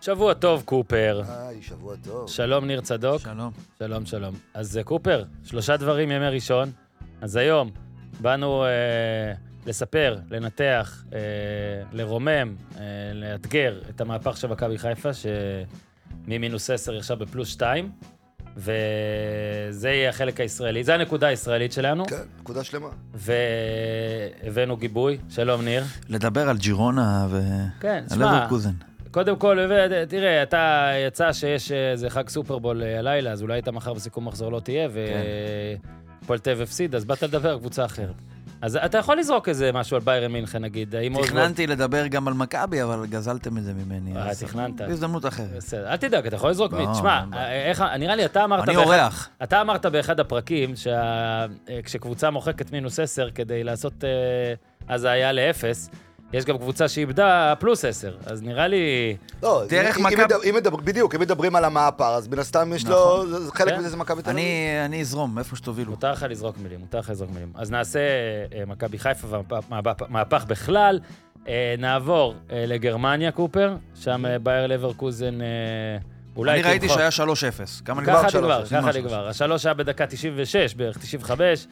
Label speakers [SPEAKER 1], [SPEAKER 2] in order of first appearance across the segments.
[SPEAKER 1] שבוע טוב, קופר.
[SPEAKER 2] היי, שבוע טוב.
[SPEAKER 1] שלום, ניר צדוק.
[SPEAKER 3] שלום.
[SPEAKER 1] שלום, שלום. אז אה, קופר, שלושה דברים ימי ראשון. אז היום באנו אה, לספר, לנתח, אה, לרומם, אה, לאתגר את המהפך של מכבי חיפה, שממינוס 10 היא עכשיו בפלוס 2, וזה יהיה החלק הישראלי, זה הנקודה הישראלית שלנו,
[SPEAKER 2] כן, נקודה שלמה.
[SPEAKER 1] והבאנו גיבוי. שלום, ניר.
[SPEAKER 3] לדבר על ג'ירונה ו...
[SPEAKER 1] כן,
[SPEAKER 3] על
[SPEAKER 1] שמע.
[SPEAKER 3] לברקוזן.
[SPEAKER 1] קודם כל, ו- תראה, אתה יצא שיש איזה חג סופרבול אה, הלילה, אז אולי אתה מחר בסיכום מחזור לא תהיה,
[SPEAKER 3] כן.
[SPEAKER 1] והפועל תל אביב הפסיד, אז באת לדבר על קבוצה אחרת. אז אתה יכול לזרוק איזה משהו על ביירן מינכן, נגיד, האם עוד...
[SPEAKER 3] תכננתי לדבר גם על מכבי, אבל גזלתם את זה ממני.
[SPEAKER 1] אה,
[SPEAKER 3] אז
[SPEAKER 1] תכננת.
[SPEAKER 3] בהזדמנות אחרת.
[SPEAKER 1] בסדר, אל תדאג, אתה יכול לזרוק מי.
[SPEAKER 3] לא,
[SPEAKER 1] תשמע,
[SPEAKER 3] אין בעיה.
[SPEAKER 1] אה, איך... נראה לי, אתה אמרת...
[SPEAKER 3] אני
[SPEAKER 1] באחד-
[SPEAKER 3] אורח.
[SPEAKER 1] אתה אמרת באחד הפרקים, שכשקבוצה מוחקת מינוס 10 כדי לעשות... אה, אז זה היה לאפס. יש גם קבוצה שאיבדה פלוס 10, אז נראה לי...
[SPEAKER 2] לא,
[SPEAKER 3] דרך
[SPEAKER 2] אם- אם
[SPEAKER 3] מכבי-
[SPEAKER 2] מדבר- אם מדבר- בדיוק, אם מדברים על המעפר, אז מן הסתם יש לו, זה- זה חלק
[SPEAKER 1] כן.
[SPEAKER 2] מזה זה מכבי תל אביב.
[SPEAKER 3] אני אני אזרום, איפה שתובילו.
[SPEAKER 1] מותר לך לזרוק מילים, מותר לך לזרוק מילים. אז נעשה אה, מכבי חיפה ומהפך בכלל. אה, נעבור אה, לגרמניה, קופר, שם אה, באייר לברקוזן אה, אולי
[SPEAKER 3] אני ראיתי
[SPEAKER 1] תמחק.
[SPEAKER 3] שהיה לא 3-0. כמה נגמר?
[SPEAKER 1] ככה
[SPEAKER 2] שלוש,
[SPEAKER 1] נגמר,
[SPEAKER 3] נגמר
[SPEAKER 1] ככה
[SPEAKER 3] שלוש.
[SPEAKER 1] נגמר. השלוש היה בדקה 96 בערך, 95.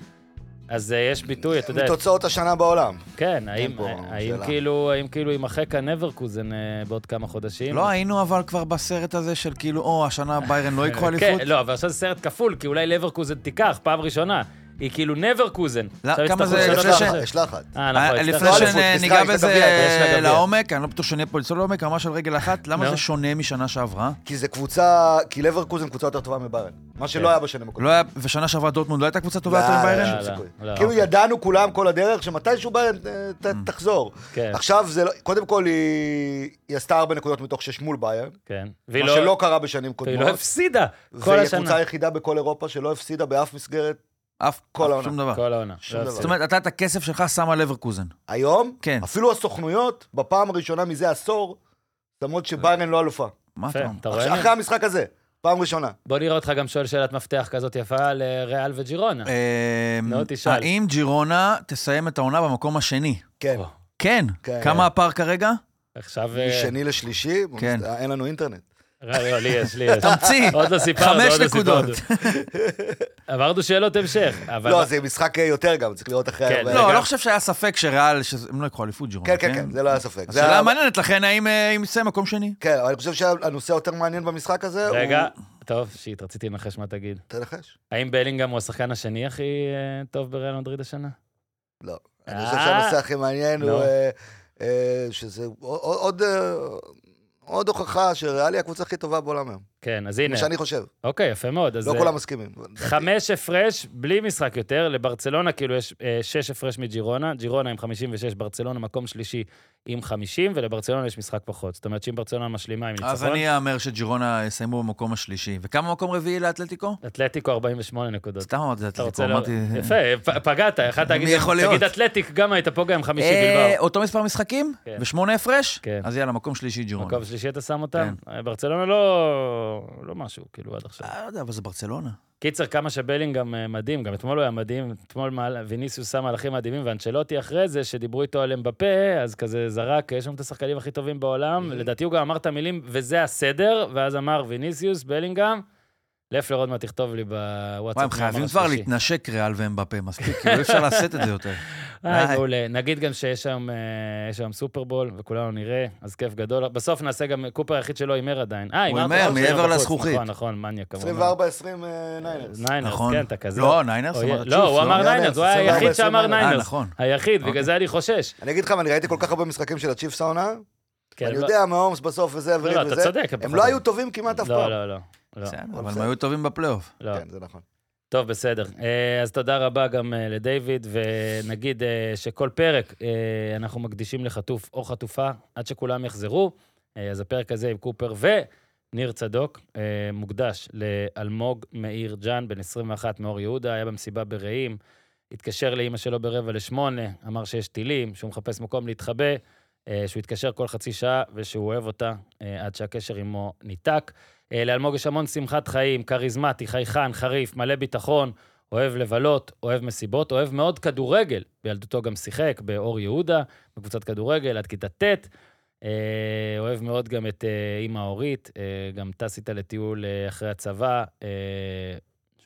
[SPEAKER 1] אז אה, יש ביטוי, אתה יודע,
[SPEAKER 2] מתוצאות השנה בעולם.
[SPEAKER 1] כן, האם-
[SPEAKER 2] פה
[SPEAKER 1] האם
[SPEAKER 2] שאלה.
[SPEAKER 1] כאילו, האם כאילו יימחק הנברקוזן אה, בעוד כמה חודשים?
[SPEAKER 3] לא היינו אבל כבר בסרט הזה של כאילו, או, השנה ביירן לא ייקחו אליפות?
[SPEAKER 1] כן, לא, אבל עכשיו זה סרט כפול, כי אולי לברקוזן תיקח, פעם ראשונה. היא כאילו נברקוזן.
[SPEAKER 3] לא,
[SPEAKER 1] עכשיו
[SPEAKER 3] כמה
[SPEAKER 1] יצטרכו
[SPEAKER 3] זה-
[SPEAKER 1] לשנות
[SPEAKER 2] יש
[SPEAKER 1] את
[SPEAKER 3] לפני
[SPEAKER 2] לחץ,
[SPEAKER 1] זה.
[SPEAKER 2] יש לחץ.
[SPEAKER 1] אה,
[SPEAKER 3] אה,
[SPEAKER 1] נכון,
[SPEAKER 3] לפני
[SPEAKER 1] יצטרכו-
[SPEAKER 2] אליפות, משחק,
[SPEAKER 3] שניגע
[SPEAKER 2] יש לה גביע,
[SPEAKER 1] יש לה
[SPEAKER 3] בזה
[SPEAKER 1] גביע.
[SPEAKER 3] לעומק, אני לא בטוח שנהיה פה לצלול לעומק, ממש על רגל אחת, למה
[SPEAKER 1] נו.
[SPEAKER 3] זה שונה משנה שעברה?
[SPEAKER 2] כי זה קבוצה, כי לברקוזן קבוצה יותר טובה מבארן. מה שלא היה בשנים הקודמות.
[SPEAKER 3] לא היה, ושנה שעברה דורטמונד לא הייתה קבוצה טובה יותר
[SPEAKER 2] לא,
[SPEAKER 3] מביירן?
[SPEAKER 2] אין שום
[SPEAKER 1] כן. לא,
[SPEAKER 2] סיכוי.
[SPEAKER 1] לא, לא,
[SPEAKER 2] כאילו
[SPEAKER 1] אוקיי.
[SPEAKER 2] ידענו כולם כל הדרך שמתישהו בארן אה, ת- תחזור.
[SPEAKER 1] כן.
[SPEAKER 2] עכשיו זה לא, קודם כל היא היא עשתה ארבע נקודות מתוך שש מול בארן.
[SPEAKER 1] כן. והיא
[SPEAKER 2] מה
[SPEAKER 1] לא-
[SPEAKER 2] שלא קרה בשנים
[SPEAKER 1] והיא
[SPEAKER 2] קודמות.
[SPEAKER 1] לא הפסידה כל
[SPEAKER 2] והיא
[SPEAKER 1] השנה.
[SPEAKER 2] הקבוצה היחידה בכל אירופה שלא הפסידה באף מסגרת
[SPEAKER 3] אף,
[SPEAKER 2] כל
[SPEAKER 3] אף
[SPEAKER 2] העונה.
[SPEAKER 3] שום דבר.
[SPEAKER 1] כל העונה.
[SPEAKER 2] שום
[SPEAKER 1] לא
[SPEAKER 2] דבר.
[SPEAKER 3] זאת
[SPEAKER 1] הפסידה.
[SPEAKER 3] אומרת, אתה את הכסף שלך שם על לברקוזן.
[SPEAKER 2] היום,
[SPEAKER 3] כן.
[SPEAKER 2] אפילו הסוכנויות, בפעם הראשונה מזה עשור, שמות שביירן לא אלופה.
[SPEAKER 3] מה
[SPEAKER 1] יפה,
[SPEAKER 3] אתה אומר?
[SPEAKER 1] אתה רואה?
[SPEAKER 2] עכשיו,
[SPEAKER 1] ניר?
[SPEAKER 2] אחרי המשחק הזה, פעם ראשונה.
[SPEAKER 1] בוא נראה אותך גם שואל שאלת מפתח כזאת יפה על אה, ריאל וג'ירונה.
[SPEAKER 3] אמ,
[SPEAKER 1] נו, תשאל.
[SPEAKER 3] האם ג'ירונה תסיים את העונה במקום השני?
[SPEAKER 2] כן.
[SPEAKER 1] וואו.
[SPEAKER 3] כן.
[SPEAKER 2] כן.
[SPEAKER 3] כמה הפער כרגע?
[SPEAKER 1] עכשיו... אה,
[SPEAKER 2] משני לשלישי,
[SPEAKER 3] כן.
[SPEAKER 2] אין לנו אינטרנט.
[SPEAKER 1] ר- לא, לי יש, לי יש.
[SPEAKER 3] תמציא.
[SPEAKER 1] עוד לא סיפרנו,
[SPEAKER 3] חמש
[SPEAKER 1] עוד לא
[SPEAKER 3] נקודות.
[SPEAKER 1] סיפרנו. אמרנו שאלות המשך, אבל...
[SPEAKER 2] לא, זה משחק יותר גם, צריך לראות אחרי...
[SPEAKER 1] כן,
[SPEAKER 2] הרבה-
[SPEAKER 3] לא,
[SPEAKER 1] גם-
[SPEAKER 3] לא חושב שהיה ספק שריאל, שהם לא יקחו אליפות
[SPEAKER 2] כן,
[SPEAKER 3] ג'ירונה,
[SPEAKER 2] כן, כן, זה לא היה ספק. זה
[SPEAKER 3] השאלה
[SPEAKER 2] היה-
[SPEAKER 3] המעניינת לכן, האם אה, אם יסיים מקום שני?
[SPEAKER 2] כן, אבל אני חושב שהנושא היותר מעניין במשחק הזה הוא...
[SPEAKER 1] רגע, טוב, שיט, רציתי לנחש מה תגיד.
[SPEAKER 2] תנחש.
[SPEAKER 1] האם בלינגהם הוא השחקן השני הכי אה, טוב בריאל מדריד השנה?
[SPEAKER 2] לא.
[SPEAKER 1] אה.
[SPEAKER 2] אני חושב שהנושא הכי מעניין
[SPEAKER 1] לא.
[SPEAKER 2] הוא אה, אה, שזה עוד- עוד... אה, עוד הוכחה שריאלי הקבוצה הכי טובה בעולם היום.
[SPEAKER 1] כן, אז
[SPEAKER 2] כמו
[SPEAKER 1] הנה.
[SPEAKER 2] שאני חושב.
[SPEAKER 1] אוקיי, יפה מאוד. אז,
[SPEAKER 2] לא
[SPEAKER 1] אה,
[SPEAKER 2] כולם מסכימים.
[SPEAKER 1] חמש הפרש, בלי משחק יותר, לברצלונה כאילו יש אה, שש הפרש מג'ירונה, ג'ירונה עם 56, ברצלונה מקום שלישי עם 50, ולברצלונה יש משחק פחות. זאת אומרת שאם ברצלונה משלימה עם
[SPEAKER 3] אז
[SPEAKER 1] ניצחון,
[SPEAKER 3] אני אאמר שג'ירונה יסיימו במקום השלישי. וכמה מקום רביעי לאתלטיקו?
[SPEAKER 1] אתלטיקו 48 נקודות.
[SPEAKER 3] סתם אמרתי
[SPEAKER 1] אתה
[SPEAKER 3] לאתלטיקו,
[SPEAKER 1] רוצה ל...
[SPEAKER 3] אמרתי...
[SPEAKER 1] יפה, פ- פגעת, יכלת להגיד,
[SPEAKER 3] מי יכול להיות?
[SPEAKER 1] תגיד אתלטיק, גם היית פוגע עם 50
[SPEAKER 3] אה,
[SPEAKER 1] בלבאו.
[SPEAKER 3] אותו מספר משחקים?
[SPEAKER 1] כן.
[SPEAKER 3] ושמונה הפרש?
[SPEAKER 1] כן.
[SPEAKER 3] אז יאללה, מקום שלישי ג'ירונה.
[SPEAKER 1] מקום שלישי אתה שם אותם?
[SPEAKER 3] כן.
[SPEAKER 1] אה, ברצלונה לא... לא משהו, כאילו, עד עכשיו.
[SPEAKER 3] אה, לא יודע, אבל זה ברצלונה.
[SPEAKER 1] קיצר, כמה שבלינגהם אה, מדהים, גם אתמול הוא היה מדהים, אתמול מעל- ויניסיוס שם מהלכים מדהימים, ואנצ'לוטי אחרי זה, שדיברו איתו על אמבפה, אז כזה זרק, יש שם את השחקנים הכי טובים בעולם, לדעתי הוא גם אמר את המילים, וזה הסדר, ואז אמר ויניסיוס, בלינגהם, לפלר עוד מעט תכתוב לי בוואטסאפ.
[SPEAKER 3] וואי, הם
[SPEAKER 1] מה
[SPEAKER 3] חייבים
[SPEAKER 1] אמר
[SPEAKER 3] כבר
[SPEAKER 1] השלישי.
[SPEAKER 3] להתנשק ריאל ואמבפה, מספיק, כאילו אי אפשר לשאת את זה יותר.
[SPEAKER 1] היי,
[SPEAKER 3] היי.
[SPEAKER 1] אה, מעולה. נגיד גם שיש שם, אה, יש שם סופרבול, וכולנו נראה, אז כיף גדול. בסוף נעשה גם, קופר היחיד שלא הימר עדיין. אה,
[SPEAKER 3] הוא
[SPEAKER 1] הימרת
[SPEAKER 3] הימר,
[SPEAKER 1] בחוץ,
[SPEAKER 3] מעבר
[SPEAKER 1] בחוץ.
[SPEAKER 3] לזכוכית.
[SPEAKER 1] נכון, נכון, מניה כמובן.
[SPEAKER 2] 24-20 אה, ניינרס.
[SPEAKER 1] ניינרס,
[SPEAKER 3] נכון.
[SPEAKER 1] כן, אתה כזה.
[SPEAKER 3] לא, ניינרס,
[SPEAKER 1] אוי,
[SPEAKER 3] אמרת
[SPEAKER 1] לא,
[SPEAKER 3] צ'יפס,
[SPEAKER 1] הוא
[SPEAKER 3] לא?
[SPEAKER 1] אמר ניינרס,
[SPEAKER 2] ניינרס,
[SPEAKER 1] הוא היה היחיד
[SPEAKER 2] 24,
[SPEAKER 1] שאמר
[SPEAKER 2] 24.
[SPEAKER 1] ניינרס.
[SPEAKER 3] אה, נכון.
[SPEAKER 1] היחיד, בגלל
[SPEAKER 3] אוקיי.
[SPEAKER 1] זה אני חושש.
[SPEAKER 2] אני אגיד לך, מה, אני ראיתי כל כך הרבה משחקים של הצ'יפס העונה,
[SPEAKER 1] כן,
[SPEAKER 2] אני
[SPEAKER 1] לא-
[SPEAKER 2] יודע מהעומס בסוף וזה
[SPEAKER 1] לא,
[SPEAKER 2] וריד
[SPEAKER 1] לא,
[SPEAKER 2] וזה.
[SPEAKER 1] אתה צודק.
[SPEAKER 2] הם
[SPEAKER 1] פחות.
[SPEAKER 2] לא היו טובים כמעט אף
[SPEAKER 1] לא,
[SPEAKER 2] פעם.
[SPEAKER 1] לא, לא. לא,
[SPEAKER 3] בסדר,
[SPEAKER 2] אבל
[SPEAKER 3] אבל הם
[SPEAKER 2] בסדר.
[SPEAKER 3] היו טובים בפלייאוף.
[SPEAKER 1] לא.
[SPEAKER 2] כן, זה נכון.
[SPEAKER 1] טוב, בסדר. אה, אז תודה רבה גם אה, לדיוויד, ונגיד אה, שכל פרק אה, אנחנו מקדישים לחטוף או חטופה עד שכולם יחזרו. אה, אז הפרק הזה עם קופר וניר צדוק אה, מוקדש לאלמוג מאיר ג'אן, בן 21 מאור יהודה, היה במסיבה ברעים, התקשר לאימא שלו ברבע לשמונה, אמר שיש טילים, שהוא מחפש מקום להתחבא, אה, שהוא התקשר כל חצי שעה ושהוא אוהב אותה אה, עד שהקשר עמו ניתק. אה, לאלמוג יש המון שמחת חיים, כריזמטי, חייכן, חריף, מלא ביטחון, אוהב לבלות, אוהב מסיבות, אוהב מאוד כדורגל. בילדותו גם שיחק באור יהודה, בקבוצת כדורגל, עד כיתה ט'. אה, אוהב מאוד גם את אה, אימא אורית, אה, גם טס איתה לטיול אה, אחרי הצבא. אה,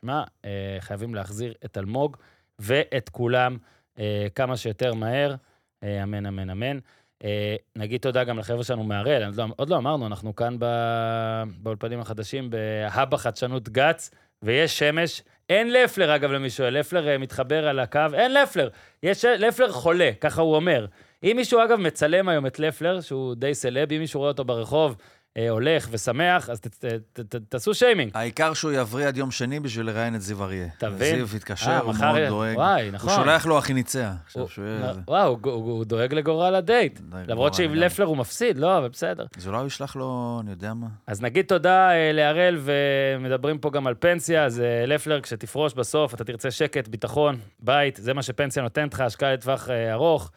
[SPEAKER 1] שמע, אה, חייבים להחזיר את אלמוג ואת כולם אה, כמה שיותר מהר. אה, אמן, אמן, אמן. אה, נגיד תודה גם לחבר'ה שלנו מהראל, עוד, לא, עוד לא אמרנו, אנחנו כאן ב, באולפנים החדשים, בהאב החדשנות גץ, ויש שמש. אין לפלר, אגב, למי שואל, לפלר אה, מתחבר על הקו, אין לפלר. יש, לפלר חולה, ככה הוא אומר. אם מישהו, אגב, מצלם היום את לפלר, שהוא די סלב, אם מישהו רואה אותו ברחוב, אה, הולך ושמח, אז ת, ת, ת, ת, תעשו שיימינג.
[SPEAKER 3] העיקר שהוא יבריא עד יום שני בשביל לראיין את זיו אריה.
[SPEAKER 1] אתה מבין?
[SPEAKER 3] זיו
[SPEAKER 1] אה,
[SPEAKER 3] התקשר, הוא
[SPEAKER 1] מחר-
[SPEAKER 3] מאוד דואג.
[SPEAKER 1] וואי,
[SPEAKER 3] הוא
[SPEAKER 1] נכון.
[SPEAKER 3] שולח לו אחי ניצח. עכשיו
[SPEAKER 1] הוא-
[SPEAKER 3] שהוא יהיה-
[SPEAKER 1] וואו, הוא- הוא הוא דואג לגורל הדייט.
[SPEAKER 3] דואג
[SPEAKER 1] למרות
[SPEAKER 3] לגורל,
[SPEAKER 1] שעם
[SPEAKER 3] לגמרי.
[SPEAKER 1] לפלר הוא מפסיד, לא, אבל בסדר.
[SPEAKER 3] אז אולי הוא ישלח לו, אני יודע מה.
[SPEAKER 1] אז נגיד תודה אה, להראל, ומדברים פה גם על פנסיה, אז אה, לפלר, כשתפרוש בסוף, אתה תרצה שקט, ביטחון, בית, זה מה שפנסיה נותנת לך, השקעה לטווח אה, ארוך.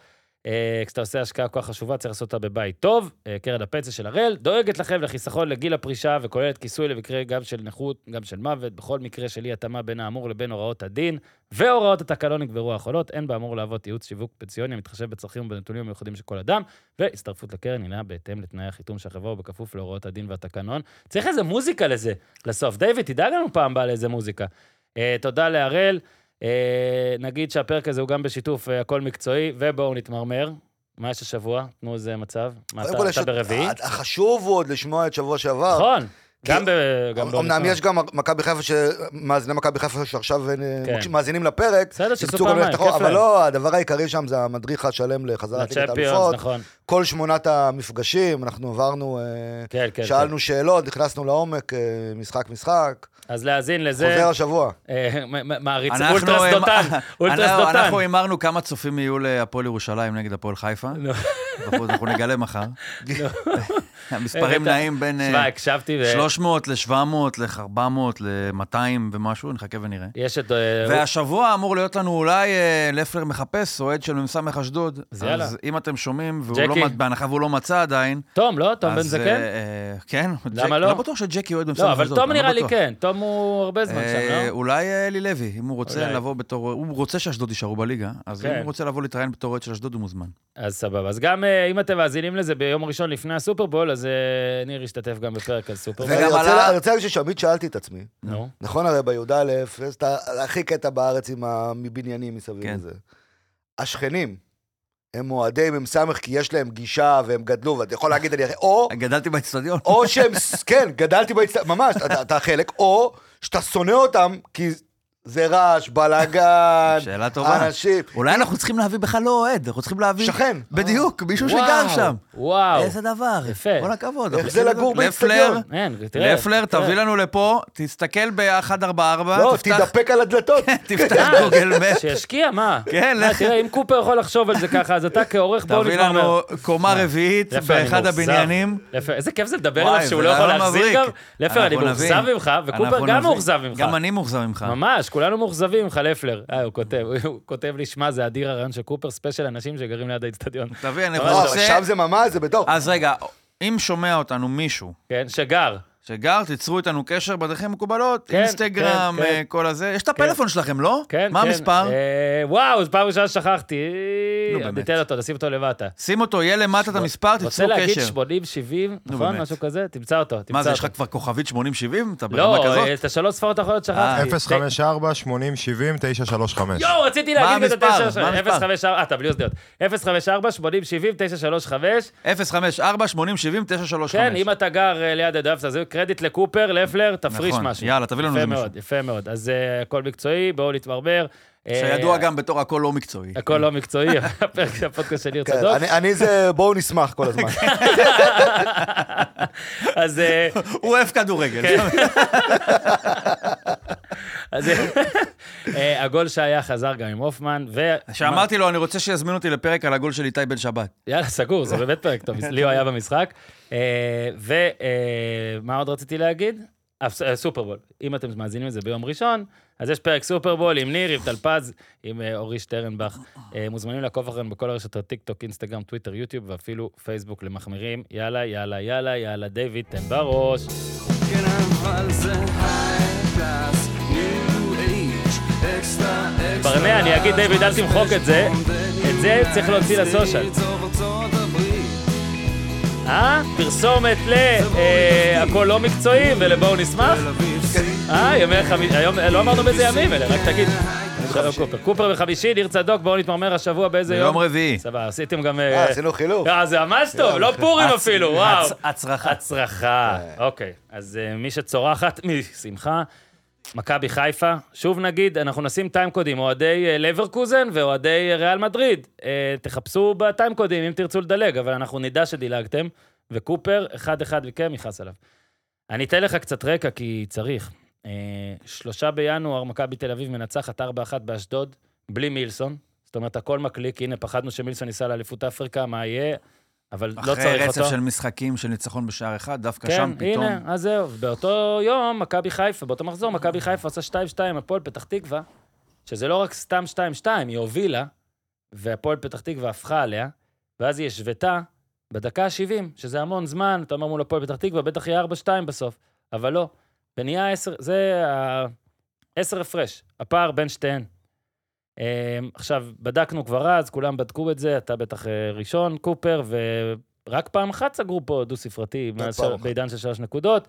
[SPEAKER 1] אה, כשאתה עושה השקעה כל כך חשובה, צריך לעשות אותה בבית טוב. אה, קרן הפנסיה של הראל דואגת לכם לחיסכון לגיל הפרישה, וכוללת כיסוי למקרה גם של נכות, גם של מוות, בכל מקרה של אי-התאמה בין האמור לבין הוראות הדין, והוראות התקנון נקברו האחרונות, אין באמור להוות ייעוץ שיווק פנסיוני המתחשב בצרכים ובנתונים המיוחדים של כל אדם, והצטרפות לקרן הינה בהתאם לתנאי החיתום של החברה ובכפוף להוראות הדין והתקנון. צריך איזה מוזיקה לזה, לסוף. דיוויד, תדאג לנו פעם הבאה לאיזה מוזיקה. אה, תודה להראל. אה, נגיד שהפרק הזה הוא גם בשיתוף אה, הכל מקצועי, ובואו נתמרמר. מה יש השבוע? תנו איזה מצב. מה,
[SPEAKER 2] קודם כל
[SPEAKER 1] אתה,
[SPEAKER 2] יש אה,
[SPEAKER 1] אתה
[SPEAKER 2] עוד-
[SPEAKER 1] ברביעי?
[SPEAKER 2] החשוב הוא עוד לשמוע את שבוע שעבר.
[SPEAKER 1] נכון,
[SPEAKER 2] כי- אמ-
[SPEAKER 1] גם ב... גם בואו
[SPEAKER 2] אמנם
[SPEAKER 1] נתמרמר.
[SPEAKER 2] יש גם מכבי חיפה, ש- מאזיני מכבי חיפה שעכשיו אה,
[SPEAKER 1] כן.
[SPEAKER 2] מקשיב- מאזינים לפרק,
[SPEAKER 1] בסדר, שיצאו
[SPEAKER 2] ירצו גם
[SPEAKER 1] פעמיים,
[SPEAKER 2] ללכת אחורה,
[SPEAKER 1] כיף
[SPEAKER 2] אבל
[SPEAKER 1] להם.
[SPEAKER 2] לא, הדבר העיקרי שם זה המדריך השלם לחזרת ליגת
[SPEAKER 1] לצ'מפיונס,
[SPEAKER 2] האלופות.
[SPEAKER 1] נכון.
[SPEAKER 2] כל שמונת המפגשים, אנחנו עברנו, אה,
[SPEAKER 1] כן, כן.
[SPEAKER 2] שאלנו שאלות, נכנסנו לעומק, אה, משחק משחק,
[SPEAKER 1] כן. אז להאזין לזה.
[SPEAKER 2] חוזר השבוע.
[SPEAKER 1] אה, מ- מ- מעריץ,
[SPEAKER 3] אנחנו-
[SPEAKER 1] אולטרס
[SPEAKER 3] הם-
[SPEAKER 1] דותן, אולטרס
[SPEAKER 3] אנחנו-
[SPEAKER 1] דותן. אה,
[SPEAKER 3] אנחנו הימרנו כמה צופים יהיו להפועל ירושלים נגד הפועל חיפה.
[SPEAKER 1] נו,
[SPEAKER 3] בחוץ, אנחנו נגלה מחר. המספרים
[SPEAKER 1] הבאת-
[SPEAKER 3] נעים בין אה,
[SPEAKER 1] לא. שמע, הקשבתי, ו-
[SPEAKER 3] 300 ל-700, ל-400, ל-200 ומשהו, נחכה ונראה.
[SPEAKER 1] יש את... אה,
[SPEAKER 3] והשבוע אמור להיות לנו אולי אה, לפלר מחפש, אוהד של מ"ס אשדוד.
[SPEAKER 1] אז יאללה.
[SPEAKER 3] אז אם אתם שומעים, והוא
[SPEAKER 1] ג'קי.
[SPEAKER 3] לא מצ- בהנחה והוא לא מצא עדיין,
[SPEAKER 1] תום, לא? תום בן
[SPEAKER 3] אז... אה,
[SPEAKER 1] זקן?
[SPEAKER 3] אה, כן.
[SPEAKER 1] למה
[SPEAKER 3] ג'ק-
[SPEAKER 1] לא?
[SPEAKER 3] לא בטוח שג'קי אוהד מ"ס אשדוד.
[SPEAKER 1] לא, אבל תום
[SPEAKER 3] אני לא
[SPEAKER 1] נראה לי
[SPEAKER 3] בטוח.
[SPEAKER 1] כן. תום הוא הרבה זמן
[SPEAKER 3] אה,
[SPEAKER 1] שם, לא?
[SPEAKER 3] אולי אה, אלי לוי, אם הוא רוצה
[SPEAKER 1] אולי.
[SPEAKER 3] לבוא בתור... הוא רוצה שאשדוד יישארו בליגה, אז אם
[SPEAKER 1] כן.
[SPEAKER 3] הוא רוצה לבוא להתראיין בתור אוהד של אשדוד, הוא מוזמן.
[SPEAKER 1] אז סבבה. אז גם אה, אם אתם מאזינים לזה ביום ראשון לפני הסופרבול, אז אה, ניר ישתתף גם בפרק על סופרבול.
[SPEAKER 3] וגם
[SPEAKER 2] אני רוצה
[SPEAKER 3] עלה-
[SPEAKER 2] לה- אני רוצה להגיד ששמית שאלתי את עצמי,
[SPEAKER 1] נו.
[SPEAKER 2] נכון הרי בי"א, יש את ה- הכי קטע בארץ עם ה- מבניינים מסביב
[SPEAKER 3] כן.
[SPEAKER 2] לזה. השכנים, הם אוהדי מ"ס כי יש להם גישה והם גדלו, ואתה יכול להגיד, אני- או...
[SPEAKER 3] גדלתי באצטדיון.
[SPEAKER 2] או שהם, כן, גדלתי בהצטרפות, ממש, אתה, אתה חלק, או שאתה שונא אותם, כי זה רעש, בלאגן,
[SPEAKER 3] שאלה טובה.
[SPEAKER 2] אנשים,
[SPEAKER 3] אולי אנחנו צריכים להביא בכלל לא אוהד, אנחנו צריכים להביא...
[SPEAKER 2] שכן.
[SPEAKER 3] בדיוק, מישהו
[SPEAKER 1] וואו,
[SPEAKER 3] שגר שם.
[SPEAKER 1] וואו.
[SPEAKER 3] איזה דבר.
[SPEAKER 1] יפה.
[SPEAKER 3] כל הכבוד.
[SPEAKER 2] איך
[SPEAKER 3] אנחנו
[SPEAKER 2] זה
[SPEAKER 3] צריכים
[SPEAKER 2] לגור
[SPEAKER 3] לדבר.
[SPEAKER 2] באצטדיון?
[SPEAKER 3] לפלר,
[SPEAKER 1] אין, תראה.
[SPEAKER 3] לפלר,
[SPEAKER 1] תראה.
[SPEAKER 3] תביא לנו לפה, תסתכל ב-144,
[SPEAKER 2] לא,
[SPEAKER 3] תפתח- כן.
[SPEAKER 2] תדפק על הדלתות.
[SPEAKER 3] תפתח
[SPEAKER 1] אה,
[SPEAKER 3] גוגל מפ,
[SPEAKER 1] שישקיע, מה?
[SPEAKER 3] כן,
[SPEAKER 1] מה,
[SPEAKER 3] לך.
[SPEAKER 1] תראה, אם קופר יכול לחשוב על זה ככה, אז אתה כעורך, בואו
[SPEAKER 3] תביא
[SPEAKER 1] נתמרמר.
[SPEAKER 3] לנו קומה רביעית
[SPEAKER 1] לפר, אני
[SPEAKER 3] באחד
[SPEAKER 1] מאוכזב.
[SPEAKER 3] הבניינים.
[SPEAKER 1] לפר, איזה כיף זה לדבר
[SPEAKER 3] וואי,
[SPEAKER 1] עליו שהוא
[SPEAKER 3] זה
[SPEAKER 1] לא יכול
[SPEAKER 3] רעיון
[SPEAKER 1] להחזיר
[SPEAKER 3] מבריק.
[SPEAKER 1] גם. לפר, אני
[SPEAKER 3] אנחנו
[SPEAKER 1] מאוכזב
[SPEAKER 3] נבין.
[SPEAKER 1] ממך, וקופר
[SPEAKER 3] אנחנו
[SPEAKER 1] גם
[SPEAKER 3] נבין.
[SPEAKER 1] מאוכזב ממך.
[SPEAKER 3] גם אני מאוכזב ממך.
[SPEAKER 1] ממש, כולנו מאוכזבים ממך, לפלר. אה, הוא כותב, הוא כותב לי, שמע, זה אדיר הרעיון של קופר, ספיישל אנשים שגרים ליד האיצטדיון.
[SPEAKER 3] תביא, אני
[SPEAKER 1] ממש
[SPEAKER 2] לא, אבל
[SPEAKER 3] רוצה...
[SPEAKER 2] שם זה ממש, זה בתור.
[SPEAKER 3] אז רגע, אם שומע אותנו מישהו
[SPEAKER 1] כן, שגר.
[SPEAKER 3] שגר, תיצרו איתנו קשר בדרכים המקובלות,
[SPEAKER 1] כן,
[SPEAKER 3] אינסטגרם,
[SPEAKER 1] כן, כן.
[SPEAKER 3] אה, כל הזה. יש את הפלאפון שלכם, לא?
[SPEAKER 1] כן, כן.
[SPEAKER 3] מה המספר?
[SPEAKER 1] אה, וואו, זו פעם ראשונה ששכחתי.
[SPEAKER 3] נו, באמת.
[SPEAKER 1] ניתן אותו, נשים אותו למטה.
[SPEAKER 3] שים אותו, יהיה למטה את המספר,
[SPEAKER 1] רוצה
[SPEAKER 3] תיצרו
[SPEAKER 1] להגיד
[SPEAKER 3] קשר.
[SPEAKER 1] 80, 70, נכון?
[SPEAKER 3] באמת.
[SPEAKER 1] משהו כזה? תמצא אותו, תמצא
[SPEAKER 3] מה זה, יש
[SPEAKER 1] אותו.
[SPEAKER 3] לך כבר כוכבית 80-70? אתה ברמה
[SPEAKER 1] לא,
[SPEAKER 3] כזאת?
[SPEAKER 1] אה, את השלוש ספרות האחרונות שכחתי.
[SPEAKER 4] 054 80 70 935
[SPEAKER 1] יואו, רציתי
[SPEAKER 3] מה
[SPEAKER 1] להגיד את
[SPEAKER 3] המספר?
[SPEAKER 1] ה-9...
[SPEAKER 3] מה המספר?
[SPEAKER 1] 054, אה, אתה בלי אוזניות. 054, 80, 70, 935.
[SPEAKER 3] 054 80 70 935.
[SPEAKER 1] כן, אם אתה גר אה, ליד הדף, אז קרדיט לקופר, לפלר, תפריש
[SPEAKER 3] נכון,
[SPEAKER 1] משהו.
[SPEAKER 3] יאללה, תביא לנו
[SPEAKER 1] יפה
[SPEAKER 3] איזה מישהו.
[SPEAKER 1] מאוד, יפה מאוד. אז אה, הכל מקצועי, בואו נתמרמר. אה,
[SPEAKER 3] שידוע גם בתור הכל לא מקצועי.
[SPEAKER 1] הכל לא מקצועי, הפרק של הפודקאסט של ניר
[SPEAKER 2] כן,
[SPEAKER 1] צדוק.
[SPEAKER 2] אני- אני זה, בואו נשמח כל הזמן.
[SPEAKER 3] כן.
[SPEAKER 1] אז... אה,
[SPEAKER 3] הוא אוהב כדורגל.
[SPEAKER 1] כן. אז אה, אה, הגול שהיה חזר גם עם הופמן, ו...
[SPEAKER 3] שאמרתי לו, אני רוצה שיזמינו אותי לפרק על הגול של איתי בן שבת.
[SPEAKER 1] יאללה, סגור, זה באמת פרק טוב, לי הוא היה במשחק. אה, ומה עוד רציתי להגיד? אה, ס- אה, סופרבול. אם אתם מאזינים לזה ביום ראשון, אז יש פרק סופרבול עם ניר, עם טלפז, עם אה, אורי שטרנבך. אה, מוזמנים לעקוב אחרינו בכל הרשתות טיק טוק, אינסטגרם, טוויטר, יוטיוב ואפילו פייסבוק למחמירים. יאללה, יאללה, יאללה, יאללה, דיוויד, תן בראש.
[SPEAKER 5] כן, אבל זה high class, new age, extra, extra
[SPEAKER 1] ברנע, אני אגיד,
[SPEAKER 5] large,
[SPEAKER 1] דיוויד, אל תמחוק את זה.
[SPEAKER 5] special from the
[SPEAKER 1] את זה
[SPEAKER 5] United
[SPEAKER 1] צריך להוציא לסושיאל.
[SPEAKER 5] States of ארצות הברית.
[SPEAKER 1] אה? פרסומת ל... אה, הכל לא מקצועי ולבואו נשמח? אה, ימי חמישי, היום לא אמרנו באיזה ימים אלה, רק תגיד. שלום קופר. קופר בחמישי, ניר צדוק, בואו נתמרמר השבוע באיזה יום.
[SPEAKER 3] ביום רביעי.
[SPEAKER 1] סבבה, עשיתם גם... אה,
[SPEAKER 2] אה, עשינו חילוף.
[SPEAKER 1] אה, זה ממש טוב, לא פורים
[SPEAKER 3] הצ-
[SPEAKER 1] אפילו, וואו.
[SPEAKER 3] הצ- הצרחה. כן.
[SPEAKER 1] הצרחה. אוקיי, אז אה, מי שצורחת משמחה, מכבי חיפה. שוב נגיד, אנחנו נשים טיימקודים, אוהדי אה, לברקוזן ואוהדי אה, ריאל מדריד. אה, תחפשו בטיימקודים אם תרצו לדלג, אבל אנחנו נדע שדילגתם. וקופר, אחד-אחד מכם, יכעס עליו. אני אתן לך קצת רקע, כי צריך. אה, שלושה בינואר, מכבי תל אביב מנצחת 4-1 באשדוד, בלי מילסון. זאת אומרת, הכל מקליק, הנה, פחדנו שמילסון ייסע לאליפות אפריקה, מה יהיה? אבל לא
[SPEAKER 3] אחרי
[SPEAKER 1] צריך
[SPEAKER 3] רצף
[SPEAKER 1] אותו.
[SPEAKER 3] של משחקים של ניצחון בשער אחד, דווקא
[SPEAKER 1] כן,
[SPEAKER 3] שם פתאום... אה.
[SPEAKER 1] הנה, אז זהו. באותו יום, מכבי חיפה, באותו מחזור, מכבי חיפה עושה 2-2, הפועל פתח תקווה, שזה לא רק סתם 2-2, היא הובילה, והפועל פתח תקווה הפכה עליה, ואז היא השוותה בדקה ה-70, שזה המון זמן, אתה אומר מול הפועל פתח תקווה, בטח יהיה 4-2 בסוף, אבל לא. ונהיה 10, זה ה... 10 הפרש, הפער בין שתיהן. אמ, עכשיו, בדקנו כבר אז, כולם בדקו את זה, אתה בטח אה, ראשון, קופר, ורק פעם אחת סגרו פה דו-ספרתי, מאז
[SPEAKER 2] פעם
[SPEAKER 1] ש-
[SPEAKER 2] אחת.
[SPEAKER 1] בעידן של שלוש נקודות.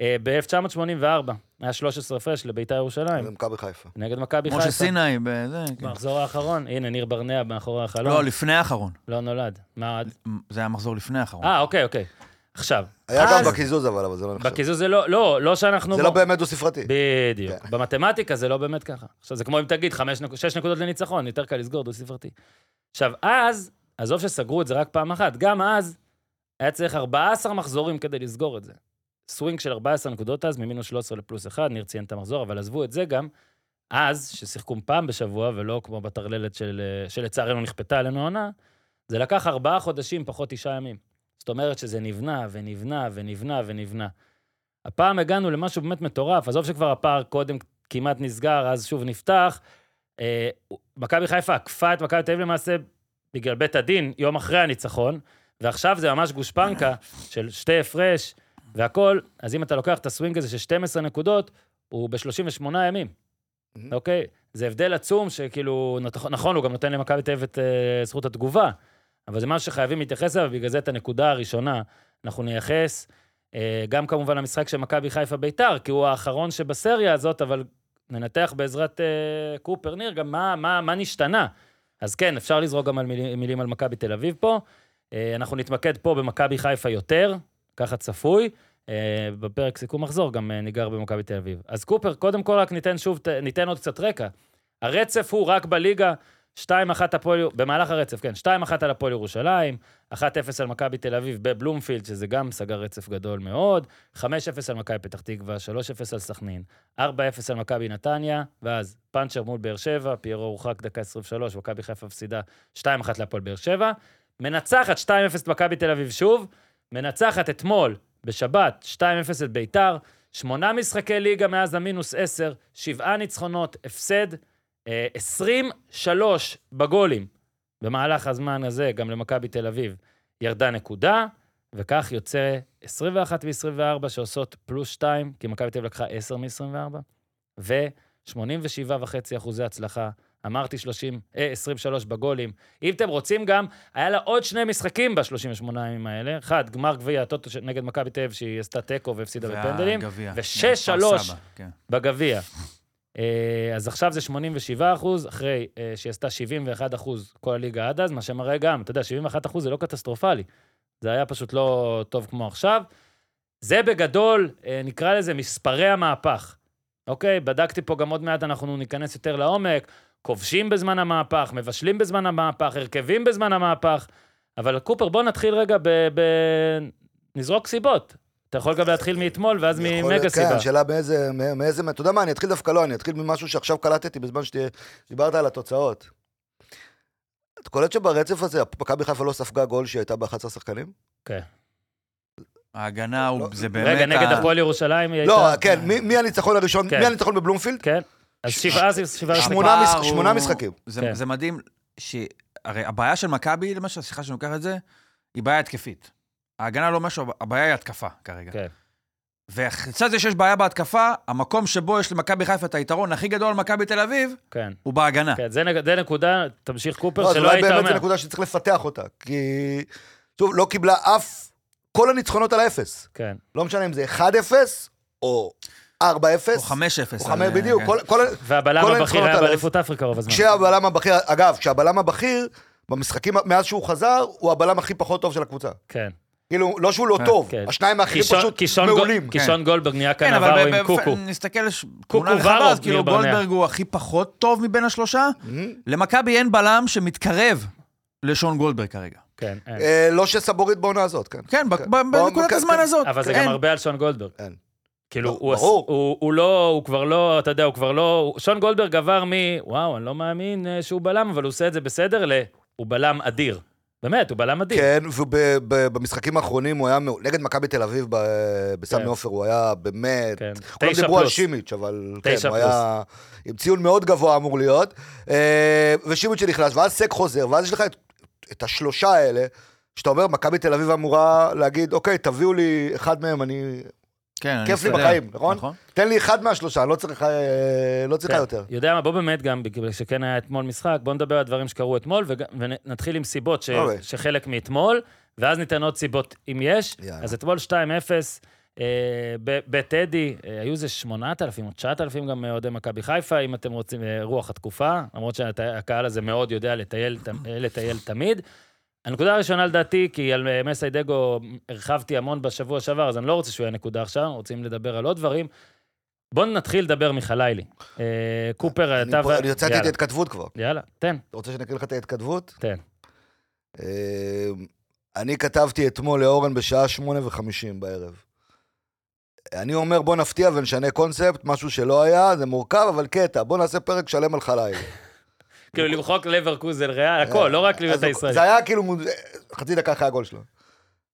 [SPEAKER 1] אה, ב-1984, היה 13 הפרש לביתר
[SPEAKER 2] זה
[SPEAKER 1] ירושלים,
[SPEAKER 2] מכבי חיפה.
[SPEAKER 1] נגד מכבי
[SPEAKER 3] משה
[SPEAKER 1] חיפה.
[SPEAKER 3] סיני, בזה... כן.
[SPEAKER 1] במחזור האחרון, הנה, ניר ברנע מאחורי
[SPEAKER 3] לא,
[SPEAKER 1] החלון,
[SPEAKER 3] לפני האחרון.
[SPEAKER 1] לא נולד. מה עוד?
[SPEAKER 3] זה היה מחזור לפני האחרון.
[SPEAKER 1] אה, אוקיי, אוקיי. עכשיו,
[SPEAKER 2] היה גם
[SPEAKER 1] אז-
[SPEAKER 2] בקיזוז אבל, אבל זה לא נחשב.
[SPEAKER 1] בקיזוז זה לא, לא, לא שאנחנו...
[SPEAKER 2] זה
[SPEAKER 1] בו-
[SPEAKER 2] לא באמת דו-ספרתי.
[SPEAKER 1] בדיוק. במתמטיקה זה לא באמת ככה. עכשיו, זה כמו אם תגיד, חמש נק... שש נקודות לניצחון, יותר קל לסגור דו-ספרתי. עכשיו, אז, עזוב שסגרו את זה רק פעם אחת, גם אז היה צריך 14 מחזורים כדי לסגור את זה. סווינג של 14 נקודות אז, ממינוס 13 לפלוס 1, ניר ציין את המחזור, אבל עזבו את זה גם, אז, ששיחקו פעם בשבוע, ולא כמו בטרללת של, אה, שלצערנו נכפתה עלינו העונה, זה לקח ארבעה חודשים פחות תשעה ימים. זאת אומרת שזה נבנה ונבנה ונבנה ונבנה. הפעם הגענו למשהו באמת מטורף, עזוב שכבר הפער קודם כמעט נסגר, אז שוב נפתח. אה, מכבי חיפה עקפה את מכבי תל אביב למעשה בגלל בית הדין יום אחרי הניצחון, ועכשיו זה ממש גושפנקה של שתי הפרש והכול, אז אם אתה לוקח את הסווינג הזה של 12 נקודות, הוא ב-38 ימים,
[SPEAKER 2] Mhm.
[SPEAKER 1] אוקיי? זה הבדל עצום שכאילו, נת- נכון, הוא גם נותן למכבי תל אביב את אה, זכות התגובה, אבל זה משהו שחייבים להתייחס אליו, ובגלל זה את הנקודה הראשונה אנחנו נייחס. אה, גם כמובן למשחק של מכבי חיפה ביתר, כי הוא האחרון שבסריה הזאת, אבל ננתח בעזרת אה, קופר ניר גם מה, מה, מה נשתנה. אז כן, אפשר לזרוק גם על מילים, מילים על מכבי תל אביב פה. אה, אנחנו נתמקד פה במכבי חיפה יותר, ככה צפוי. אה, בפרק סיכום מחזור גם אה, ניגר במכבי תל אביב. אז קופר, קודם כל רק ניתן שוב, ת- ניתן עוד קצת רקע. הרצף הוא רק בליגה, 2-1 הפועל, במהלך הרצף, כן, 2-1 על הפועל ירושלים, 1-0 על מכבי תל אביב בבלומפילד, שזה גם סגר רצף גדול מאוד, 5-0 על מכבי פתח תקווה, 3-0 על סכנין, 4-0 על מכבי נתניה, ואז פאנצ'ר מול באר שבע, פיירו הורחק דקה 23, מכבי חיפה הפסידה 2-1 להפועל באר שבע, מנצחת 2-0 את מכבי תל אביב שוב, מנצחת אתמול, בשבת, 2-0 את ביתר, שמונה משחקי ליגה מאז המינוס 10, שבעה ניצחונות, הפסד, אה, 23 בגולים. במהלך הזמן הזה, גם למכבי תל אביב ירדה נקודה, וכך יוצא 21 ו-24 שעושות פלוס 2, כי מכבי תל אביב לקחה 10 מ-24, ו-87.5 אחוזי הצלחה. אמרתי 30, אה, 23 בגולים. אם אתם רוצים גם, היה לה עוד שני משחקים ב-38 הימים האלה. אחד, גמר גביע הטוטו ש- נגד מכבי תל אביב, שהיא עשתה תיקו והפסידה בפנדלים.
[SPEAKER 3] והגביע.
[SPEAKER 1] ושש,
[SPEAKER 3] כפר
[SPEAKER 1] שלוש.
[SPEAKER 3] סבא, כן.
[SPEAKER 1] בגביע. אה, אז עכשיו זה 87 אחוז, אחרי אה, שהיא עשתה 71 אחוז כל הליגה עד אז, מה שמראה גם, אתה יודע, 71 אחוז זה לא קטסטרופלי. זה היה פשוט לא טוב כמו עכשיו. זה בגדול, אה, נקרא לזה מספרי המהפך. אוקיי, בדקתי פה גם עוד מעט, אנחנו ניכנס יותר לעומק. כובשים בזמן המהפך, מבשלים בזמן המהפך, הרכבים בזמן המהפך. אבל קופר, בוא נתחיל רגע ב... ב... נזרוק סיבות. אתה יכול גם להתחיל מאתמול ואז
[SPEAKER 2] יכול-
[SPEAKER 1] ממגה סיבה.
[SPEAKER 2] כן, שאלה מאיזה, מא- מאיזה, אתה יודע מה, אני אתחיל דווקא לא, אני אתחיל ממשהו שעכשיו קלטתי בזמן שדיברת על התוצאות. את קולט שברצף הזה, מכבי חיפה לא ספגה גול שהיא הייתה ב-11 שחקנים?
[SPEAKER 3] ההגנה, הוא-
[SPEAKER 2] לא.
[SPEAKER 3] זה באמת...
[SPEAKER 1] רגע, נגד
[SPEAKER 3] ה-
[SPEAKER 1] הפועל ירושלים היא הייתה...
[SPEAKER 2] לא, כן, מי- מי הניצחון הראשון,
[SPEAKER 1] כן.
[SPEAKER 2] מי הניצחון בבלומפילד?
[SPEAKER 1] כן. אז שבעה זה שבעה
[SPEAKER 3] הפער
[SPEAKER 1] משחקים.
[SPEAKER 2] שמונה מש-
[SPEAKER 3] הוא-
[SPEAKER 2] שמונה משחקים.
[SPEAKER 3] זה-
[SPEAKER 1] כן.
[SPEAKER 3] זה מדהים, ש- הרי הבעיה של מכבי, למשל, סליחה שאני לוקח את זה, היא בעיה התקפית. ההגנה לא משהו, הבעיה היא התקפה כרגע.
[SPEAKER 1] כן.
[SPEAKER 3] ולצד זה שיש בעיה בהתקפה, המקום שבו יש למכבי חיפה את היתרון הכי גדול על מכבי תל אביב,
[SPEAKER 1] כן.
[SPEAKER 3] הוא בהגנה.
[SPEAKER 1] כן, זה נק- זה נקודה, תמשיך קופר,
[SPEAKER 2] לא, אז
[SPEAKER 1] שלא
[SPEAKER 2] אולי
[SPEAKER 1] היית
[SPEAKER 2] באמת זו
[SPEAKER 1] אומר.
[SPEAKER 2] נקודה שצריך לפתח אותה, כי... שוב, לא קיבלה אף כל הניצחונות על האפס.
[SPEAKER 1] כן.
[SPEAKER 2] לא משנה אם זה 1-0, או 4-0,
[SPEAKER 3] או 5-0.
[SPEAKER 2] או
[SPEAKER 3] על-
[SPEAKER 2] 5 בדיוק.
[SPEAKER 3] כן.
[SPEAKER 2] כל- כל-
[SPEAKER 1] והבלם
[SPEAKER 2] כל
[SPEAKER 1] הבכיר
[SPEAKER 2] הניצחונות
[SPEAKER 1] היה
[SPEAKER 2] על-
[SPEAKER 1] באליפות אפריקה רוב הזמן.
[SPEAKER 2] כן. כשהבלם הבכיר, אגב, כשהבלם הבכיר, במשחקים, מאז שהוא חזר, הוא הבלם הכי פחות טוב של הקבוצה.
[SPEAKER 1] כן.
[SPEAKER 2] כאילו, לא שהוא לא
[SPEAKER 3] כן,
[SPEAKER 2] טוב,
[SPEAKER 1] כן.
[SPEAKER 2] השניים האחרים
[SPEAKER 1] קישון-
[SPEAKER 2] פשוט
[SPEAKER 1] קישון גול-
[SPEAKER 2] מעולים.
[SPEAKER 1] קישון גולדברג נהיה
[SPEAKER 3] כן,
[SPEAKER 1] כאן
[SPEAKER 3] אבל
[SPEAKER 1] עברו
[SPEAKER 3] ב-
[SPEAKER 1] עם
[SPEAKER 3] ב-
[SPEAKER 1] קוקו.
[SPEAKER 3] נסתכל על ש-
[SPEAKER 1] קוקו
[SPEAKER 3] תמונה רחבה,
[SPEAKER 1] ורו,
[SPEAKER 3] אז כאילו
[SPEAKER 1] ניר ברנע.
[SPEAKER 3] גולדברג הוא הכי פחות טוב מבין השלושה. למכבי אין בלם שמתקרב לשון גולדברג כרגע.
[SPEAKER 1] כן, אין.
[SPEAKER 2] אה, לא שסבורית בעונה הזאת, כן.
[SPEAKER 3] כן, ב-
[SPEAKER 2] כן.
[SPEAKER 3] ב- בנקודת
[SPEAKER 2] כן,
[SPEAKER 3] הזמן
[SPEAKER 2] כן.
[SPEAKER 3] הזאת.
[SPEAKER 1] אבל זה
[SPEAKER 3] אין.
[SPEAKER 1] גם הרבה על שון גולדברג.
[SPEAKER 2] אין.
[SPEAKER 1] כאילו,
[SPEAKER 2] לא,
[SPEAKER 1] הוא עש-
[SPEAKER 2] ברור.
[SPEAKER 1] הוא הוא לא, הוא כבר לא, אתה יודע, הוא כבר לא... הוא- שון גולדברג עבר מ... וואו, אני לא מאמין אה, שהוא בלם, אבל הוא עושה את זה בסדר, ל... הוא בלם אדיר. באמת, הוא בלם אדיר.
[SPEAKER 2] כן, ובמשחקים האחרונים הוא היה, מעול- נגד מכבי תל אביב ב- בסמי
[SPEAKER 1] כן.
[SPEAKER 2] עופר, הוא היה באמת...
[SPEAKER 1] כן.
[SPEAKER 2] כולם
[SPEAKER 1] תשע
[SPEAKER 2] דיברו על
[SPEAKER 1] פלוס.
[SPEAKER 2] שימיץ', אבל כן,
[SPEAKER 1] תשע
[SPEAKER 2] הוא היה עם ציון מאוד גבוה אמור להיות. אה, ושימיץ' שנכנס, ואז סק חוזר, ואז יש לך את, את השלושה האלה, שאתה אומר, מכבי תל אביב אמורה להגיד, אוקיי, תביאו לי אחד מהם, אני...
[SPEAKER 3] כן, אני
[SPEAKER 2] כיף לי
[SPEAKER 3] מסתדר.
[SPEAKER 2] בחיים, נכון? תן לי אחד מהשלושה, אני לא צריך, אה, לא צריכה
[SPEAKER 1] כן.
[SPEAKER 2] יותר.
[SPEAKER 1] יודע מה, בוא באמת גם, בגלל שכן היה אתמול משחק, בוא נדבר על דברים שקרו אתמול, וג- ונתחיל עם סיבות ש-
[SPEAKER 2] אוקיי.
[SPEAKER 1] שחלק מאתמול, ואז ניתן עוד סיבות אם יש.
[SPEAKER 2] יאללה.
[SPEAKER 1] אז אתמול 2-0. אה, ב- בטדי, אה, היו איזה 8,000 או 9,000 גם אה, אוהדי מכבי חיפה, אם אתם רוצים, אה, רוח התקופה, למרות שהקהל הזה מאוד יודע לטייל, ת- אה, לטייל תמיד. הנקודה הראשונה לדעתי, כי על אה, מסי דגו הרחבתי המון בשבוע שעבר, אז אני לא רוצה שהוא יהיה נקודה עכשיו, רוצים לדבר על עוד דברים. בואו נתחיל לדבר מחלילי. אה, קופר,
[SPEAKER 2] אני
[SPEAKER 1] אתה
[SPEAKER 2] פה- אני יצאתי את
[SPEAKER 1] יאללה,
[SPEAKER 2] ההתכתבות כבר.
[SPEAKER 1] יאללה, תן,
[SPEAKER 2] אתה רוצה שאני אקריא לך את ההתכתבות?
[SPEAKER 1] תן.
[SPEAKER 2] אה, אני כתבתי אתמול לאורן בשעה שמונה וחמישים בערב. אני אומר, בוא נפתיע ונשנה קונספט, משהו שלא היה, זה מורכב, אבל קטע. בוא נעשה פרק שלם על חלילה.
[SPEAKER 1] כאילו למחוק לברקוזל ריאל, הכל, לא רק להיות
[SPEAKER 2] אה, אז הוא-
[SPEAKER 1] הישראלי.
[SPEAKER 2] זה היה כאילו, מוד- חצי דקה אחרי הגול שלו.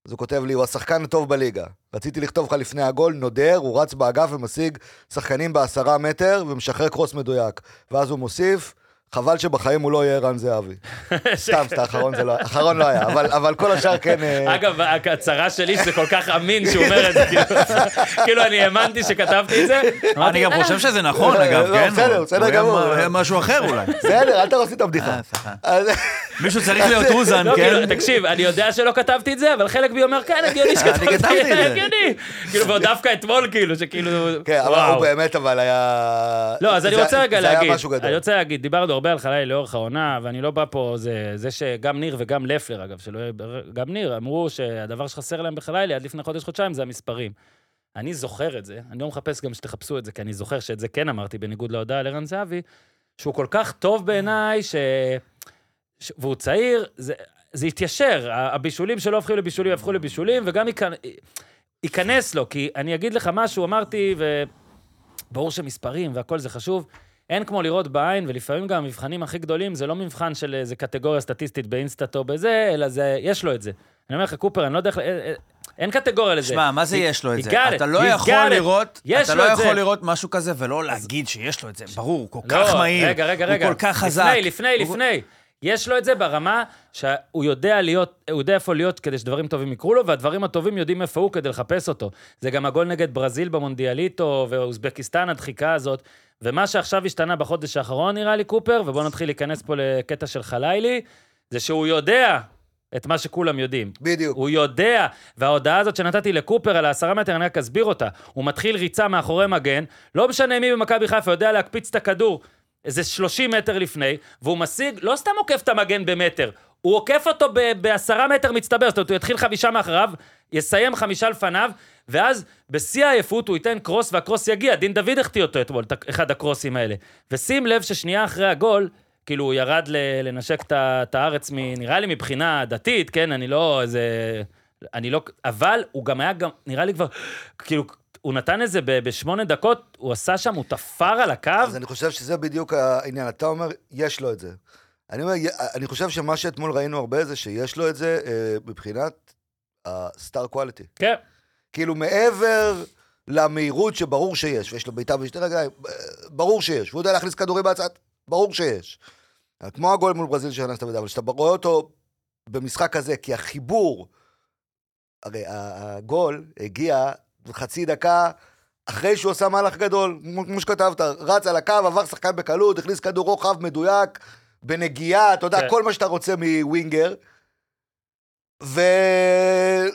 [SPEAKER 2] אז הוא כותב לי, הוא השחקן הטוב בליגה. רציתי לכתוב לך לפני הגול, נודר, הוא רץ באגף ומשיג שחקנים בעשרה מטר ומשחרר קרוס מדויק. ואז הוא מוסיף, חבל שבחיים הוא לא יהיה ערן זהבי. סתם, סתם, האחרון זה לא- האחרון לא היה, אבל- אבל כל השאר כן... אה,
[SPEAKER 1] אגב, ההצהרה שלי שזה כל כך אמין שהוא אומר את זה, כאילו- כאילו, אני האמנתי שכתבתי את זה. אמרתי,
[SPEAKER 3] אני גם
[SPEAKER 1] "אה,
[SPEAKER 3] חושב שזה נכון,
[SPEAKER 2] אה,
[SPEAKER 3] אגב,
[SPEAKER 2] לא,
[SPEAKER 3] כן?
[SPEAKER 2] בסדר,
[SPEAKER 3] הוא-
[SPEAKER 2] בסדר
[SPEAKER 3] הוא היה
[SPEAKER 2] גמור.
[SPEAKER 3] מ- היה משהו אחר אולי.
[SPEAKER 2] בסדר, אל תהרוס לי את הבדיחה.
[SPEAKER 3] אה, סליחה.
[SPEAKER 2] אז-
[SPEAKER 3] מישהו צריך להיות אוזן,
[SPEAKER 1] לא,
[SPEAKER 3] כן?
[SPEAKER 1] כאילו, תקשיב, אני יודע שלא כתבתי את זה, אבל חלק בי אומר, כן,
[SPEAKER 2] אה,
[SPEAKER 1] הגיוני שכתבתי את
[SPEAKER 3] כתבתי את
[SPEAKER 1] זה,
[SPEAKER 3] זה."
[SPEAKER 1] הגיוני. כאילו, ועוד דווקא אתמול, כאילו, שכאילו,
[SPEAKER 2] כן, אבל
[SPEAKER 1] וואו.
[SPEAKER 2] הוא באמת, אבל היה...
[SPEAKER 1] לא, אז אני
[SPEAKER 2] זה-
[SPEAKER 1] רוצה רגע
[SPEAKER 2] זה
[SPEAKER 1] להגיד,
[SPEAKER 2] היה משהו גדול.
[SPEAKER 1] אני רוצה להגיד, דיברנו הרבה על חלילי לאורך העונה, ואני לא בא פה, זה, זה שגם ניר וגם לפלר, אגב, שלא, יהיה בר- גם ניר, אמרו שהדבר שחסר להם בחלילי עד לפני חודש-חודשיים זה המספרים. אני זוכר את זה, אני לא מחפש גם שתחפשו את זה, כי אני זוכר שאת זה כן אמרתי, בניגוד להודעה על ערן זהבי, שהוא כל כך טוב בעיניי, ש... ש... והוא צעיר, זה, זה התיישר, ה- הבישולים שלא הפכו לבישולים, הפכו לבישולים, וגם ייכנ- ייכנס לו, כי אני אגיד לך משהו, אמרתי, וברור שמספרים והכל זה חשוב, אין כמו לראות בעין, ולפעמים גם המבחנים הכי גדולים, זה לא מבחן של איזה קטגוריה סטטיסטית באינסטאט או בזה, אלא זה, יש לו את זה. אני אומר לך, קופר, אני לא יודע איך... אה, אה, אין קטגוריה לזה.
[SPEAKER 3] שמע, מה זה
[SPEAKER 1] He-
[SPEAKER 3] יש לו את
[SPEAKER 1] he
[SPEAKER 3] זה?
[SPEAKER 1] got
[SPEAKER 3] אתה
[SPEAKER 1] it,
[SPEAKER 3] לא
[SPEAKER 1] he's
[SPEAKER 3] יכול
[SPEAKER 1] got it.
[SPEAKER 3] לראות,
[SPEAKER 1] יש
[SPEAKER 3] אתה
[SPEAKER 1] לו
[SPEAKER 3] לא
[SPEAKER 1] את זה.
[SPEAKER 3] יכול לראות משהו כזה ולא להגיד שיש לו את זה. ברור, הוא כל כך
[SPEAKER 1] לא,
[SPEAKER 3] מהיר,
[SPEAKER 1] רגע, רגע,
[SPEAKER 3] הוא
[SPEAKER 1] רגע.
[SPEAKER 3] כל כך חזק.
[SPEAKER 1] לפני, לפני,
[SPEAKER 3] הוא-
[SPEAKER 1] לפני. יש לו את זה ברמה שהוא יודע להיות, הוא יודע איפה להיות כדי שדברים טובים יקרו לו, והדברים הטובים יודעים איפה הוא כדי לחפש אותו. זה גם הגול נגד ברזיל במונדיאליטו, ואוזבקיסטן, הדחיקה הזאת. ומה שעכשיו השתנה בחודש האחרון, נראה לי, קופר, ובואו נתחיל להיכנס פה לקטע של חלילי, זה שהוא יודע את מה שכולם יודעים.
[SPEAKER 2] בדיוק.
[SPEAKER 1] הוא יודע, וההודעה הזאת שנתתי לקופר על העשרה מטר, אני רק אסביר אותה. הוא מתחיל ריצה מאחורי מגן, לא משנה מי במכבי חיפה יודע להקפיץ את הכדור איזה 30 מטר לפני, והוא משיג, לא סתם עוקף את המגן במטר, הוא עוקף אותו ב- בעשרה מטר מצטבר, זאת אומרת, הוא יתחיל חמישה מאחריו, יסיים חמישה לפניו, ואז בשיא העייפות הוא ייתן קרוס והקרוס יגיע. דין דוד החטיא אותו אתמול, את אחד הקרוסים האלה. ושים לב ששנייה אחרי הגול, כאילו הוא ירד ל- לנשק את ה- את הארץ, מ- נראה לי מבחינה דתית, כן, אני לא איזה... אני לא... אבל הוא גם היה גם, נראה לי כבר, כאילו, הוא נתן איזה ב- בשמונה דקות, הוא עשה שם, הוא תפר על הקו.
[SPEAKER 2] אז אני חושב שזה בדיוק העניין. אתה אומר, יש לו את זה. אני אומר, אני חושב שמה שאתמול ראינו הרבה זה שיש לו את זה אה, מבחינת הסטאר קואליטי.
[SPEAKER 1] כן,
[SPEAKER 2] כאילו מעבר למהירות שברור שיש, ויש לו בעיטה בשתי רגליים, אה, ברור שיש, והוא יודע להכניס כדורים בהצעת, ברור שיש. אה, כמו הגול מול ברזיל שהכנסת בזה, אבל כשאתה רואה אותו במשחק הזה, כי החיבור, הרי ה- הגול הגיע חצי דקה אחרי שהוא עשה מהלך גדול, כמו כמו שכתבת, רץ על הקו, עבר שחקן בקלות, הכניס כדור רוחב מדויק, בנגיעה, אתה יודע,
[SPEAKER 1] כן.
[SPEAKER 2] כל מה שאתה רוצה מווינגר.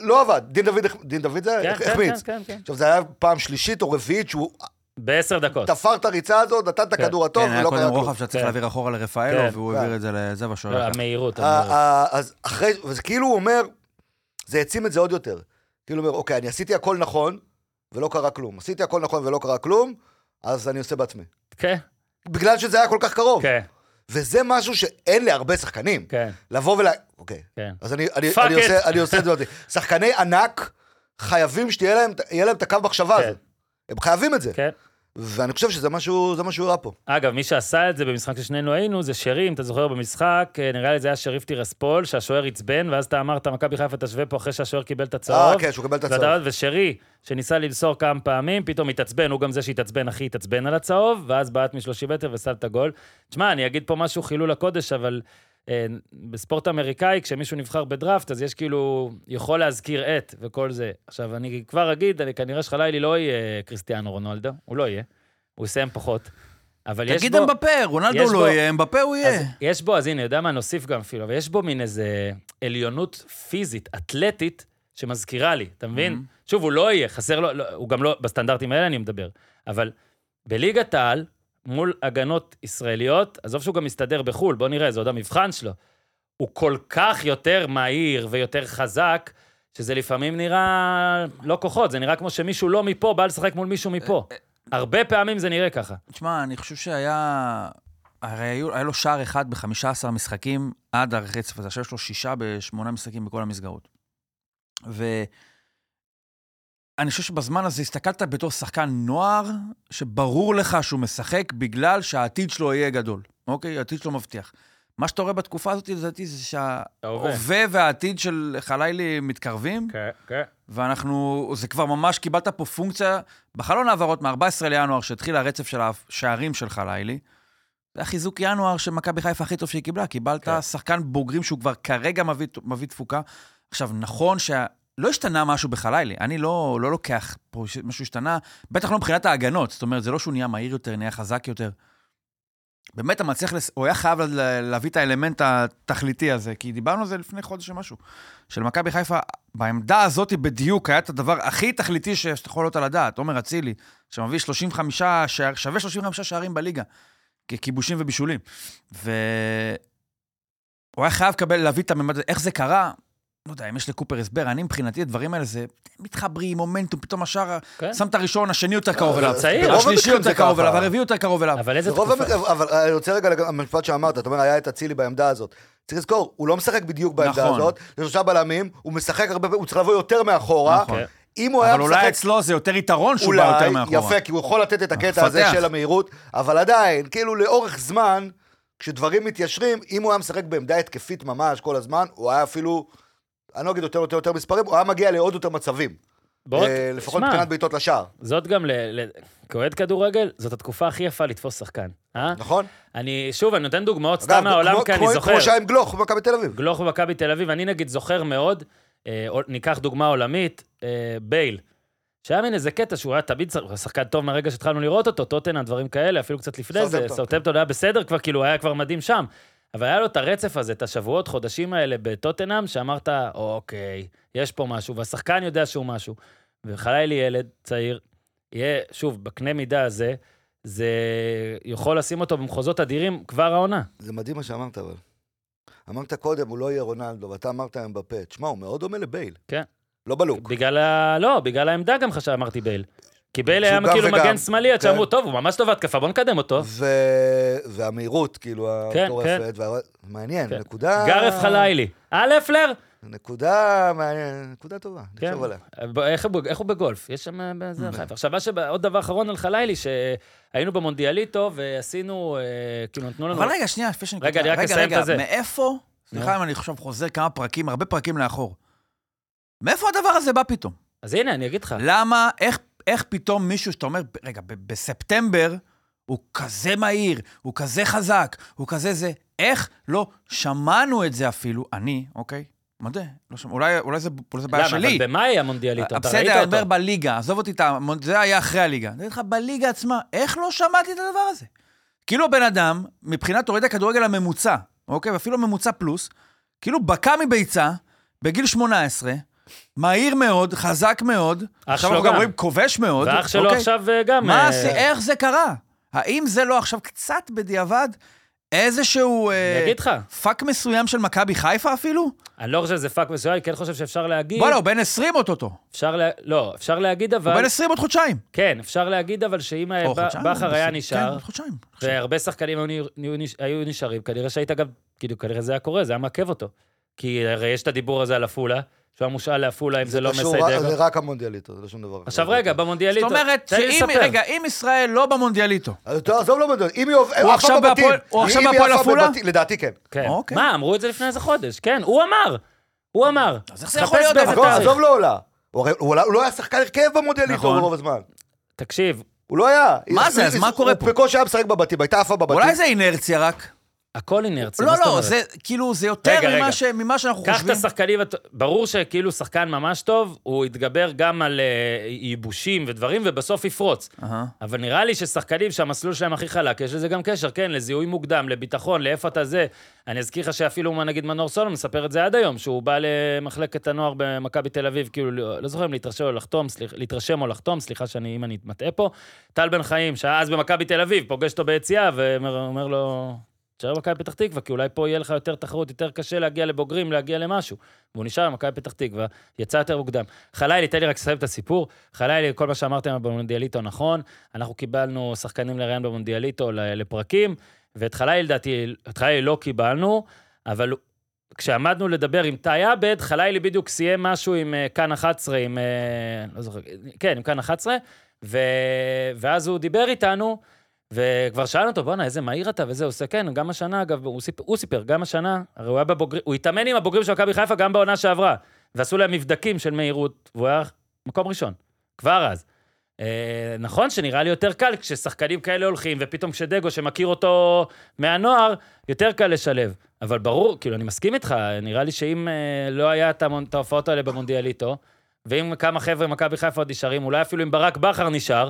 [SPEAKER 2] ולא עבד. דין דוד, דין דוד זה
[SPEAKER 1] כן,
[SPEAKER 2] אה, החמיץ.
[SPEAKER 1] כן, כן, כן, כן.
[SPEAKER 2] עכשיו, זה היה פעם שלישית או רביעית שהוא
[SPEAKER 1] בעשר דקות.
[SPEAKER 2] תפר את הריצה הזאת, נתן את
[SPEAKER 1] כן.
[SPEAKER 2] הכדור הטוב,
[SPEAKER 3] כן, היה
[SPEAKER 2] ולא קרה
[SPEAKER 3] קודם
[SPEAKER 2] כלום.
[SPEAKER 3] רוחב שצריך
[SPEAKER 1] כן.
[SPEAKER 3] להעביר אחורה לרפאלו,
[SPEAKER 1] כן.
[SPEAKER 3] והוא
[SPEAKER 2] כן.
[SPEAKER 3] העביר את זה לזה והשוער
[SPEAKER 1] לא,
[SPEAKER 3] לקח.
[SPEAKER 1] המהירות,
[SPEAKER 2] ה-
[SPEAKER 1] המהירות.
[SPEAKER 2] ה- אז אחרי, וזה כאילו הוא אומר, זה העצים את זה עוד יותר. כאילו הוא אומר, אוקיי, אני עשיתי הכל נכון, ולא קרה כלום. עשיתי הכל נכון ולא קרה כלום, אז אני עושה בעצמי.
[SPEAKER 1] כן,
[SPEAKER 2] בגלל שזה היה כל כך קרוב.
[SPEAKER 1] כן,
[SPEAKER 2] וזה משהו שאין להרבה שחקנים.
[SPEAKER 1] כן,
[SPEAKER 2] לבוא ול... אוקיי.
[SPEAKER 1] כן.
[SPEAKER 2] אז אני, אני,
[SPEAKER 1] Fuck
[SPEAKER 2] אני, עושה,
[SPEAKER 1] it.
[SPEAKER 2] אני עושה את זה. עוד. שחקני ענק חייבים שתהיה להם, יהיה להם את הקו מחשבה
[SPEAKER 1] כן.
[SPEAKER 2] הזה. הם חייבים את זה.
[SPEAKER 1] כן.
[SPEAKER 2] ואני חושב שזה משהו, זה מה שהוא הראה פה.
[SPEAKER 1] אגב, מי שעשה את זה במשחק ששנינו היינו, זה שרי, אם אתה זוכר במשחק, אה, נראה לי זה היה שריף טירספול, שהשוער עצבן, ואז אתה אמרת, מכבי חיפה תשווה פה אחרי שהשוער קיבל את
[SPEAKER 2] אה,
[SPEAKER 1] הצהוב.
[SPEAKER 2] כן, שהוא קיבל את
[SPEAKER 1] ואתה-
[SPEAKER 2] הצהוב.
[SPEAKER 1] ושרי, שניסה למסור כמה פעמים, פתאום התעצבן, הוא גם זה שהתעצבן, הכי התעצבן על הצהוב, ואז בעט מ-30 מטר וסל את הגול. תשמע, אני אגיד פה משהו חילול הקודש, אבל אה, בספורט אמריקאי, כשמישהו נבחר בדראפט, אז יש כאילו, יכול להזכיר את וכל זה. עכשיו, אני כבר אגיד, אני כנראה שחלילי לא יהיה קריסטיאנו רונולדו, הוא לא יהיה, הוא יסיים פחות. אבל יש
[SPEAKER 3] תגיד
[SPEAKER 1] בו...
[SPEAKER 3] אמבפה, רונלדו
[SPEAKER 1] יש בו-
[SPEAKER 3] לא יהיה, אמבפה הוא
[SPEAKER 1] אז
[SPEAKER 3] יהיה.
[SPEAKER 1] יש בו, אז הנה, יודע מה, נוסיף גם אפילו, אבל יש בו מין איזה עליונות פיזית, אתלטית, שמזכירה לי, אתה מבין? שוב, הוא לא יהיה, חסר לו, לא, הוא גם לא, בסטנדרטים האלה אני מדבר, אבל בליגת העל, מול הגנות ישראליות, עזוב שהוא גם מסתדר בחו"ל, בוא נראה, זה עוד המבחן שלו. הוא כל כך יותר מהיר ויותר חזק, שזה לפעמים נראה לא כוחות, זה נראה כמו שמישהו לא מפה בא לשחק מול מישהו מפה. הרבה פעמים זה נראה ככה.
[SPEAKER 3] תשמע, אני חושב שהיה... הרי היו- היה לו שער אחד ב-15 משחקים עד הרצף הזה, עכשיו יש לו שישה בשמונה משחקים בכל המסגרות. ואני חושב שבזמן הזה הסתכלת בתור שחקן נוער, שברור לך שהוא משחק בגלל שהעתיד שלו יהיה גדול, אוקיי? העתיד שלו מבטיח. מה שאתה רואה בתקופה הזאת, לדעתי, זה
[SPEAKER 1] ההווה.
[SPEAKER 3] שההווה והעתיד של חלילי מתקרבים.
[SPEAKER 1] כן, כן.
[SPEAKER 3] ואנחנו, זה כבר ממש, קיבלת פה פונקציה, בחלון העברות מ-14 לינואר, שהתחיל הרצף של השערים שלך לילי, זה היה חיזוק ינואר שמכבי חיפה הכי טוב שהיא קיבלה. קיבלת
[SPEAKER 1] כן.
[SPEAKER 3] כן. שחקן בוגרים שהוא כבר כרגע מביא, מביא תפוקה. עכשיו, נכון שה... לא השתנה משהו בחלילי, אני לא, לא לוקח פה ש- משהו השתנה, בטח לא מבחינת ההגנות, זאת אומרת, זה לא שהוא נהיה מהיר יותר, נהיה חזק יותר. באמת, אתה מצליח, לס... הוא היה חייב ל- להביא את האלמנט התכליתי הזה, כי דיברנו על זה לפני חודש ומשהו. של מכבי חיפה, בעמדה הזאת בדיוק היה את הדבר הכי תכליתי שאתה יכול להיות על הדעת. עומר אצילי, שמביא 35 שער, שווה 35 שערים בליגה, ככיבושים ובישולים. והוא היה חייב לקבל, להביא את הממד הזה. איך זה קרה? לא יודע, אם יש לקופר הסבר, אני מבחינתי, הדברים האלה זה מתחברים, מומנטום, פתאום השער,
[SPEAKER 1] כן.
[SPEAKER 3] שם את הראשון, השני יותר קרוב
[SPEAKER 1] אבל
[SPEAKER 3] אליו,
[SPEAKER 1] צעיר.
[SPEAKER 3] השלישי
[SPEAKER 2] ברוב המקרים
[SPEAKER 3] יותר
[SPEAKER 2] זה
[SPEAKER 3] קרוב
[SPEAKER 2] ככה.
[SPEAKER 3] אליו, הרביעי יותר קרוב אליו.
[SPEAKER 1] אבל איזה
[SPEAKER 2] ברוב
[SPEAKER 1] תקופה.
[SPEAKER 2] המקרים, אבל אה, אני רוצה רגע, לג- המשפט שאמרת, אתה אומר, היה את אצילי בעמדה הזאת. צריך לזכור, הוא לא משחק בדיוק בעמדה
[SPEAKER 3] נכון.
[SPEAKER 2] הזאת, יש שלושה בלמים, הוא משחק הרבה, פעמים, הוא צריך לבוא יותר
[SPEAKER 1] אוקיי.
[SPEAKER 2] מאחורה.
[SPEAKER 3] נכון.
[SPEAKER 2] אם הוא היה
[SPEAKER 3] אבל אולי
[SPEAKER 2] משחק
[SPEAKER 3] אצלו זה יותר יתרון שהוא בא יותר מאחורה.
[SPEAKER 2] יפה, כי הוא יכול לתת את הקטע הזה
[SPEAKER 3] מפתח.
[SPEAKER 2] של המהירות, אבל עדיין, כאילו לאורך זמן, כשדברים מתיישרים, אם הוא היה משחק בעמדה התקפית ממש כל הזמן, הוא היה אפילו, אני לא אגיד יותר יותר יותר מספרים, הוא היה מגיע לעוד יותר מצבים.
[SPEAKER 1] בוא,
[SPEAKER 2] אה, לפחות
[SPEAKER 1] שמע,
[SPEAKER 2] מבחינת בעיטות לשער,
[SPEAKER 1] זאת גם, ל- ל- כאוהד כדורגל, זאת התקופה הכי יפה לתפוס שחקן. אה?
[SPEAKER 2] נכון?
[SPEAKER 1] אני, שוב, אני נותן דוגמאות
[SPEAKER 2] אגב,
[SPEAKER 1] סתם מהעולם,
[SPEAKER 2] כמו-
[SPEAKER 1] כי אני
[SPEAKER 2] כמו-
[SPEAKER 1] זוכר.
[SPEAKER 2] כמו שהיה עם גלוך במכבי תל אביב.
[SPEAKER 1] גלוך במכבי תל אביב, אני נגיד זוכר מאוד, אה, או- ניקח דוגמה עולמית, אה, בייל. שהיה מין איזה קטע שהוא היה תמיד שח- שחקן טוב מהרגע שהתחלנו לראות אותו, טוטנה, דברים כאלה, אפילו קצת לפני זה,
[SPEAKER 2] סאוטהמפטון.
[SPEAKER 1] סאוטמפטון היה בסדר כבר, כאילו, היה כבר מדהים שם. אבל היה לו את הרצף הזה, את השבועות, חודשים האלה בטוטנאם, שאמרת, אוקיי, יש פה משהו, והשחקן יודע שהוא משהו. וחלילי ילד צעיר, יהיה, שוב, בקנה מידה הזה, זה יכול לשים אותו במחוזות אדירים כבר העונה.
[SPEAKER 2] זה מדהים מה שאמרת, אבל. אמרת קודם, הוא לא יהיה רונלדו, ואתה אמרת היום בפה. תשמע, הוא מאוד דומה לבייל.
[SPEAKER 1] כן.
[SPEAKER 2] לא בלוק.
[SPEAKER 1] בגלל ה... לא, בגלל העמדה גם חשב, אמרתי בייל. כי בייל
[SPEAKER 2] שהוא
[SPEAKER 1] היה
[SPEAKER 2] גם
[SPEAKER 1] כאילו
[SPEAKER 2] וגם.
[SPEAKER 1] מגן שמאלי, עד
[SPEAKER 2] כן.
[SPEAKER 1] שאמרו, טוב, הוא ממש טוב בהתקפה, בוא נקדם אותו.
[SPEAKER 2] ו... והמהירות, כאילו,
[SPEAKER 1] כן,
[SPEAKER 2] המטורפת. וה... מעניין,
[SPEAKER 1] כן.
[SPEAKER 2] נקודה...
[SPEAKER 1] גרף חלילי. אה, לפלר?
[SPEAKER 2] נקודה מעניין, נקודה טובה,
[SPEAKER 1] כן.
[SPEAKER 2] נחשוב עליה.
[SPEAKER 1] ב- איך הוא ב- איך הוא בגולף? יש שם
[SPEAKER 3] אה.
[SPEAKER 1] באיזה חיפה. עכשיו, מה שבא- עוד דבר אחרון על חלילי, שהיינו במונדיאליטו ועשינו, אה, כאילו, נתנו לנו...
[SPEAKER 3] אבל רגע, שנייה, לפני שאני...
[SPEAKER 1] רגע,
[SPEAKER 3] קוטע.
[SPEAKER 1] אני רק אסיים את הזה.
[SPEAKER 3] רגע, רגע, מאיפה? סליחה אם אני עכשיו חוזר כמה פרקים, הרבה פרקים לאחור. מאיפה הדבר הזה בא פתאום?
[SPEAKER 1] אז הנה, אני אגיד לך.
[SPEAKER 3] למה, איך, איך פתאום מישהו שאתה אומר, רגע, ב- בספטמבר הוא כזה מהיר, הוא כזה חזק, הוא כזה זה, איך לא שמענו את זה אפילו, אני, אוקיי? מודה, לא שמע, אולי, אולי, זה, אולי זה בעיה
[SPEAKER 1] למה?
[SPEAKER 3] שלי.
[SPEAKER 1] אבל במאי המונדיאליטו, אתה ראית
[SPEAKER 3] בסדר, אני אומר
[SPEAKER 1] אותו.
[SPEAKER 3] בליגה, עזוב אותי, את המונ- זה היה אחרי הליגה. אני אגיד לך, בליגה עצמה, איך לא שמעתי את הדבר הזה? כאילו הבן אדם, מבחינת אוהד הכדורגל הממוצע, אוקיי? ואפילו ממוצע פלוס, כאילו בקע מביצה, בגיל 18, מהיר מאוד, חזק מאוד,
[SPEAKER 1] שלו
[SPEAKER 3] עכשיו אנחנו גם
[SPEAKER 1] גם.
[SPEAKER 3] רואים כובש מאוד.
[SPEAKER 1] ואח שלו
[SPEAKER 3] אוקיי?
[SPEAKER 1] עכשיו אה, גם...
[SPEAKER 3] מה,
[SPEAKER 1] אה,
[SPEAKER 3] עשי- איך זה קרה? האם זה לא עכשיו קצת בדיעבד איזשהו... אה,
[SPEAKER 1] אני אגיד לך,
[SPEAKER 3] פאק מסוים של מכבי חיפה אפילו?
[SPEAKER 1] אני לא חושב שזה פאק מסוים, אני כן חושב שאפשר להגיד...
[SPEAKER 3] וואלה, הוא בן 20 אוטוטו.
[SPEAKER 1] אפשר לה... לא, אפשר להגיד
[SPEAKER 3] לא. הוא
[SPEAKER 1] אבל...
[SPEAKER 3] בן 20 עוד חודשיים.
[SPEAKER 1] כן, אפשר להגיד אבל שאם
[SPEAKER 3] או
[SPEAKER 1] אה, ב-
[SPEAKER 3] חודשיים,
[SPEAKER 1] בכר היה
[SPEAKER 3] בסדר. כן,
[SPEAKER 1] נשאר,
[SPEAKER 3] עוד חודשיים. עכשיו.
[SPEAKER 1] והרבה שחקנים היו, היו, היו נשארים, כנראה שהיית גם... כאילו, כנראה זה היה קורה, זה היה מעכב אותו. כי הרי יש את הדיבור הזה על עפולה, שהוא היה מושאל לעפולה אם זה, לא
[SPEAKER 2] קשור רק-
[SPEAKER 1] מסיידגו.
[SPEAKER 2] זה רק המונדיאליטו, זה לא שום דבר. אחר.
[SPEAKER 1] עכשיו רגע, במונדיאליטו...
[SPEAKER 3] זאת אומרת,
[SPEAKER 1] תן לי
[SPEAKER 3] שאם,
[SPEAKER 1] לספר.
[SPEAKER 3] רגע, אם ישראל לא במונדיאליטו,
[SPEAKER 2] אז טוב, עזוב לא מונדיאליטו. אם היא עובר- עפה
[SPEAKER 3] עכשיו
[SPEAKER 2] בבתים,
[SPEAKER 3] בהפועל- הוא
[SPEAKER 2] אם
[SPEAKER 3] עכשיו
[SPEAKER 2] היא
[SPEAKER 3] בהפועל
[SPEAKER 2] עפה
[SPEAKER 3] עפולה?
[SPEAKER 2] בבתים- לדעתי כן.
[SPEAKER 1] כן.
[SPEAKER 3] אוקיי.
[SPEAKER 1] מה, אמרו את זה לפני איזה חודש, כן, הוא אמר. הוא אמר.
[SPEAKER 3] אז איך זה יכול
[SPEAKER 1] חפש
[SPEAKER 3] להיות
[SPEAKER 1] באיזה
[SPEAKER 3] דבר?
[SPEAKER 2] עזוב,
[SPEAKER 1] תאריך.
[SPEAKER 2] עזוב לא עולה. הוא הרי- הוא עלה- הוא לא היה שחקן הרכב במונדיאליטו
[SPEAKER 3] נכון.
[SPEAKER 2] רוב הזמן.
[SPEAKER 1] תקשיב,
[SPEAKER 2] הוא לא היה.
[SPEAKER 3] מה זה?
[SPEAKER 2] הוא-
[SPEAKER 3] אז מה
[SPEAKER 2] הוא-
[SPEAKER 3] קורה פה?
[SPEAKER 2] הוא בקושי היה משחק בבתים, הייתה עפה בבתים.
[SPEAKER 3] אולי זה אינרציה רק.
[SPEAKER 1] הכל אינרציה,
[SPEAKER 3] לא,
[SPEAKER 1] מה זאת
[SPEAKER 3] לא,
[SPEAKER 1] אומרת?
[SPEAKER 3] זה כאילו, זה יותר
[SPEAKER 1] רגע,
[SPEAKER 3] ממה
[SPEAKER 1] רגע.
[SPEAKER 3] ש- ממה שאנחנו
[SPEAKER 1] קח את
[SPEAKER 3] חושבים.
[SPEAKER 1] השחקנים, הט- ברור שכאילו שחקן ממש טוב, הוא יתגבר גם על אה, ייבושים ודברים, ובסוף יפרוץ.
[SPEAKER 3] אהה.
[SPEAKER 1] אבל נראה לי ששחקנים שהמסלול שלהם הכי חלק, יש לזה גם קשר, כן, לזיהוי מוקדם, לביטחון, לאיפה אתה זה. אני אזכיר לך שאפילו, מה, נגיד, מנור סולומון מספר את זה עד היום, שהוא בא למחלקת הנוער במכבי תל אביב, כאילו, לא לא זוכר אם להתרשם או לחתום, סליח, להתרשם או לחתום, סליחה שאני, אם אני מטעה פה. טל בן חיים, שהיה אז במכבי תל אביב, פוגש אותו ביציאה, ואומר אומר לו, תשאר במכבי פתח תקווה, כי אולי פה יהיה לך יותר תחרות, יותר קשה להגיע לבוגרים, להגיע למשהו. והוא נשאר במכבי פתח תקווה, יצא יותר מוקדם. חלילי, תן לי רק לסיים את הסיפור. חלילי, כל מה שאמרתם במונדיאליטו נכון, אנחנו קיבלנו שחקנים לראיין במונדיאליטו ל- לפרקים, ואת חלילי, לדעתי, את חלילי לא קיבלנו, אבל כשעמדנו לדבר עם תאי עבד, חלילי בדיוק סיים משהו עם אה, כאן 11, עם... אה, לא זוכר, כן, עם כאן 11, ו... ואז הוא דיבר איתנו, וכבר שאלנו אותו, בואנה, איזה מהיר אתה וזה, הוא עושה, כן, גם השנה, אגב, הוא סיפר, הוא סיפר גם השנה, הרי הוא היה בבוגרים, הוא התאמן עם הבוגרים של מכבי חיפה גם בעונה שעברה, ועשו להם מבדקים של מהירות, והוא היה מקום ראשון, כבר אז. אה, נכון שנראה לי יותר קל כששחקנים כאלה הולכים, ופתאום כשדגו, שמכיר אותו מהנוער, יותר קל לשלב. אבל ברור, כאילו, אני מסכים איתך, נראה לי שאם אה, לא היה את המון- את ההופעות האלה במונדיאליטו, ואם כמה חבר'ה ממכבי חיפה עוד נשארים, אולי אפילו אם ברק בכר נשאר,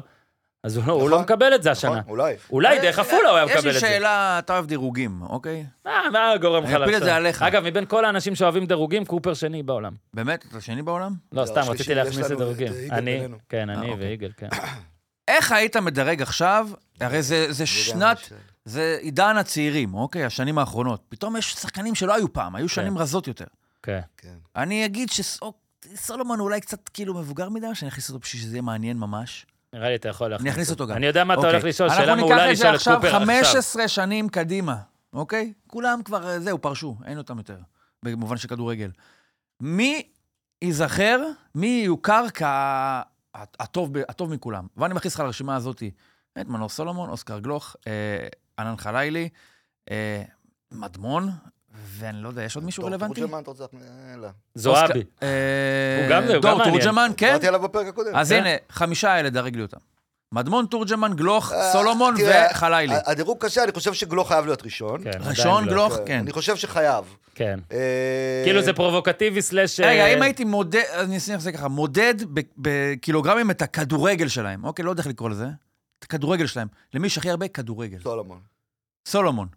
[SPEAKER 1] אז הוא, נכון, הוא
[SPEAKER 2] נכון,
[SPEAKER 1] לא מקבל את זה
[SPEAKER 2] נכון,
[SPEAKER 1] השנה.
[SPEAKER 2] אולי.
[SPEAKER 1] אולי אה, דרך עפולה הוא היה
[SPEAKER 3] אה, יש
[SPEAKER 1] מקבל
[SPEAKER 3] לי
[SPEAKER 1] את זה.
[SPEAKER 3] שאלה, אתה אוהב דירוגים, אוקיי?
[SPEAKER 1] מה, מה גורם לך
[SPEAKER 3] אני אפיל את זה עליך.
[SPEAKER 1] אגב, מבין כל האנשים שאוהבים דירוגים, קופר שני בעולם.
[SPEAKER 3] באמת? אתה שני בעולם?
[SPEAKER 1] לא,
[SPEAKER 2] זה
[SPEAKER 1] סתם,
[SPEAKER 2] השלישי,
[SPEAKER 1] רציתי
[SPEAKER 2] יש
[SPEAKER 1] להכניס
[SPEAKER 2] לנו
[SPEAKER 1] את דירוגים.
[SPEAKER 2] את יגאל
[SPEAKER 1] אני,
[SPEAKER 2] בינינו.
[SPEAKER 1] כן,
[SPEAKER 3] אה,
[SPEAKER 1] אני
[SPEAKER 3] אוקיי.
[SPEAKER 1] ויגאל, כן.
[SPEAKER 3] איך היית מדרג עכשיו, הרי זה, זה
[SPEAKER 2] זה גם
[SPEAKER 3] שנת,
[SPEAKER 2] השאלה.
[SPEAKER 3] זה עידן הצעירים, אוקיי? השנים האחרונות. פתאום יש שחקנים שלא היו פעם, היו שנים רזות יותר.
[SPEAKER 1] כן.
[SPEAKER 2] כן.
[SPEAKER 3] אני אגיד שסולומון אולי קצת כאילו מבוגר מדי, או שאני אכניס אותו בשביל שזה יהיה מעניין ממש?
[SPEAKER 1] נראה לי אתה יכול להכניס.
[SPEAKER 3] אני אכניס אותו גם.
[SPEAKER 1] אני יודע מה אתה
[SPEAKER 3] אוקיי.
[SPEAKER 1] הולך לשאול, שאלה
[SPEAKER 3] אנחנו
[SPEAKER 1] מעולה
[SPEAKER 3] ניקח את זה
[SPEAKER 1] לשאול את
[SPEAKER 3] עכשיו
[SPEAKER 1] קופר עכשיו.
[SPEAKER 3] 15 שנים קדימה, אוקיי? כולם כבר, אה, זהו, פרשו, אין אותם יותר, במובן של כדורגל. מי ייזכר, מי יוכר כ- הטוב ב- הטוב מכולם? ואני מכניס לך לרשימה הזאת את מנור סולומון, אוסקר גלוך, אה, ענן חלילי, אה, מדמון, ואני לא יודע, יש עוד מישהו
[SPEAKER 2] דור
[SPEAKER 3] רלוונטי?
[SPEAKER 2] תורג'מן, אתה רוצה להכניס- אה, לא.
[SPEAKER 1] זועבי.
[SPEAKER 3] אוסקר- אה,
[SPEAKER 1] הוא גם- הוא גם
[SPEAKER 3] דור
[SPEAKER 1] מעניין.
[SPEAKER 3] תורג'מן, כן?
[SPEAKER 2] דיברתי עליו בפרק הקודם.
[SPEAKER 3] אז
[SPEAKER 2] כן.
[SPEAKER 3] הנה, חמישה האלה, דרג לי אותם. מדמון, תורג'מן, גלוך,
[SPEAKER 2] אה,
[SPEAKER 3] סולומון
[SPEAKER 2] תראה, אה,
[SPEAKER 3] וחלילי.
[SPEAKER 2] ה- הדירוג קשה, אני חושב שגלוך חייב להיות ראשון.
[SPEAKER 1] כן,
[SPEAKER 3] ראשון,
[SPEAKER 1] עדיין לא.
[SPEAKER 3] גלוך,
[SPEAKER 2] אה,
[SPEAKER 3] כן.
[SPEAKER 2] אני חושב שחייב.
[SPEAKER 1] כן.
[SPEAKER 2] אה,
[SPEAKER 1] כאילו זה פרובוקטיבי סלאש...
[SPEAKER 3] רגע,
[SPEAKER 1] אה,
[SPEAKER 3] אם הייתי מודד, אז אני אשים את זה ככה, מודד ב- בקילוגרמים את הכדורגל שלהם, אוקיי, לא יודע איך לקרוא לזה, את הכדורגל שלהם. למי יש הכי הרבה? כדורגל.
[SPEAKER 2] סולומון.
[SPEAKER 3] סולומון.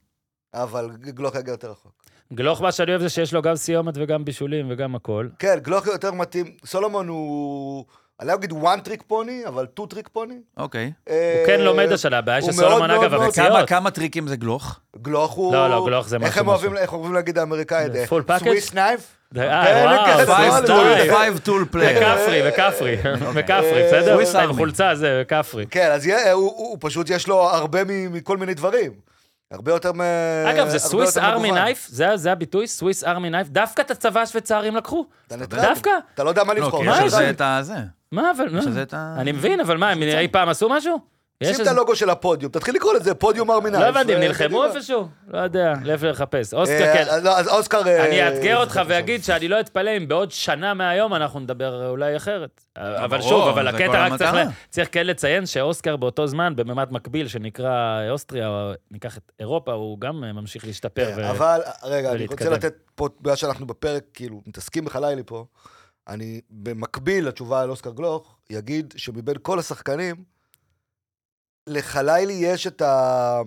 [SPEAKER 2] אבל גלוך יגיע יותר רחוק.
[SPEAKER 1] גלוך, מה שאני אוהב זה שיש לו גם סיומת וגם בישולים וגם הכל.
[SPEAKER 2] כן, גלוך יותר מתאים. סולומון הוא... אני לא אגיד one trick pony, אבל two trick pony. אה,
[SPEAKER 3] אוקיי.
[SPEAKER 1] הוא כן לומד השנה, הבעיה
[SPEAKER 2] הוא
[SPEAKER 1] שסולומון,
[SPEAKER 2] מאוד מאוד
[SPEAKER 1] אגב,
[SPEAKER 2] מאוד-
[SPEAKER 1] הפציעות.
[SPEAKER 3] כמה- כמה טריקים זה גלוך?
[SPEAKER 2] גלוך הוא...
[SPEAKER 1] לא, לא, גלוך זה
[SPEAKER 2] איך
[SPEAKER 1] משהו,
[SPEAKER 2] הם אוהבים,
[SPEAKER 1] משהו.
[SPEAKER 2] איך אוהבים להגיד אה, האמריקאי?
[SPEAKER 1] Full package?
[SPEAKER 2] סוויס נייף?
[SPEAKER 1] אה, וואו,
[SPEAKER 2] כן, כן,
[SPEAKER 1] סולומון.
[SPEAKER 3] Five tool-
[SPEAKER 2] אה,
[SPEAKER 3] five tool player.
[SPEAKER 1] וכפרי, וכפרי, וכפרי, בסדר?
[SPEAKER 3] אוקיי. סוויס ארמי.
[SPEAKER 1] עם חולצה זה, וכפרי.
[SPEAKER 2] כן, אז יהיה- הוא- הוא הוא פשוט, יש לו הרבה מ- מכל מיני דברים. הרבה יותר מ...
[SPEAKER 3] אה,
[SPEAKER 1] אגב,
[SPEAKER 2] הרבה
[SPEAKER 1] זה סוויס
[SPEAKER 2] יותר
[SPEAKER 1] ארמי
[SPEAKER 2] מגוון.
[SPEAKER 1] נייף, זה זה הביטוי, סוויס ארמי נייף. דווקא את הצבא השוויצרים לקחו.
[SPEAKER 2] אתה נטרל.
[SPEAKER 1] דווקא?
[SPEAKER 2] אתה לא יודע מה
[SPEAKER 3] לא, כי
[SPEAKER 2] לבחור.
[SPEAKER 3] יש
[SPEAKER 1] מה
[SPEAKER 3] על
[SPEAKER 1] זה?
[SPEAKER 3] זה את הזה.
[SPEAKER 1] מה, אבל... מה?
[SPEAKER 3] שזה את ה-
[SPEAKER 1] אני מבין, אבל מה, הם אי פעם עשו משהו? יש
[SPEAKER 2] שים את
[SPEAKER 1] איזה-
[SPEAKER 2] הלוגו של הפודיום, תתחיל לקרוא לזה פודיום ארמינאי.
[SPEAKER 1] לא הבנתי, הם
[SPEAKER 3] אה,
[SPEAKER 1] נלחמו איפשהו? לא יודע, לך לחפש. אוסקר, כן.
[SPEAKER 2] אז אוסקר... אה,
[SPEAKER 1] אני אאתגר אותך
[SPEAKER 2] אה,
[SPEAKER 1] ואגיד שאני לא אתפלא אם בעוד שנה מהיום אנחנו נדבר אה, אולי אחרת. אבל
[SPEAKER 3] ברור,
[SPEAKER 1] שוב, אבל
[SPEAKER 3] זה כל
[SPEAKER 1] הקטע רק צריך
[SPEAKER 3] המטרה.
[SPEAKER 1] ל- צריך כן לציין שאוסקר באותו זמן, בממד מקביל שנקרא אוסטריה, או ניקח את אירופה, הוא גם אה, ממשיך להשתפר. ו-
[SPEAKER 2] אבל, רגע, אני רוצה
[SPEAKER 1] ולהתקדם.
[SPEAKER 2] לתת פה, בגלל שאנחנו בפרק, כאילו, מתעסקים בחלילי פה, אני במקביל לתשובה על אוסקר גלוך, אגיד שמבין כל השחקנים, לחלילי יש את ה...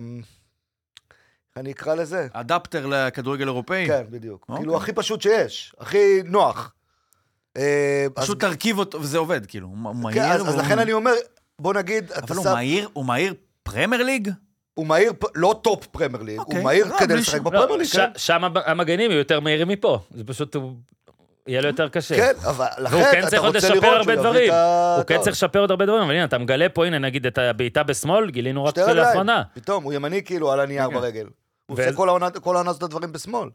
[SPEAKER 2] אני אקרא לזה.
[SPEAKER 3] אדפטר לכדורגל אירופאי?
[SPEAKER 2] כן, בדיוק.
[SPEAKER 3] אוקיי.
[SPEAKER 2] כאילו, הכי פשוט שיש, הכי נוח. אה, אז-
[SPEAKER 3] פשוט תרכיב אותו, וזה עובד, כאילו, הוא מהיר.
[SPEAKER 2] כן, אז- אז
[SPEAKER 3] והוא-
[SPEAKER 2] לכן אני אומר, בוא נגיד, אתה
[SPEAKER 3] אבל הוא
[SPEAKER 2] שם-
[SPEAKER 3] מהיר, הוא מהיר פרמייר ליג?
[SPEAKER 2] הוא מהיר, פ- לא טופ פרמייר ליג, הוא
[SPEAKER 3] אוקיי.
[SPEAKER 2] מהיר
[SPEAKER 3] לא,
[SPEAKER 2] כדי
[SPEAKER 3] בלי
[SPEAKER 2] לשחק
[SPEAKER 3] שום-
[SPEAKER 1] לא,
[SPEAKER 2] בפרמייר ליג,
[SPEAKER 1] ש-
[SPEAKER 2] כן.
[SPEAKER 1] שם הב- המגנים יהיו יותר מהירים מפה. זה פשוט, הוא- יהיה לו יותר קשה.
[SPEAKER 2] כן, אבל
[SPEAKER 1] והוא
[SPEAKER 2] לכן
[SPEAKER 1] כן
[SPEAKER 2] אתה
[SPEAKER 1] צריך עוד
[SPEAKER 2] רוצה
[SPEAKER 1] לשפר
[SPEAKER 2] לראות
[SPEAKER 1] הרבה
[SPEAKER 2] שהוא יביא
[SPEAKER 1] דברים.
[SPEAKER 2] את ה...
[SPEAKER 1] הוא כן
[SPEAKER 2] טוב,
[SPEAKER 1] צריך לשפר עוד הרבה דברים, אבל הנה, אתה מגלה פה, הנה, נגיד, את הבעיטה בשמאל, גילינו רק
[SPEAKER 2] שתי
[SPEAKER 1] זה
[SPEAKER 2] רגליים.
[SPEAKER 1] לאחרונה.
[SPEAKER 2] פתאום, הוא ימני כאילו על הנייר
[SPEAKER 3] כן.
[SPEAKER 2] ברגל. הוא
[SPEAKER 1] ו-
[SPEAKER 2] עושה כל העונה- כל העונה הזאת הדברים בשמאל.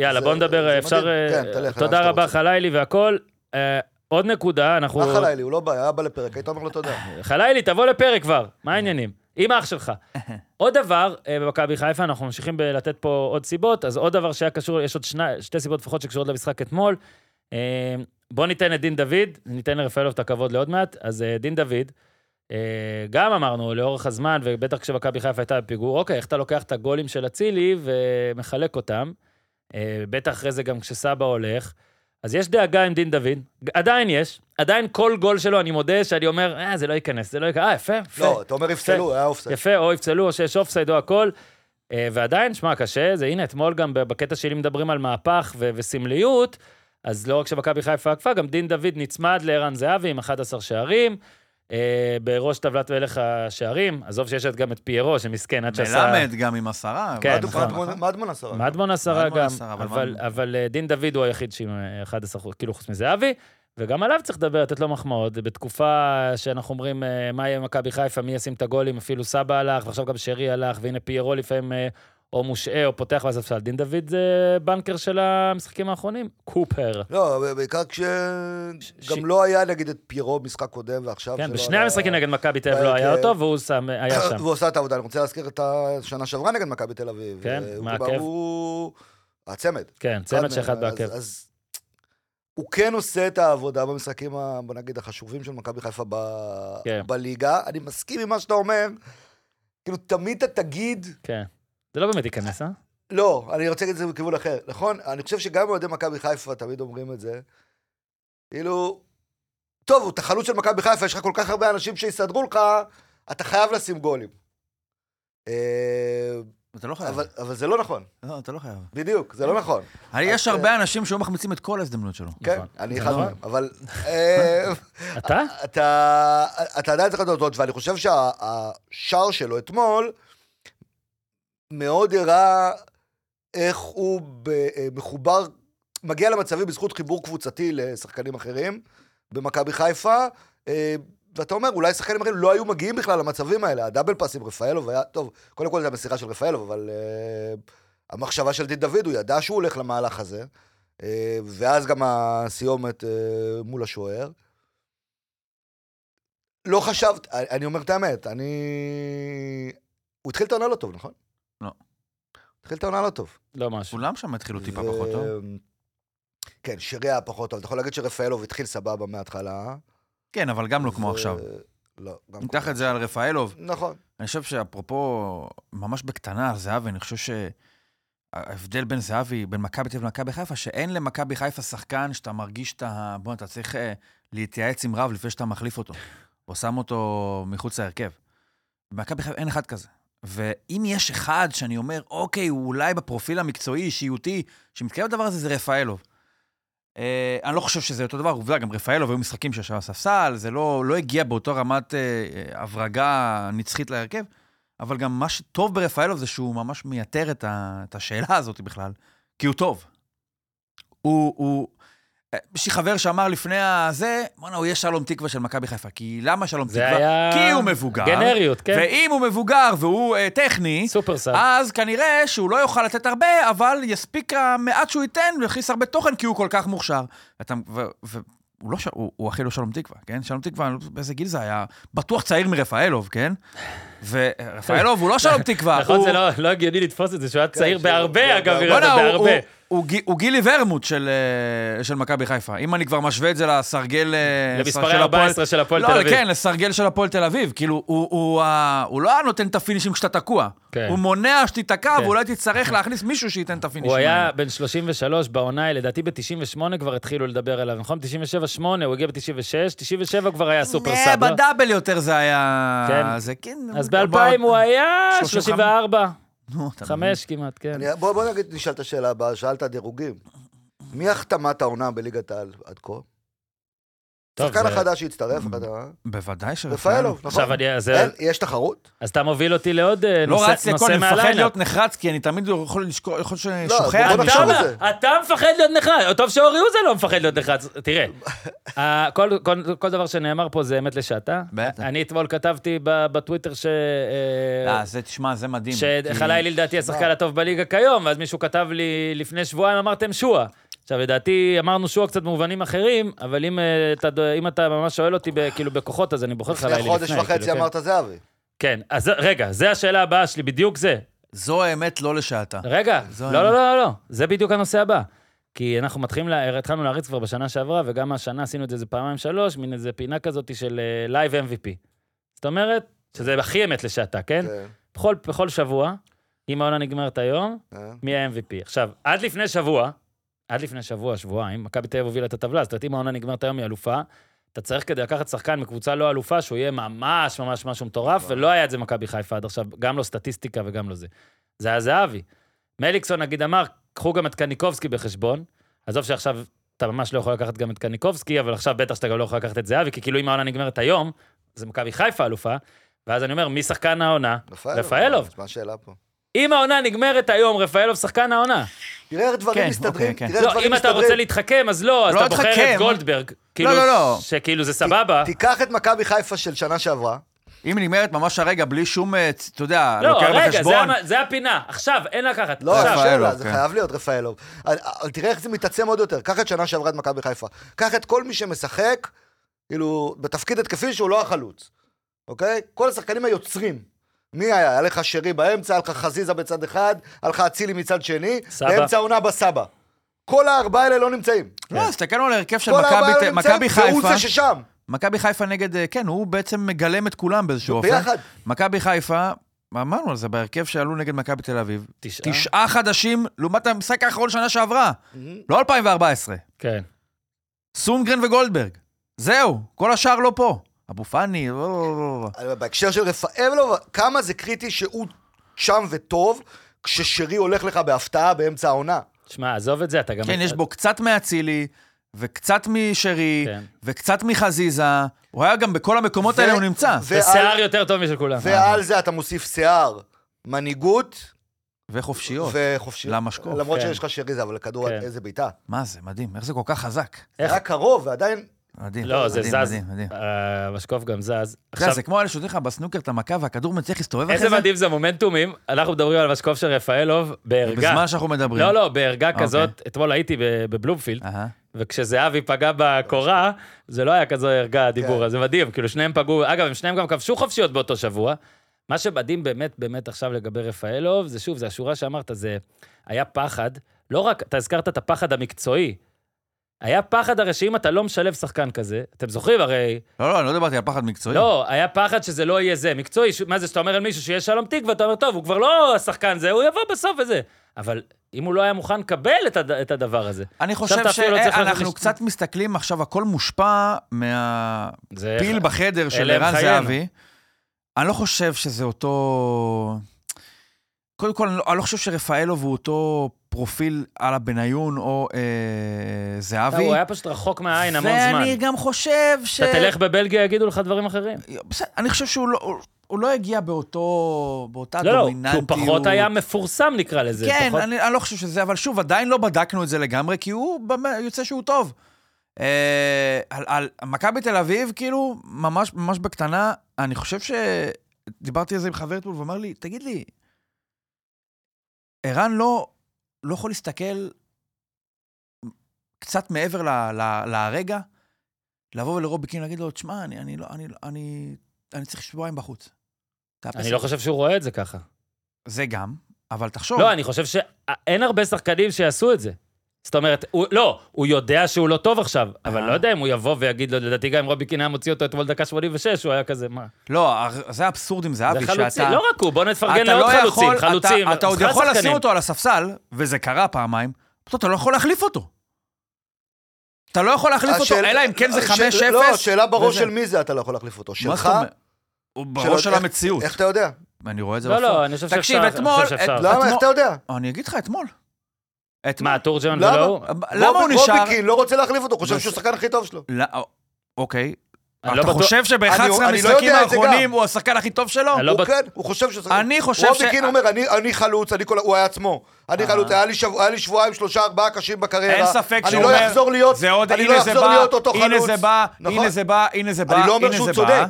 [SPEAKER 1] יאללה,
[SPEAKER 2] זה-
[SPEAKER 1] בוא
[SPEAKER 2] זה
[SPEAKER 1] נדבר, אפשר...
[SPEAKER 2] מדהים.
[SPEAKER 1] אה,
[SPEAKER 2] כן, תלך, לאן
[SPEAKER 1] תודה
[SPEAKER 2] שאתה
[SPEAKER 1] רבה,
[SPEAKER 2] רוצה.
[SPEAKER 1] חלילי והכול. אה, עוד נקודה, אנחנו...
[SPEAKER 2] אחלה לילי, הוא לא בא, היה בא לפרק, היית אומר לו תודה.
[SPEAKER 1] אה, חלילי, תבוא לפרק כבר, מה העניינים? עם אח שלך. עוד דבר, אה, במכבי חיפה, אנחנו ממשיכים בלתת פה עוד סיבות, אז עוד דבר שהיה קשור, יש עוד שני, שתי סיבות לפחות שקשורות למשחק אתמול. אה, בוא ניתן את דין דוד, ניתן לרפאלוב את הכבוד לעוד מעט. אז אה, דין דוד, אה, גם אמרנו, לאורך הזמן, ובטח כשמכבי חיפה הייתה בפיגור, אוקיי, איך אתה לוקח את הגולים של אצילי ומחלק אותם? אה, בטח אחרי זה גם כשסבא הולך. אז יש דאגה עם דין דוד, עדיין יש, עדיין כל גול שלו, אני מודה שאני אומר, אה, זה לא ייכנס, זה לא ייכנס, אה, יפה, יפה.
[SPEAKER 2] לא, אתה אומר יפסלו, היה אופסייד.
[SPEAKER 1] יפה, או יפצלו, או שיש אופסייד, או הכל. אה, ועדיין, שמע, קשה, זה הנה, אתמול גם בקטע שלי מדברים על מהפך ו- וסמליות, אז לא רק שמכבי חיפה עקפה, גם דין דוד נצמד לערן זהבי עם 11 שערים, אה, בראש טבלת מלך השערים, עזוב שיש את- גם את פיירו, שמסכן, עד שעשה...
[SPEAKER 3] מלמד גם עם עשרה.
[SPEAKER 1] כן,
[SPEAKER 3] אבל-
[SPEAKER 1] נכון.
[SPEAKER 2] מדמון- מדמון עשרה.
[SPEAKER 1] מדמון עשרה
[SPEAKER 3] מדמון
[SPEAKER 1] גם,
[SPEAKER 3] עשרה, אבל
[SPEAKER 1] אבל-
[SPEAKER 3] מדמון.
[SPEAKER 1] אבל אה, דין דוד הוא היחיד שעם אה, 11 אחוז, כאילו חוץ מזהבי, וגם עליו צריך לדבר, לתת לו מחמאות. זה בתקופה שאנחנו אומרים, אה, מה יהיה עם מכבי חיפה, מי ישים את הגולים, אפילו סבא הלך, ועכשיו גם שרי הלך, והנה פיירו לפעמים אה, או מושעה או פותח מהספסל. דין דוד זה בנקר של המשחקים האחרונים, קופר.
[SPEAKER 2] לא, בעיקר כש...
[SPEAKER 1] ש-
[SPEAKER 2] גם לא היה נגיד את פיירו במשחק קודם ועכשיו.
[SPEAKER 1] כן,
[SPEAKER 2] שלא
[SPEAKER 1] בשני
[SPEAKER 2] היה-
[SPEAKER 1] המשחקים נגד מכבי תל אביב לא
[SPEAKER 2] אה,
[SPEAKER 1] היה
[SPEAKER 2] כן.
[SPEAKER 1] אותו, והוא שם, היה שם.
[SPEAKER 2] והוא עשה את העבודה. אני רוצה להזכיר את השנה שעברה נגד מכבי תל אביב.
[SPEAKER 1] כן,
[SPEAKER 2] אה, הוא
[SPEAKER 1] מעכב.
[SPEAKER 2] כבר- הוא... הצמד.
[SPEAKER 1] כן,
[SPEAKER 2] אחד
[SPEAKER 1] צמד
[SPEAKER 2] מהם,
[SPEAKER 1] שאחד
[SPEAKER 2] אה, אז-
[SPEAKER 1] בעקב.
[SPEAKER 2] אז הוא כן עושה את העבודה במשחקים, ה- בוא נגיד, החשובים של מכבי חיפה ב-
[SPEAKER 1] כן.
[SPEAKER 2] בליגה. אני מסכים עם מה שאתה אומר. כאילו, תמיד אתה תגיד,
[SPEAKER 1] כן. זה לא באמת ייכנס, אה?
[SPEAKER 2] לא, אני רוצה להגיד את זה בכיוון אחר. נכון? אני חושב שגם אוהדי מכבי חיפה תמיד אומרים את זה. כאילו, טוב, אתה חלוץ של מכבי חיפה, יש לך כל כך הרבה אנשים שיסדרו לך, אתה חייב לשים גולים. אה,
[SPEAKER 3] אתה לא חייב.
[SPEAKER 2] אבל אבל זה לא נכון,
[SPEAKER 3] לא, אתה לא חייב.
[SPEAKER 2] בדיוק, זה לא נכון.
[SPEAKER 3] הרי יש
[SPEAKER 2] אה,
[SPEAKER 3] הרבה אנשים שהיו מחמיצים את כל ההזדמנות שלו.
[SPEAKER 2] כן,
[SPEAKER 1] נכון.
[SPEAKER 2] אני
[SPEAKER 1] זה
[SPEAKER 2] אחד
[SPEAKER 1] לא-
[SPEAKER 2] מהם, אבל... אה,
[SPEAKER 1] אתה?
[SPEAKER 2] אתה, אתה עדיין צריך לדעת, ואני חושב שהשער שלו אתמול מאוד הראה איך הוא ב, אה, מחובר, מגיע למצבים בזכות חיבור קבוצתי לשחקנים אחרים במכבי חיפה, אה, ואתה אומר, אולי שחקנים אחרים לא היו מגיעים בכלל למצבים האלה, הדאבל פאס עם רפאלוב היה, טוב, קודם כל זו המסירה של רפאלוב, אבל אה, המחשבה של דין דוד, הוא ידע שהוא הולך למהלך הזה, אה, ואז גם הסיומת אה, מול השוער. לא חשבת, אני- אני אומר את האמת, אני... הוא התחיל את העונה לא טוב, נכון?
[SPEAKER 3] לא.
[SPEAKER 2] התחיל את העונה לא טוב.
[SPEAKER 1] לא משהו.
[SPEAKER 3] כולם שם התחילו טיפה
[SPEAKER 2] ו-
[SPEAKER 3] פחות טוב.
[SPEAKER 2] כן, שירי היה פחות טוב. אתה יכול להגיד שרפאלוב התחיל סבבה מההתחלה.
[SPEAKER 3] כן, אבל גם לא כמו
[SPEAKER 2] ו-
[SPEAKER 3] עכשיו.
[SPEAKER 2] לא, גם
[SPEAKER 3] ניקח את זה על רפאלוב.
[SPEAKER 2] נכון.
[SPEAKER 3] אני חושב שאפרופו, ממש בקטנה, זהבי, אני חושב שההבדל בין זהבי, בין מכבי תל אביב למכבי חיפה, שאין למכבי חיפה שחקן שאתה מרגיש שאתה... בוא, אתה צריך אה, להתייעץ עם רב לפני שאתה מחליף אותו, או שם אותו מחוץ להרכב. במכבי חיפה אין אחד כזה. ואם יש אחד שאני אומר, אוקיי, הוא אולי בפרופיל המקצועי, אישיותי, שמתקרב לדבר הזה, זה רפאלוב. אה, אני לא חושב שזה אותו דבר, עובדה, גם רפאלוב היו משחקים שישב על הספסל, זה לא, לא הגיע באותה רמת אה, אה, הברגה נצחית להרכב, אבל גם מה שטוב ברפאלוב זה שהוא ממש מייתר את, ה, את השאלה הזאת בכלל, כי הוא טוב. הוא, הוא, אה, יש לי חבר שאמר לפני הזה, בואנה, הוא יהיה שלום תקווה של מכבי חיפה, כי למה שלום
[SPEAKER 1] זה
[SPEAKER 3] תקווה?
[SPEAKER 1] היה...
[SPEAKER 3] כי הוא מבוגר.
[SPEAKER 1] גנריות, כן.
[SPEAKER 3] ואם הוא מבוגר והוא אה, טכני,
[SPEAKER 1] סופרסל.
[SPEAKER 3] אז כנראה שהוא לא יוכל לתת הרבה, אבל יספיק המעט שהוא ייתן ויכניס הרבה תוכן, כי הוא כל כך מוכשר. אתה, ו, ו, הוא, לא, ש- הוא, הוא אחי לא שלום תקווה, כן? שלום תקווה, אני לא יודע באיזה גיל זה היה? בטוח צעיר מרפאלוב, כן? ורפאלוב הוא לא שלום תקווה.
[SPEAKER 1] נכון,
[SPEAKER 3] הוא- כן,
[SPEAKER 1] זה לא- לא הגיוני לתפוס את זה, שהוא היה צעיר
[SPEAKER 2] שהוא-
[SPEAKER 1] בהרבה,
[SPEAKER 2] הוא-
[SPEAKER 1] אגב,
[SPEAKER 2] בואנה,
[SPEAKER 1] ירד
[SPEAKER 3] בוא'נה, הוא-
[SPEAKER 1] בהרבה.
[SPEAKER 3] הוא- הוא גי- הוא גילי ורמוט של אה, של מכבי חיפה. אם אני כבר משווה את זה לסרגל... אה,
[SPEAKER 1] למספרי
[SPEAKER 3] של הפועל-
[SPEAKER 1] 14 של הפועל תל
[SPEAKER 3] לא,
[SPEAKER 1] אביב.
[SPEAKER 3] כן, לסרגל של הפועל תל אביב. כאילו, הוא- הוא ה- הוא לא נותן את הפינישים כשאתה תקוע.
[SPEAKER 1] כן.
[SPEAKER 3] הוא מונע שתיתקע,
[SPEAKER 1] כן.
[SPEAKER 3] ואולי תצטרך להכניס מישהו שייתן את הפינישים.
[SPEAKER 1] הוא היה
[SPEAKER 3] האלה.
[SPEAKER 1] בן 33 בעונה, לדעתי ב-98 כבר התחילו לדבר עליו, נכון? 97-8, הוא הגיע ב-96, 97 כבר היה סופר
[SPEAKER 3] אה,
[SPEAKER 1] סאב, לא?
[SPEAKER 3] בדאבל יותר זה היה...
[SPEAKER 1] כן.
[SPEAKER 3] זה כן...
[SPEAKER 1] אז
[SPEAKER 3] הוא
[SPEAKER 1] ב-2000 הוא היה
[SPEAKER 3] 35.
[SPEAKER 1] 34.
[SPEAKER 3] נו, אתה מבין?
[SPEAKER 1] חמש כמעט, כן.
[SPEAKER 2] אני- בוא בוא נגיד, נשאל את השאלה הבאה, שאלת דירוגים. מי החתמת העונה בליגת העל עד כה?
[SPEAKER 1] טוב,
[SPEAKER 2] שחקן
[SPEAKER 1] זה-
[SPEAKER 2] החדש שהצטרף, אחד ה...
[SPEAKER 3] בוודאי שרפאלוב.
[SPEAKER 2] רפאלוב, נכון.
[SPEAKER 1] עכשיו אני... אז-
[SPEAKER 2] אין, יש תחרות?
[SPEAKER 1] אז אתה מוביל אותי לעוד אה,
[SPEAKER 3] לא
[SPEAKER 1] נושא
[SPEAKER 3] רץ לכל,
[SPEAKER 1] נושא
[SPEAKER 3] אני מפחד
[SPEAKER 1] מהליינאפ.
[SPEAKER 3] להיות נחרץ, כי אני תמיד יכול לשכוח, יכול
[SPEAKER 2] לא, בוא
[SPEAKER 3] ששוכח.
[SPEAKER 1] אתה-
[SPEAKER 2] בוא נחשוב על זה.
[SPEAKER 1] אתה מפחד להיות נחרץ, טוב שאורי עוזר לא מפחד להיות נחרץ. תראה, ה- כל- כל- כל דבר שנאמר פה זה אמת לשעתה.
[SPEAKER 3] בטח.
[SPEAKER 1] אני אתמול כתבתי ב- בטוויטר ש... אה,
[SPEAKER 3] אה, זה, תשמע, זה מדהים.
[SPEAKER 1] שחלילי לדעתי השחקן הטוב בליגה כיום, ואז מישהו כתב לי לפני שבועיים, אמרתם שועה. עכשיו, לדעתי, אמרנו שועה קצת במובנים אחרים, אבל אם, אה, אתה, דו- אם אתה ממש שואל אותי, ב- כאילו, בכוחות, אז אני בוחר חלילי
[SPEAKER 2] לפני
[SPEAKER 1] לפני.
[SPEAKER 2] חודש
[SPEAKER 1] כאילו,
[SPEAKER 2] וחצי
[SPEAKER 1] כן.
[SPEAKER 2] אמרת זהבי.
[SPEAKER 1] כן, אז זה- רגע, זה השאלה הבאה שלי, בדיוק זה.
[SPEAKER 3] זו האמת לא לשעתה.
[SPEAKER 1] רגע,
[SPEAKER 3] זו
[SPEAKER 1] לא, לא,
[SPEAKER 3] האמת.
[SPEAKER 1] לא, לא, לא, זה בדיוק הנושא הבא. כי אנחנו מתחילים, לה... התחלנו להריץ כבר בשנה שעברה, וגם השנה עשינו את זה איזה פעמיים-שלוש, מין איזה פינה כזאת של אה, לייב MVP. זאת אומרת, שזה הכי אמת לשעתה, כן?
[SPEAKER 2] כן,
[SPEAKER 1] בכל, בכל שבוע, אם העונה נגמרת היום,
[SPEAKER 2] כן.
[SPEAKER 1] מי ה-MVP. עכשיו, עד לפני שבוע, עד לפני שבוע, שבועיים, מכבי תל אביב הובילה את הטבלה, זאת אומרת, אם העונה נגמרת היום, היא אלופה. אתה צריך כדי לקחת שחקן מקבוצה לא אלופה, שהוא יהיה ממש ממש משהו מטורף, ולא היה את זה מכבי חיפה עד עכשיו, גם לא סטטיסטיקה וגם לא זה. זה היה זהבי. מליקסון, נגיד, אמר, קחו גם את קניקובסקי בחשבון. עזוב שעכשיו אתה ממש לא יכול לקחת גם את קניקובסקי, אבל עכשיו בטח שאתה גם לא יכול לקחת את זהבי, כי כאילו אם העונה נגמרת היום, זה מכבי חיפה אלופה, ואז אני אומר, מי שחקן העונה?
[SPEAKER 2] נכון.
[SPEAKER 1] רפאלוב.
[SPEAKER 2] אז מה השאלה פה?
[SPEAKER 1] אם העונה נגמרת היום, רפאלוב שחקן העונה.
[SPEAKER 2] תראה איך
[SPEAKER 3] כן,
[SPEAKER 2] דברים מסתדרים,
[SPEAKER 3] אוקיי, כן.
[SPEAKER 2] תראה איך
[SPEAKER 1] לא,
[SPEAKER 2] דברים
[SPEAKER 1] אם אתה רוצה
[SPEAKER 2] מסתדרים.
[SPEAKER 1] להתחכם, אז לא, אז
[SPEAKER 3] לא
[SPEAKER 1] אתה בוחר
[SPEAKER 3] להתחכם.
[SPEAKER 1] את גולדברג. כאילו,
[SPEAKER 3] לא, לא.
[SPEAKER 1] שכאילו זה סבבה.
[SPEAKER 2] תיקח את מכבי חיפה של שנה שעברה,
[SPEAKER 3] אם נגמרת ממש הרגע, בלי שום, אה, צ- אתה יודע,
[SPEAKER 1] לא,
[SPEAKER 3] לוקח
[SPEAKER 1] רגע, זה
[SPEAKER 3] בחשבון.
[SPEAKER 1] המ- זה הפינה. עכשיו, אין לקחת.
[SPEAKER 2] לא,
[SPEAKER 1] עכשיו.
[SPEAKER 3] רפאלוב,
[SPEAKER 2] רפאלוב, זה
[SPEAKER 3] כן.
[SPEAKER 2] חייב להיות רפאלוב. אבל- אבל תראה איך זה מתעצם עוד יותר. קח את שנה שעברה את מכבי חיפה. קח את כל מי שמשחק, כאילו, בתפקיד התקפי שהוא לא החלוץ, אוקיי? כל השחקנים היוצרים. מי היה? היה לך שרי באמצע, היה לך חזיזה בצד אחד, היה לך אצילי מצד שני,
[SPEAKER 1] סבא.
[SPEAKER 2] באמצע העונה בסבא. כל הארבעה האלה לא נמצאים.
[SPEAKER 3] לא, הסתכלנו על ההרכב של
[SPEAKER 2] כל הארבעה
[SPEAKER 3] מכבי-
[SPEAKER 2] האלה לא
[SPEAKER 3] מכבי
[SPEAKER 2] נמצאים, והוא
[SPEAKER 3] חיפה.
[SPEAKER 2] זה ששם.
[SPEAKER 3] מכבי חיפה נגד, אה, כן, הוא בעצם מגלם את כולם באיזשהו אופן.
[SPEAKER 2] ביחד.
[SPEAKER 3] מכבי חיפה, אמרנו על זה, בהרכב שעלו נגד מכבי תל אביב.
[SPEAKER 1] תשעה.
[SPEAKER 3] תשעה חדשים לעומת המשחק האחרון שנה שעברה, לא 2014.
[SPEAKER 1] כן.
[SPEAKER 3] סונגרן וגולדברג. זהו, כל השאר לא פה. אבו פאני, לא, לא, לא, לא.
[SPEAKER 2] אבל בהקשר של רפאלוב, כמה זה קריטי שהוא שם וטוב, כששרי הולך לך בהפתעה באמצע העונה.
[SPEAKER 1] שמע, עזוב את זה, אתה גם...
[SPEAKER 3] כן, יש בו קצת מאצילי, וקצת משרי,
[SPEAKER 1] כן.
[SPEAKER 3] וקצת מחזיזה. הוא היה גם בכל המקומות האלה, הוא נמצא.
[SPEAKER 2] ו-
[SPEAKER 1] זה שיער
[SPEAKER 2] ועל-
[SPEAKER 1] יותר טוב משל כולם.
[SPEAKER 2] ועל זה אתה מוסיף שיער, מנהיגות
[SPEAKER 3] וחופשיות.
[SPEAKER 2] וחופשיות.
[SPEAKER 3] למשקוף,
[SPEAKER 2] למרות
[SPEAKER 1] כן.
[SPEAKER 2] שיש לך שרי זה, אבל הכדור,
[SPEAKER 1] כן.
[SPEAKER 2] איזה בעיטה.
[SPEAKER 3] מה זה, מדהים, איך זה כל כך חזק.
[SPEAKER 2] זה היה קרוב, ועדיין...
[SPEAKER 3] מדהים,
[SPEAKER 1] לא, זה
[SPEAKER 3] מדהים,
[SPEAKER 1] זז.
[SPEAKER 3] מדהים, מדהים.
[SPEAKER 1] אה, המשקוף גם זז.
[SPEAKER 3] אתה יודע,
[SPEAKER 1] עכשיו,
[SPEAKER 3] זה כמו אלה שנותנים לך בסנוקר את המכה והכדור מצליח להסתובב אחרי זה.
[SPEAKER 1] איזה מדהים זה מומנטומים. אנחנו מדברים על המשקוף של רפאלוב בערגה.
[SPEAKER 3] בזמן שאנחנו מדברים.
[SPEAKER 1] לא, לא, בערגה
[SPEAKER 3] אוקיי.
[SPEAKER 1] כזאת. אתמול הייתי ב- בבלומפילד.
[SPEAKER 3] אהה.
[SPEAKER 1] וכשזהבי פגע בקורה, זה לא היה כזו ערגה, הדיבור הזה, מדהים, כאילו שניהם פגעו, אגב, הם שניהם גם כבשו חופשיות באותו שבוע. מה שמדהים באמת באמת עכשיו לגבי רפאלוב, זה שוב, זה השורה שאמרת, זה היה פחד, לא רק, אתה הזכרת את הפחד המקצועי, היה פחד הרי שאם אתה לא משלב שחקן כזה, אתם זוכרים הרי,
[SPEAKER 3] לא, לא, אני לא דיברתי על פחד מקצועי.
[SPEAKER 1] לא, היה פחד שזה לא יהיה זה, מקצועי, ש- מה זה שאתה אומר על מישהו שיש שלום תקווה, אתה אומר, טוב, הוא כבר לא השחקן זה, הוא יבוא בסוף וזה. אבל אם הוא לא היה מוכן לקבל את הד- את הדבר הזה,
[SPEAKER 3] אני
[SPEAKER 1] עכשיו
[SPEAKER 3] חושב
[SPEAKER 1] אתה אפילו לא צריך ללכת
[SPEAKER 3] שאנחנו
[SPEAKER 1] לש-
[SPEAKER 3] קצת מסתכלים עכשיו, הכל מושפע מהפיל
[SPEAKER 1] זה...
[SPEAKER 3] בחדר של
[SPEAKER 1] אלה הם
[SPEAKER 3] ערן
[SPEAKER 1] חיינו.
[SPEAKER 3] זהבי. אני לא חושב שזה אותו... קודם כל, אני לא- אני לא חושב שרפאלוב הוא אותו פרופיל על הבניון או אה, זהבי.
[SPEAKER 1] הוא היה פשוט רחוק מהעין המון זמן.
[SPEAKER 3] ואני גם חושב ש...
[SPEAKER 1] אתה תלך בבלגיה, יגידו לך דברים אחרים.
[SPEAKER 3] בסדר, אני חושב שהוא לא... הוא- הוא לא הגיע באותו... באותה
[SPEAKER 1] לא, לא, כי הוא
[SPEAKER 3] דומיננטיות.
[SPEAKER 1] פחות היה מפורסם, נקרא לזה.
[SPEAKER 3] כן,
[SPEAKER 1] פחות-
[SPEAKER 3] אני, אני לא חושב שזה, אבל שוב, עדיין לא בדקנו את זה לגמרי, כי הוא באמת, יוצא שהוא טוב. אה, על, על מכבי תל אביב, כאילו, ממש ממש בקטנה, אני חושב ש... דיברתי על זה עם חבר אתמול, והוא אמר לי, תגיד לי, ערן לא, לא יכול להסתכל קצת מעבר ל, ל, להרגע, לבוא ולרובי קין, להגיד לו, תשמע, אני, אני, לא, אני, לא- אני, אני צריך שבועיים בחוץ. תאפס
[SPEAKER 1] אני
[SPEAKER 3] לי."
[SPEAKER 1] לא חושב שהוא רואה את זה ככה.
[SPEAKER 3] זה גם, אבל תחשוב.
[SPEAKER 1] לא, אני חושב שאין הרבה שחקנים שיעשו את זה. זאת אומרת, הוא, לא, הוא יודע שהוא לא טוב עכשיו, אבל
[SPEAKER 3] אה.
[SPEAKER 1] לא יודע אם הוא יבוא ויגיד לו, לדעתי גם אם רובי קין היה מוציא אותו אתמול דקה 86, הוא היה כזה, מה?
[SPEAKER 3] לא, זה האבסורד עם
[SPEAKER 1] זה
[SPEAKER 3] זהבי,
[SPEAKER 1] חלוצים,
[SPEAKER 3] שאתה...
[SPEAKER 1] לא רק הוא, בוא
[SPEAKER 3] אתה
[SPEAKER 1] נפרגן לעוד
[SPEAKER 3] לא יכול-
[SPEAKER 1] חלוצים,
[SPEAKER 3] אתה-
[SPEAKER 1] חלוצים.
[SPEAKER 3] אתה עוד
[SPEAKER 1] בכלל
[SPEAKER 3] יכול לשים
[SPEAKER 1] שחקנים.
[SPEAKER 3] אותו על הספסל, וזה קרה פעמיים, פשוט אתה לא יכול להחליף אותו. אתה לא יכול להחליף אותו,
[SPEAKER 2] השאל-
[SPEAKER 3] אלא אם כן זה 5-0.
[SPEAKER 2] השאל- לא, השאלה בראש
[SPEAKER 3] וזה-
[SPEAKER 2] של מי זה אתה לא יכול להחליף אותו.
[SPEAKER 3] מה זאת
[SPEAKER 2] שלך?
[SPEAKER 3] אומרת? הוא בראש
[SPEAKER 2] של
[SPEAKER 3] של המציאות.
[SPEAKER 2] איך אתה יודע?
[SPEAKER 3] ואני רואה את זה
[SPEAKER 1] לא,
[SPEAKER 3] בפועל.
[SPEAKER 1] לא, אני חושב
[SPEAKER 3] תקשיב,
[SPEAKER 1] שאפשר. אני
[SPEAKER 3] אתמול-
[SPEAKER 1] חושב שאפשר.
[SPEAKER 3] את-
[SPEAKER 2] למה? איך
[SPEAKER 3] אתמול-
[SPEAKER 2] אתה יודע?
[SPEAKER 3] אני אגיד לך, אתמול. אתמול.
[SPEAKER 1] מה, תורג'מן
[SPEAKER 2] למה?
[SPEAKER 3] לא.
[SPEAKER 1] ולא הוא?
[SPEAKER 3] למה הוא
[SPEAKER 2] רובי-
[SPEAKER 3] נשאר?
[SPEAKER 2] רוביקין לא רוצה להחליף אותו, חושב
[SPEAKER 3] בס-
[SPEAKER 2] שהוא השחקן הכי טוב שלו.
[SPEAKER 3] לא, אוקיי.
[SPEAKER 1] אני לא
[SPEAKER 3] אתה
[SPEAKER 1] בטוח-
[SPEAKER 3] חושב שב-11
[SPEAKER 2] כאילו. אני- אני לא
[SPEAKER 3] המשחקים
[SPEAKER 2] יודע את זה
[SPEAKER 3] האחרונים
[SPEAKER 2] גם.
[SPEAKER 3] הוא השחקן הכי טוב שלו?
[SPEAKER 1] אני לא
[SPEAKER 2] הוא
[SPEAKER 1] בט-
[SPEAKER 2] כן, הוא חושב שהוא שחקן.
[SPEAKER 3] אני חושב ש- אה.
[SPEAKER 2] רוביקין אומר, "אני- אני חלוץ, אני כל ה- הוא היה עצמו. אני חלוץ, היה לי שבוע- היה לי שבועיים, שלושה, ארבעה קשים בקריירה.
[SPEAKER 3] אין ספק שהוא
[SPEAKER 2] אני
[SPEAKER 3] אומר,
[SPEAKER 2] לא אחזור להיות,
[SPEAKER 3] זה עוד,
[SPEAKER 2] אני
[SPEAKER 3] הנה
[SPEAKER 2] לא
[SPEAKER 3] זה
[SPEAKER 2] אחזור
[SPEAKER 3] בא,
[SPEAKER 2] להיות אותו חלוץ.
[SPEAKER 3] הנה זה בא,
[SPEAKER 2] נכון.
[SPEAKER 3] הנה זה בא, הנה זה בא,
[SPEAKER 2] אני לא אומר
[SPEAKER 3] הנה
[SPEAKER 2] שהוא
[SPEAKER 3] זה
[SPEAKER 2] צודק.
[SPEAKER 3] בא.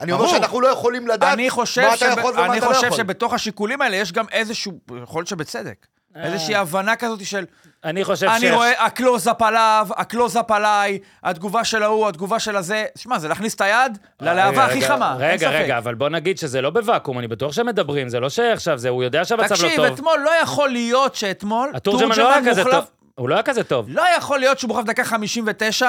[SPEAKER 2] אני אומר
[SPEAKER 3] ברור.
[SPEAKER 2] שאנחנו לא יכולים לדעת
[SPEAKER 3] אני חושב,
[SPEAKER 2] מה אתה
[SPEAKER 3] שב-
[SPEAKER 2] יכול ומה
[SPEAKER 3] אני
[SPEAKER 2] אתה לא
[SPEAKER 3] חושב
[SPEAKER 2] יכול.
[SPEAKER 3] שבתוך השיקולים האלה יש גם איזשהו, יכול להיות שבצדק, איזושהי הבנה כזאת של,
[SPEAKER 1] אני חושב ש...
[SPEAKER 3] אני רואה הקלוזאפ עליו, הקלוזאפ עליי, התגובה של ההוא, התגובה של הזה. שמע, זה להכניס את היד ללהבה הכי
[SPEAKER 1] אה, רגע,
[SPEAKER 3] חמה, אין ספק.
[SPEAKER 1] רגע, רגע, אבל בוא נגיד שזה לא בוואקום, אני בטוח שהם מדברים, זה לא שעכשיו זה, הוא יודע שהמצב לא
[SPEAKER 3] תקשיב,
[SPEAKER 1] טוב.
[SPEAKER 3] אתמול לא יכול להיות שאתמול,
[SPEAKER 1] התורג'מן לא היה כזה
[SPEAKER 3] מוחלף-
[SPEAKER 1] טוב. הוא לא היה כזה טוב.
[SPEAKER 3] לא יכול להיות שהוא מוחלף דקה 59,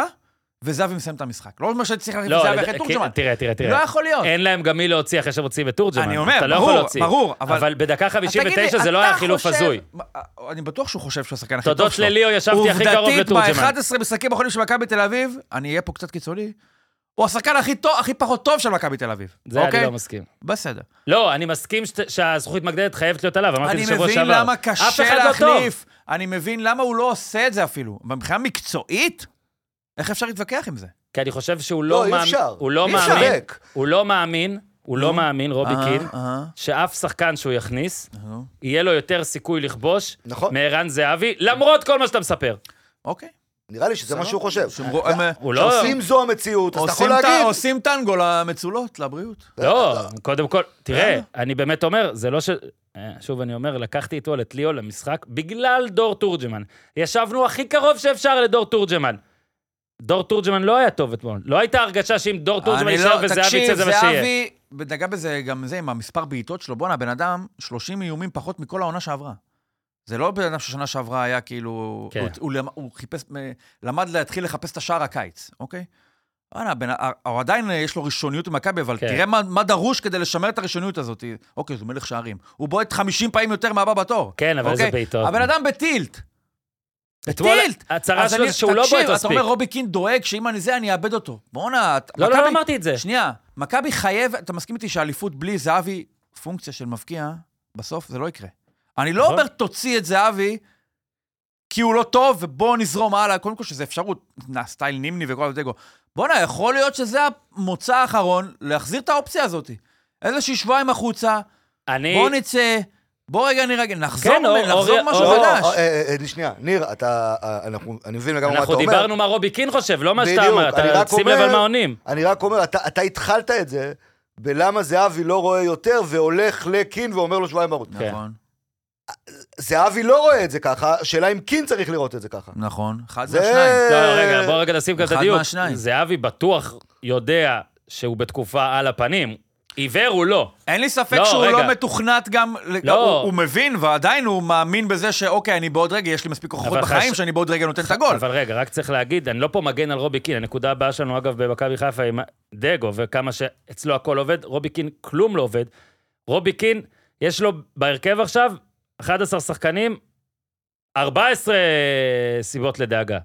[SPEAKER 3] וזהבי מסיים את המשחק. לא אומר שצריך להחליף את
[SPEAKER 1] לא,
[SPEAKER 3] זהבי
[SPEAKER 1] לד-
[SPEAKER 3] אחרי
[SPEAKER 1] כי-
[SPEAKER 3] תורג'מן.
[SPEAKER 1] תראה, תראה, תראה.
[SPEAKER 3] לא יכול להיות.
[SPEAKER 1] אין להם גם מי להוציא אחרי שמוציאים את תורג'מן.
[SPEAKER 3] אני אומר,
[SPEAKER 1] אתה לא
[SPEAKER 3] ברור,
[SPEAKER 1] יכול להוציא.
[SPEAKER 3] ברור, אבל-
[SPEAKER 1] אבל בדקה
[SPEAKER 3] אז תגיד לי,
[SPEAKER 1] 59 זה לא
[SPEAKER 3] אתה
[SPEAKER 1] היה חילוף
[SPEAKER 3] חושב-
[SPEAKER 1] הזוי.
[SPEAKER 3] מה, אני בטוח שהוא חושב שהוא השחקן הכי טוב שלו.
[SPEAKER 1] תודות לליאו, ישבתי הכי קרוב
[SPEAKER 3] עובדתית,
[SPEAKER 1] לתורג'מן.
[SPEAKER 3] ב-11 משחקים האחרונים של מכבי תל אביב, אני אהיה פה קצת קיצוני, הוא השחקן הכי טוב- הכי פחות טוב של מכבי תל אביב.
[SPEAKER 1] זה אני
[SPEAKER 3] אוקיי?
[SPEAKER 1] לא מסכים.
[SPEAKER 3] בסדר.
[SPEAKER 1] לא, אני מסכים שת- שהזכוכית מגדלת חייבת להיות עליו, אמרתי
[SPEAKER 3] אני
[SPEAKER 1] את זה שבוע שעבר.
[SPEAKER 3] מבין למה
[SPEAKER 1] אף אחד
[SPEAKER 3] קשה
[SPEAKER 1] לא טוב.
[SPEAKER 3] להחליף. אני מבין למה הוא לא עושה את זה אפילו. מבחינה מקצועית, איך אפשר להתווכח עם זה?
[SPEAKER 1] כי אני חושב שהוא
[SPEAKER 2] לא,
[SPEAKER 1] לא
[SPEAKER 2] אי
[SPEAKER 1] מאמין,
[SPEAKER 2] אפשר.
[SPEAKER 1] הוא לא
[SPEAKER 2] אי אפשר.
[SPEAKER 1] מאמין,
[SPEAKER 2] ריק.
[SPEAKER 1] הוא לא מאמין, הוא לא מאמין, רובי
[SPEAKER 3] אה,
[SPEAKER 1] קין,
[SPEAKER 3] אה,
[SPEAKER 1] שאף שחקן שהוא יכניס,
[SPEAKER 3] אה.
[SPEAKER 1] יהיה לו יותר סיכוי לכבוש
[SPEAKER 2] נכון.
[SPEAKER 1] מערן זהבי, למרות כל מה שאתה מספר.
[SPEAKER 3] אוקיי.
[SPEAKER 2] נראה לי שזה מה שהוא חושב.
[SPEAKER 3] שהם רוא- הם, אה,
[SPEAKER 1] הוא לא...
[SPEAKER 2] עושים זו המציאות, אז אתה יכול
[SPEAKER 3] עושים ט-
[SPEAKER 2] להגיד,
[SPEAKER 3] עושים טנגו למצולות, לבריאות.
[SPEAKER 1] לא, קודם כל,
[SPEAKER 3] אה.
[SPEAKER 1] תראה, אני באמת אומר, זה לא ש... אה, שוב, אני אומר, לקחתי איתו את ליאו למשחק בגלל דור תורג'מן. ישבנו הכי קרוב שאפשר לדור תורג'מן. דור תורג'מן לא היה טוב אתמול. לא הייתה הרגשה שאם דור תורג'מן
[SPEAKER 3] אני
[SPEAKER 1] יישאר
[SPEAKER 3] לא-
[SPEAKER 1] וזהבי יצא זה מה
[SPEAKER 3] תקשיב,
[SPEAKER 1] שיהיה.
[SPEAKER 3] זהבי, נגע בזה גם זה, עם המספר בעיטות שלו. בואנה, הבן אדם, 30 איומים פחות מכל העונה שעברה. זה לא בן אדם ששנה שעברה היה כאילו...
[SPEAKER 1] כן.
[SPEAKER 3] הוא, הוא, למ- הוא חיפש, מ- למד להתחיל לחפש את השער הקיץ, אוקיי? וואלה, בן, ה- הוא עדיין אה, יש לו ראשוניות במכבי, אבל
[SPEAKER 1] כן.
[SPEAKER 3] כן. תראה מה, מה דרוש כדי לשמר את הראשוניות הזאת. אוקיי, זה מלך שערים. הוא בועט 50 פעמים יותר מהבא בתור.
[SPEAKER 1] כן, אבל איזה
[SPEAKER 3] אוקיי?
[SPEAKER 1] בעיטות.
[SPEAKER 3] הבן אדם בטילט.
[SPEAKER 1] אתמול
[SPEAKER 3] בטילט!
[SPEAKER 1] הצרה
[SPEAKER 3] אז
[SPEAKER 1] שלו
[SPEAKER 3] אני-
[SPEAKER 1] זה שהוא לא בועט
[SPEAKER 3] תקשיב, אתה
[SPEAKER 1] מספיק.
[SPEAKER 3] אומר, רובי קין דואג שאם אני זה, אני אאבד אותו. בואנה, את-
[SPEAKER 1] לא, לא,
[SPEAKER 3] מכבי-
[SPEAKER 1] לא אמרתי את זה.
[SPEAKER 3] שנייה, מכבי חייב, אתה מסכים איתי שהאליפות בלי זהבי, פונקציה של מבקיע, בסוף זה לא יקרה. אני לא
[SPEAKER 1] נכון.
[SPEAKER 3] אומר תוציא את זהבי, כי הוא לא טוב, ובוא נזרום הלאה. קודם כל שזה אפשרות, נע, סטייל נימני וכל הדגו. בואנה, יכול להיות שזה המוצא האחרון להחזיר את האופציה הזאת. איזושהי שבועיים החוצה,
[SPEAKER 1] אני...
[SPEAKER 3] בוא נצא, בוא רגע נרגע, נחזור
[SPEAKER 1] כן, אור-
[SPEAKER 3] נחזור
[SPEAKER 1] אור-
[SPEAKER 3] משהו
[SPEAKER 1] אור-
[SPEAKER 3] חדש.
[SPEAKER 2] אה, אה, אה, שנייה, ניר, אתה, אה, אנחנו, אני מבין לגמרי מה אתה
[SPEAKER 1] אנחנו
[SPEAKER 2] אומר.
[SPEAKER 1] דיברנו מה רובי קין חושב, לא מה שאתה
[SPEAKER 2] בדיוק,
[SPEAKER 1] אמרת.
[SPEAKER 2] אני רק
[SPEAKER 1] שים
[SPEAKER 2] אומר-
[SPEAKER 1] לב על מה עונים.
[SPEAKER 2] אני רק אומר, אתה, אתה התחלת את זה בלמה זהבי לא רואה יותר והולך לקין ואומר לו שבועיים ערוץ.
[SPEAKER 1] כן.
[SPEAKER 3] נכון,
[SPEAKER 2] זהבי לא רואה את זה ככה, השאלה אם קין צריך לראות את זה ככה.
[SPEAKER 3] נכון. אחד
[SPEAKER 2] זה-
[SPEAKER 3] מהשניים.
[SPEAKER 1] לא, לא, רגע, בוא רגע נשים גם את
[SPEAKER 3] אחד
[SPEAKER 1] הדיוק.
[SPEAKER 3] מהשניים.
[SPEAKER 1] זהבי בטוח יודע שהוא בתקופה על הפנים. עיוור הוא לא.
[SPEAKER 3] אין לי ספק
[SPEAKER 1] לא,
[SPEAKER 3] שהוא
[SPEAKER 1] רגע.
[SPEAKER 3] לא מתוכנת גם...
[SPEAKER 1] לא.
[SPEAKER 3] הוא, הוא מבין, ועדיין הוא מאמין בזה שאוקיי, אני בעוד רגע, יש לי מספיק כוחות
[SPEAKER 1] אבל
[SPEAKER 3] בחיים
[SPEAKER 1] חש-
[SPEAKER 3] שאני בעוד רגע נותן את הגול.
[SPEAKER 1] אבל רגע, רק צריך להגיד, אני לא פה מגן על רובי קין, הנקודה הבאה שלנו, אגב, במכבי חיפה עם דגו, וכמה שאצלו הכל עובד, רובי קין כלום לא עובד. רובי קין, יש לו בהרכב עכשיו 11 שחקנים, 14 סיבות לדאגה,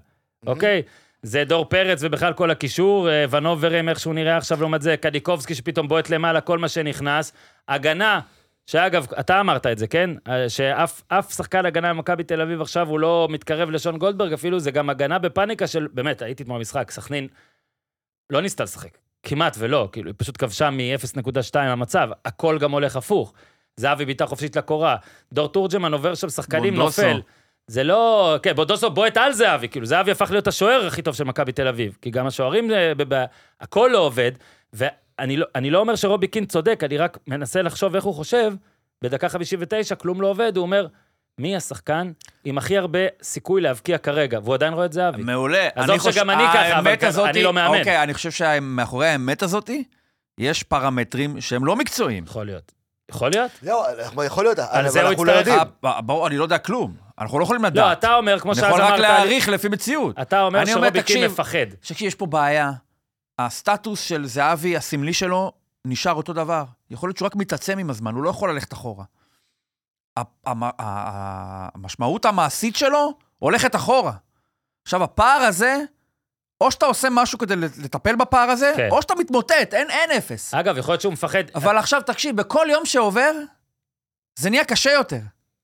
[SPEAKER 1] אוקיי? זה דור פרץ ובכלל כל הקישור, אה, ונוברים, איך שהוא נראה עכשיו לעומת זה, קדיקובסקי שפתאום בועט למעלה, כל מה שנכנס. הגנה, שאגב, אתה אמרת את זה, כן? אה, שאף אף שחקן הגנה במכבי תל אביב עכשיו הוא לא מתקרב לשון גולדברג, אפילו זה גם הגנה בפאניקה של, באמת, הייתי אתמול במשחק, סכנין לא ניסתה לשחק, כמעט ולא, כאילו, היא פשוט כבשה מ-0.2 המצב, הכל גם הולך הפוך. זהבי בעיטה חופשית לקורה, דור תורג'מן עובר שם שחקנים,
[SPEAKER 3] בונדוסו.
[SPEAKER 1] נופל. זה לא... כן, בודוסו בועט על זהבי, כאילו, זהבי הפך להיות השוער הכי טוב של מכבי תל אביב, כי גם השוערים, אה, בבעיה. הכל לא עובד, ואני לא, אני לא אומר שרובי קין צודק, אני רק מנסה לחשוב איך הוא חושב, בדקה 59, כלום לא עובד, הוא אומר, מי השחקן עם הכי הרבה סיכוי להבקיע כרגע? והוא עדיין רואה את זהבי.
[SPEAKER 3] מעולה.
[SPEAKER 1] עזוב שגם אני ככה, אבל
[SPEAKER 3] האמת
[SPEAKER 1] כזה-
[SPEAKER 3] הזאתי-
[SPEAKER 1] אני לא מאמן.
[SPEAKER 3] אוקיי, אני חושב שמאחורי האמת הזאת, יש פרמטרים שהם לא מקצועיים.
[SPEAKER 1] יכול להיות. יכול להיות?
[SPEAKER 2] זהו, אנחנו- יכול להיות, אבל
[SPEAKER 1] זה הוא
[SPEAKER 2] אנחנו לא
[SPEAKER 1] יצטרך-
[SPEAKER 2] יודעים.
[SPEAKER 3] אה, ברור, אני לא יודע כלום. אנחנו לא יכולים לדעת.
[SPEAKER 1] לא, אתה אומר, כמו
[SPEAKER 3] אני
[SPEAKER 1] שאז אמרת...
[SPEAKER 3] יכול רק
[SPEAKER 1] לי-
[SPEAKER 3] להעריך לפי מציאות.
[SPEAKER 1] אתה אומר
[SPEAKER 3] אני אומר,
[SPEAKER 1] שרובי קין
[SPEAKER 3] תקשיב,
[SPEAKER 1] מפחד.
[SPEAKER 3] תקשיב, יש פה בעיה. הסטטוס של זהבי, הסמלי שלו, נשאר אותו דבר. יכול להיות שהוא רק מתעצם עם הזמן, הוא לא יכול ללכת אחורה. ה- המ- ה- ה- המשמעות המעשית שלו הולכת אחורה. עכשיו, הפער הזה, או שאתה עושה משהו כדי לטפל בפער הזה,
[SPEAKER 1] כן. אה,
[SPEAKER 3] או שאתה מתמוטט, אין, אין אפס.
[SPEAKER 1] אגב, יכול להיות שהוא מפחד. אה,
[SPEAKER 3] אבל עכשיו, תקשיב, בכל יום שעובר, זה נהיה קשה יותר.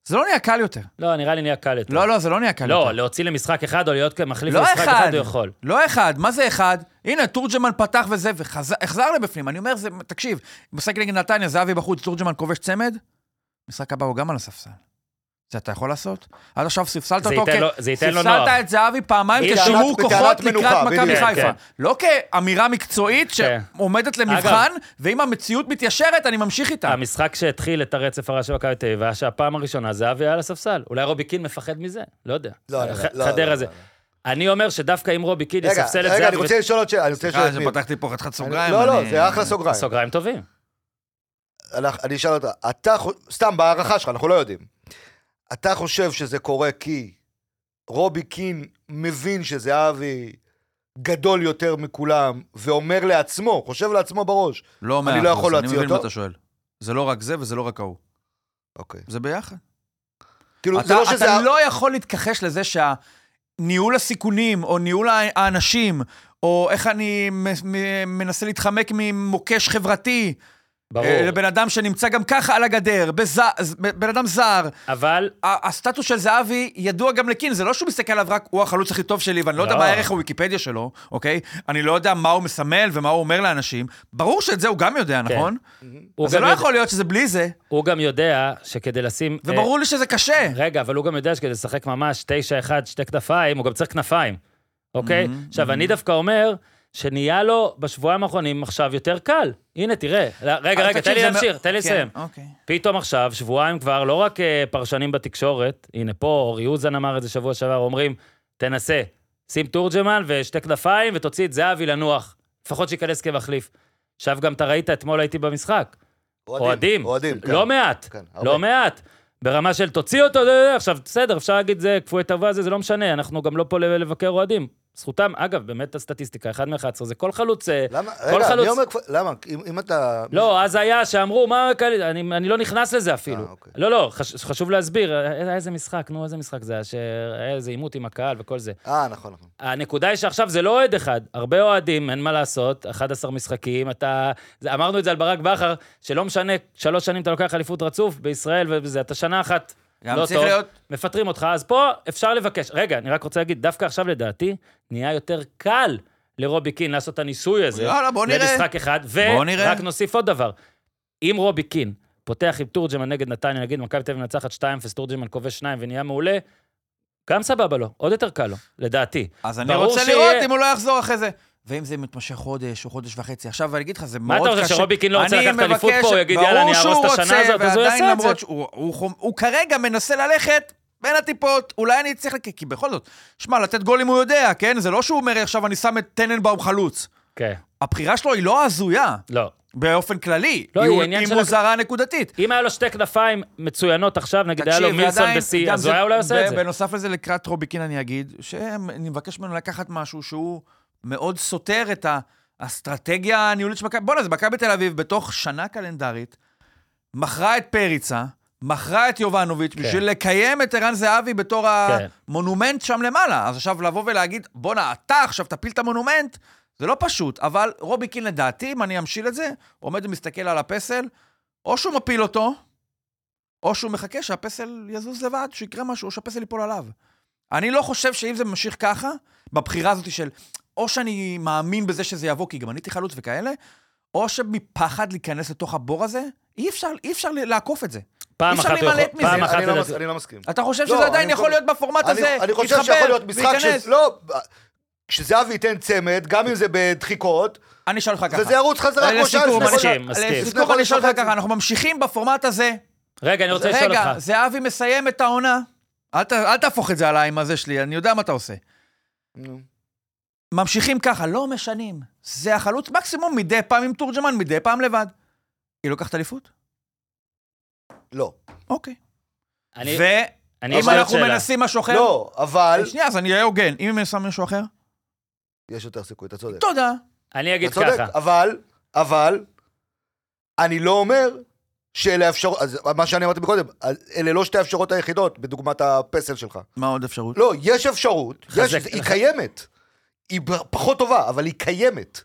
[SPEAKER 3] זה לא נהיה קל יותר.
[SPEAKER 1] לא, נראה לי נהיה קל יותר.
[SPEAKER 3] לא, לא, זה לא נהיה קל יותר.
[SPEAKER 1] לא, להוציא למשחק אחד או להיות מחליף
[SPEAKER 3] לא
[SPEAKER 1] למשחק
[SPEAKER 3] אחד,
[SPEAKER 1] אחד הוא יכול.
[SPEAKER 3] לא אחד, מה זה אחד? הנה, תורג'מן פתח וזה, והחזר לבפנים. אני אומר, זה, תקשיב, משחק נגד נתניה, זהבי בחוץ, תורג'מן כובש צמד, משחק הבא הוא גם על הספסל. זה אתה יכול לעשות? עד עכשיו ספסלת
[SPEAKER 1] זה
[SPEAKER 3] אותו,
[SPEAKER 1] ייתן
[SPEAKER 3] כ-
[SPEAKER 1] לו- זה ייתן לו נוח.
[SPEAKER 3] ספסלת את זהבי פעמיים
[SPEAKER 1] הנה,
[SPEAKER 2] בטענת-
[SPEAKER 3] כשמור
[SPEAKER 2] בטענת
[SPEAKER 3] כוחות לקראת
[SPEAKER 2] מנוחה,
[SPEAKER 3] מכבי
[SPEAKER 2] בדיוק. כן,
[SPEAKER 3] חיפה.
[SPEAKER 1] כן.
[SPEAKER 3] לא כאמירה מקצועית
[SPEAKER 1] כן.
[SPEAKER 3] שעומדת למבחן, ואם המציאות מתיישרת, אני ממשיך איתה.
[SPEAKER 1] המשחק שהתחיל את הרצף הרע של מכבי תל אביב, היה שהפעם הראשונה זהבי היה על הספסל. אולי רובי קין מפחד מזה, לא יודע.
[SPEAKER 2] לא, לא,
[SPEAKER 1] ח-
[SPEAKER 2] לא,
[SPEAKER 1] חדרה
[SPEAKER 2] לא,
[SPEAKER 1] זה.
[SPEAKER 2] לא,
[SPEAKER 1] אני אומר שדווקא אם רובי קין
[SPEAKER 2] רגע,
[SPEAKER 1] יספסל את
[SPEAKER 2] רגע, אני
[SPEAKER 1] זהבי...
[SPEAKER 2] רוצה לשאול עוד שאלה, אני רוצה לשאול
[SPEAKER 3] סליחה
[SPEAKER 2] את ניר.
[SPEAKER 3] שפתחתי פה חתיכת סוגריים.
[SPEAKER 2] לא, לא,
[SPEAKER 3] אני-
[SPEAKER 2] זה אחלה סוגריים.
[SPEAKER 1] סוגריים
[SPEAKER 3] אה,
[SPEAKER 1] טובים.
[SPEAKER 2] אנחנו- אני אשאל אותך, אתה, חו- סתם בהערכה שלך, אנחנו לא יודעים. אתה חושב שזה קורה כי רובי קין מבין שזהבי גדול יותר מכולם, ואומר לעצמו, חושב לעצמו בראש.
[SPEAKER 3] לא מאה
[SPEAKER 2] אני לא
[SPEAKER 3] אחוז,
[SPEAKER 2] יכול
[SPEAKER 3] אני
[SPEAKER 2] להוציא
[SPEAKER 3] מבין מה
[SPEAKER 2] אותו.
[SPEAKER 3] אתה שואל. זה לא רק זה וזה לא רק ההוא.
[SPEAKER 2] אוקיי.
[SPEAKER 3] זה ביחד.
[SPEAKER 2] כאילו, זה
[SPEAKER 3] אתה,
[SPEAKER 2] לא
[SPEAKER 3] אתה
[SPEAKER 2] שזה...
[SPEAKER 3] לא יכול להתכחש לזה שהניהול הסיכונים, או ניהול ה- האנשים, או איך אני מ- מ- מנסה להתחמק ממוקש חברתי,
[SPEAKER 1] ברור.
[SPEAKER 3] אה, לבן אדם שנמצא גם ככה על הגדר, בז- ב- בן אדם זר.
[SPEAKER 1] אבל
[SPEAKER 3] ה- הסטטוס של זהבי ידוע גם לקין, זה לא שהוא מסתכל עליו רק, הוא החלוץ הכי טוב שלי, ואני לא יודע
[SPEAKER 1] לא.
[SPEAKER 3] מה הערך הוויקיפדיה שלו, אוקיי? אני לא יודע מה הוא מסמל ומה הוא אומר לאנשים. ברור שאת זה הוא גם יודע, נכון?
[SPEAKER 1] כן. הוא
[SPEAKER 3] אז זה
[SPEAKER 1] גם
[SPEAKER 3] לא
[SPEAKER 1] יודע- אה.
[SPEAKER 3] יכול להיות שזה בלי זה,
[SPEAKER 1] הוא גם יודע שכדי לשים...
[SPEAKER 3] וברור לי שזה קשה.
[SPEAKER 1] אה, רגע, אבל הוא גם יודע שכדי לשחק ממש 9-1, שתי כנפיים, הוא גם צריך כנפיים, אוקיי?
[SPEAKER 3] מהמם,
[SPEAKER 1] עכשיו, אני דווקא אומר שנהיה לו בשבועיים האחרונים עכשיו יותר קל. הנה, תראה. לא, רגע,
[SPEAKER 3] אבל
[SPEAKER 1] רגע, תן
[SPEAKER 3] תקשיב,
[SPEAKER 1] לי
[SPEAKER 3] זה מאוד-
[SPEAKER 1] להמשיך, תן לי
[SPEAKER 3] כן,
[SPEAKER 1] לסיים.
[SPEAKER 3] אוקיי.
[SPEAKER 1] פתאום עכשיו, שבועיים כבר, לא רק אה, פרשנים בתקשורת, הנה פה, אורי אוזן אמר את זה שבוע שעבר, אומרים, תנסה, שים תורג'מן ושתי כנפיים ותוציא את זהבי לנוח. לפחות שייכנס כמחליף. עכשיו גם אתה ראית, אתמול הייתי במשחק. אוהדים,
[SPEAKER 2] אוהדים, כן.
[SPEAKER 1] לא מעט,
[SPEAKER 2] כן, הרבה.
[SPEAKER 1] לא מעט. ברמה של תוציא אותו, זה, זה, עכשיו, בסדר, אפשר להגיד זה כפוי טובה, זה, זה לא משנה, אנחנו גם לא פה ל- לבקר אוהדים. זכותם, אגב, באמת הסטטיסטיקה, 1 מ-11, זה כל חלוץ... אה,
[SPEAKER 2] למה?
[SPEAKER 1] כל
[SPEAKER 2] רגע,
[SPEAKER 1] חלוץ-
[SPEAKER 2] מי אומר כבר... למה? אם אם אתה...
[SPEAKER 1] לא, אז היה שאמרו, מה כאלה, אני, אני לא נכנס לזה אפילו.
[SPEAKER 2] אה, אוקיי.
[SPEAKER 1] לא, לא, חש, חשוב להסביר, אה, איזה משחק, נו, איזה משחק זה היה, שהיה איזה עימות עם הקהל וכל זה.
[SPEAKER 2] אה, נכון, נכון.
[SPEAKER 1] הנקודה היא שעכשיו זה לא אוהד אחד, הרבה אוהדים, אין מה לעשות, 11 משחקים, אתה... זה, אמרנו את זה על ברק בכר, שלא משנה, שלוש שנים אתה לוקח אליפות רצוף בישראל, וזה, אתה שנה אחת
[SPEAKER 3] גם
[SPEAKER 1] לא
[SPEAKER 3] צריך
[SPEAKER 1] טוב,
[SPEAKER 3] להיות-
[SPEAKER 1] מפטרים אותך, אז פה אפשר לבקש. רגע, אני רק רוצה להגיד, דווקא עכשיו לדעתי, נהיה יותר קל לרובי קין לעשות את הניסוי הזה.
[SPEAKER 3] יאללה, בוא נראה.
[SPEAKER 1] למשחק אחד,
[SPEAKER 3] בוא נראה.
[SPEAKER 1] ורק נוסיף עוד דבר. אם רובי קין פותח עם תורג'מן נגד נתניה, נגיד מכבי תל אביב מנצחת 2-0, תורג'מן כובש 2 ונהיה מעולה, גם סבבה לו, עוד יותר קל לו, לדעתי.
[SPEAKER 3] אז אני
[SPEAKER 1] ברור
[SPEAKER 3] רוצה
[SPEAKER 1] שיהיה-
[SPEAKER 3] לראות אם הוא לא יחזור אחרי זה. ואם זה מתמשך חודש או חודש וחצי, עכשיו אני אגיד לך, זה מאוד
[SPEAKER 1] אתה
[SPEAKER 3] קשה.
[SPEAKER 1] חושב, שרובי קין לא רוצה
[SPEAKER 3] אני
[SPEAKER 1] לקחת אליפות
[SPEAKER 3] מבקש-
[SPEAKER 1] פה, הוא יגיד, יאללה, אני אהרוס את השנה הזאת, אז הוא
[SPEAKER 3] ברור
[SPEAKER 1] יעשה
[SPEAKER 3] שהוא רוצה,
[SPEAKER 1] את
[SPEAKER 3] ועדיין למרות
[SPEAKER 1] זה.
[SPEAKER 3] שהוא הוא חום- הוא כרגע מנסה ללכת בין הטיפות, אולי אני צריך... לק- כי בכל זאת, שמע, לתת גולים הוא יודע, כן? זה לא שהוא אומר, עכשיו אני שם את טננבאום חלוץ.
[SPEAKER 1] כן,
[SPEAKER 3] הבחירה שלו היא לא הזויה,
[SPEAKER 1] לא.
[SPEAKER 3] באופן כללי.
[SPEAKER 1] לא,
[SPEAKER 3] היא
[SPEAKER 1] היא
[SPEAKER 3] הוא-
[SPEAKER 1] עניין
[SPEAKER 3] היא
[SPEAKER 1] של-
[SPEAKER 3] מוזרה נקודתית.
[SPEAKER 1] אם היה לו שתי כנפיים מצוינות עכשיו, נגיד היה לו
[SPEAKER 3] תקשיב,
[SPEAKER 1] מילסון
[SPEAKER 3] ועדיין,
[SPEAKER 1] בשיא,
[SPEAKER 3] גם
[SPEAKER 1] אז
[SPEAKER 3] זה-
[SPEAKER 1] הוא היה אולי עושה את
[SPEAKER 3] ב-
[SPEAKER 1] זה.
[SPEAKER 3] בנוסף לזה, לקראת רוביקין אני אגיד, שאני מבקש ממנו לקחת משהו שהוא מאוד סותר את האסטרטגיה הניהולית של מכבי. בוא'נה, זה מכבי תל אביב בתוך שנה קלנדרית, מכרה את פריצה, מכרה את יובנוביץ', בשביל לקיים את ערן זהבי בתור
[SPEAKER 1] כן.
[SPEAKER 3] המונומנט שם למעלה. אז עכשיו לבוא ולהגיד, בוא'נה, אתה עכשיו תפיל את המונומנט, זה לא פשוט, אבל רוביקין לדעתי, אם אני אמשיל את זה, עומד ומסתכל על הפסל, או שהוא מפיל אותו, או שהוא מחכה שהפסל יזוז לבד, שיקרה משהו, או שהפסל ייפול עליו. אני לא חושב שאם זה ממשיך ככה, בבחירה הזאת של או שאני מאמין בזה שזה יבוא, כי גם אני הייתי חלוץ וכאלה, או שמפחד להיכנס לתוך הבור הזה, אי אפשר, אי אפשר לעקוף את זה.
[SPEAKER 1] פעם
[SPEAKER 3] אי אפשר
[SPEAKER 1] אחת הוא
[SPEAKER 3] להימלט
[SPEAKER 1] יכול-
[SPEAKER 3] מזה.
[SPEAKER 1] פעם אחת
[SPEAKER 2] אני לא
[SPEAKER 1] לדעתי-
[SPEAKER 2] מס- אני לא מסכים.
[SPEAKER 3] אתה חושב
[SPEAKER 2] לא,
[SPEAKER 3] שזה עדיין
[SPEAKER 2] אני
[SPEAKER 3] יכול
[SPEAKER 2] חושב-
[SPEAKER 3] להיות בפורמט הזה,
[SPEAKER 2] אני, אני חושב
[SPEAKER 3] להתחבר,
[SPEAKER 2] שיכול להיות משחק
[SPEAKER 3] להיכנס?
[SPEAKER 2] ש... לא, כשזהבי ייתן צמד, גם אם זה בדחיקות,
[SPEAKER 3] אני אשאל אותך ככה.
[SPEAKER 2] וזה ירוץ חזרה כמו שהיה
[SPEAKER 3] לסיכום,
[SPEAKER 2] לפני
[SPEAKER 3] אני-
[SPEAKER 1] מסכים, מסכים.
[SPEAKER 3] לסיכום, אני אשאל אותך
[SPEAKER 2] וחצי.
[SPEAKER 3] ככה, אנחנו ממשיכים בפורמט הזה.
[SPEAKER 1] רגע, אני רוצה לשאול
[SPEAKER 3] רגע,
[SPEAKER 1] אותך.
[SPEAKER 3] זהבי מסיים את העונה. אל ת- אל תהפוך את זה עליי עם הזה שלי, אני יודע מה אתה עושה.
[SPEAKER 2] נו.
[SPEAKER 3] ממשיכים ככה, לא משנים. זה החלוץ מקסימום מדי פעם עם תורג'מן, מדי פעם לבד. היא לוקחת אליפות?
[SPEAKER 2] לא.
[SPEAKER 3] אוקיי.
[SPEAKER 1] אני-
[SPEAKER 3] ואם
[SPEAKER 1] אני אשאל עוד
[SPEAKER 3] אנחנו
[SPEAKER 1] שאלה.
[SPEAKER 3] מנסים משהו אחר...
[SPEAKER 2] לא, אבל...
[SPEAKER 3] שנייה, אז אני אהיה הוגן. אם הם שמים מישהו אחר?
[SPEAKER 2] יש יותר סיכוי, אתה צודק.
[SPEAKER 3] תודה.
[SPEAKER 1] אני אגיד
[SPEAKER 2] אתה צודק,
[SPEAKER 1] ככה.
[SPEAKER 2] אבל, אבל, אני לא אומר שאלה אפשרות... אז מה שאני אמרתי קודם, אלה לא שתי האפשרויות היחידות, בדוגמת הפסל שלך.
[SPEAKER 3] מה עוד אפשרות?
[SPEAKER 2] לא, יש לא, אפשרות, יש,
[SPEAKER 1] חזק-
[SPEAKER 2] היא קיימת. היא ב- פחות טובה, אבל היא קיימת.